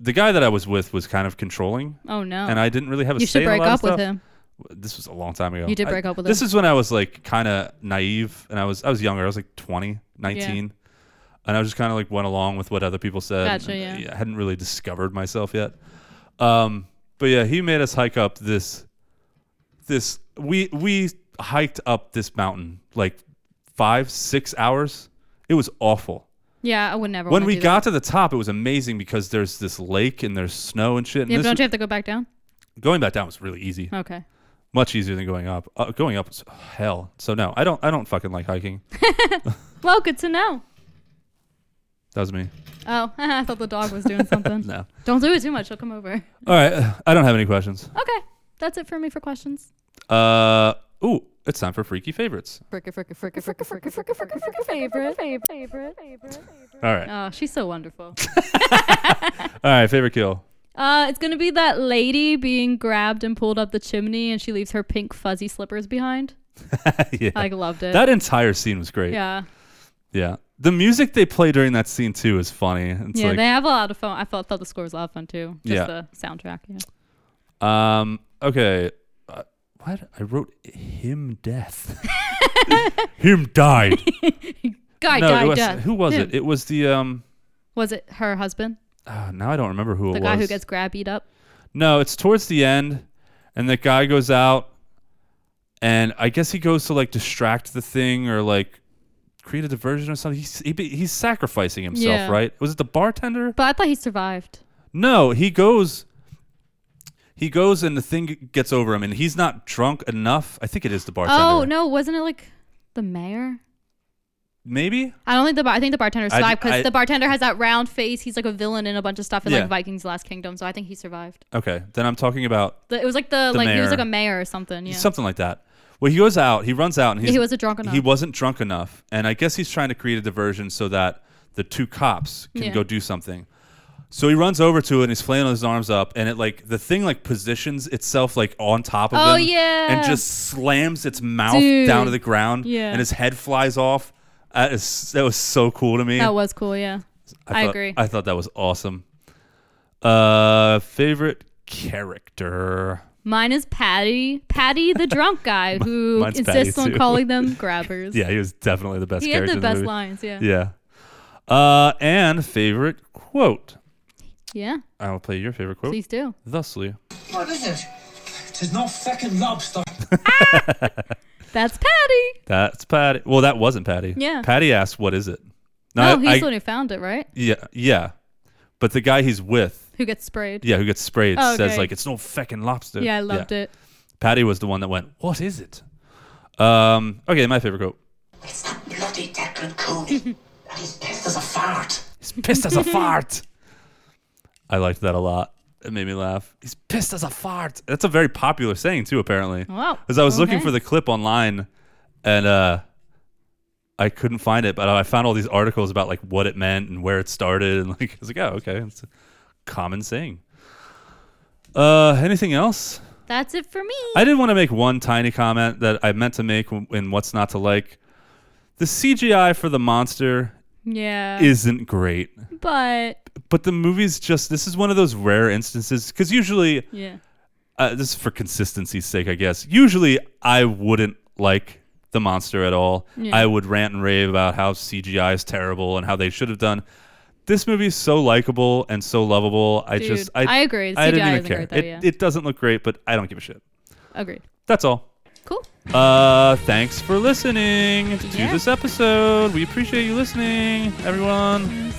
the guy that I was with was kind of controlling,
oh no.
and I didn't really have a
you
say
should
in a
break
lot of
up with
stuff.
him.
This was a long time ago.
You did
I-
break up with
This
him.
is when I was like kind of naive, and I was I was younger. I was like 20, 19. And I was just kind of like went along with what other people said.
Gotcha,
and,
yeah.
uh, I hadn't really discovered myself yet. Um, but yeah, he made us hike up this this we we hiked up this mountain like five six hours. It was awful
Yeah, I would never.
when
wanna
we
do
got to the top, it was amazing because there's this lake and there's snow and shit. And
that. Yeah, but
this,
don't you have to go back down?
going back down was really easy,
Okay.
much easier than going up. Uh, going up was hell. So no, I don't. I don't fucking like hiking.
Well, good to know.
That was me.
Oh, I thought the dog was doing something.
No.
Don't do it too much. He'll come over.
All right. uh, I don't have any questions.
Okay, that's it for me for questions.
Uh. Ooh, it's time for freaky favorites.
Fricka, fricka, fricka, fricka, fricka, fricka, fricka, fricka, favorite, favorite, favorite, favorite.
All right.
Oh, she's so wonderful.
All right. Favorite kill.
Uh, it's gonna be that lady being grabbed and pulled up the chimney, and she leaves her pink fuzzy slippers behind.
yeah.
I loved it.
that entire scene was great.
yeah,
Yeah. The music they play during that scene too is funny. It's
yeah,
like,
they have a lot of fun. I thought, thought the score was a lot of fun too. Just
Yeah.
the soundtrack. Yeah.
Um. Okay. Uh, what I wrote him death. him died.
Guy
no,
died
it was,
death.
who was
Him.
it? It was the um.
Was it her husband?
ah, now I don't remember who
The
it
guy
was.
who gets grabbed, beat up?
no, it's towards the end, and that guy goes out, and I guess he goes to like distract the thing or like create a diversion or something. He's he, be- he's sacrificing himself,
Yeah.
right? Was it the bartender?
But I thought he survived.
No, he goes. He goes and the thing g- gets over him, and he's not drunk enough. I think it is the bartender.
Oh no, wasn't it like the mayor?
maybe.
I don't think the bar- I think the bartender
I d-
survived
I-
because the bartender has that round face. He's like a villain in a bunch of stuff in
Yeah.
like Vikings: Last Kingdom, so I think he survived.
Okay, then I'm talking about
The, it was like the,
The
like he was
mayor.
like a mayor or something. Yeah.
something like that. Well, he goes out. He runs out, and he's,
he wasn't drunk enough.
He wasn't drunk enough, and I guess he's trying to create a diversion so that the two cops can
Yeah.
go do something. So he runs over to it and he's flailing his arms up, and it like the thing like positions itself like on top of
Oh,
him,
yeah.
and just slams its mouth
Dude.
down to the ground,
Yeah.
and his head flies off. That is that was so cool to me.
That was cool. Yeah. I,
thought-
agree.
I thought that was awesome. Uh, favorite character.
Mine is Patty, Patty the drunk guy who
mine's Patty,
insists on
too.
calling them grabbers.
Yeah, he was definitely the best.
He had
character
the
in
best
movie.
lines. Yeah. yeah.
Yeah. Uh, and favorite quote. I will play your favorite quote.
Please do.
Thusly.
What is it? Tis not fucking lobster.
That's Patty.
That's Patty. Well, that wasn't Patty.
Yeah.
Patty asked, "What is it?"
No,
No,
Oh, he's
I-
the one who found it, right?
yeah, yeah. But the guy he's with,
Who gets sprayed.
yeah, who gets sprayed,
Oh,
says
okay.
like, "It's no feckin' lobster."
Yeah, I loved it.
Patty was the one that went, "What is it?" Um. Okay, my favorite quote.
It's that bloody Declan Cooney. and he's pissed as a fart.
He's pissed as a fart. I liked that a lot. It made me laugh. He's pissed as a fart. That's a very popular saying too, apparently.
Wow.
Because I was looking
Okay.
for the clip online, and uh, I couldn't find it, but I found all these articles about like what it meant and where it started, and like I was like, oh, okay, it's a common saying. Uh, anything else?
That's it for me.
I did want to make one tiny comment that I meant to make w- in what's not to like. The CGI for the monster
yeah.
isn't great,
but
but the movie's just this is one of those rare instances because usually
yeah.
uh, this is for consistency's sake, I guess. Usually, I wouldn't like the monster at all.
Yeah.
I would rant and rave about how CGI is terrible and how they should have done. This movie is so likable and so lovable. I
Dude,
just,
I agree. The
I didn't
CGI
even
isn't
care.
great, though,
it,
yeah.
it doesn't look great, but I don't give a shit.
Agreed.
That's all.
Cool.
Uh, thanks for listening to
Yeah.
this episode. We appreciate you listening, everyone.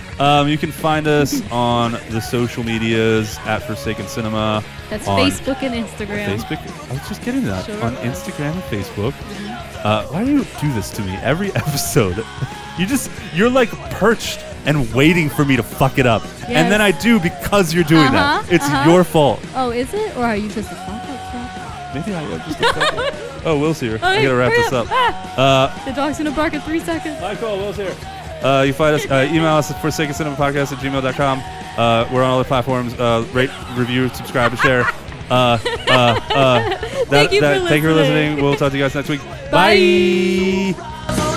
um, you can find us on the social medias at Forsaken Cinema.
That's
on
Facebook and Instagram.
Facebook. I was just getting to that
Sure.
on Instagram and Facebook. Uh, why do you do this to me every episode? You just you're like perched and waiting for me to fuck it up,
Yes.
and then I do because you're doing
Uh-huh,
that. It's
uh-huh.
your fault.
Oh, is it? Or are you just a fuck up?
Maybe I am just. a fuck it. Oh, Will's here.
Oh,
I gotta wrap
hurry
this up.
Ah,
Uh,
the dog's gonna bark in three seconds.
Michael, Will's here. Uh, you find us, uh, email us at forsaken cinema podcast at gmail.com. Uh, we're on all the platforms. Uh, rate, review, subscribe, and share. Uh, uh, uh, that-
Thank you for
that- Thank you for
listening.
listening. We'll talk to you guys next week.
Bye.
Bye.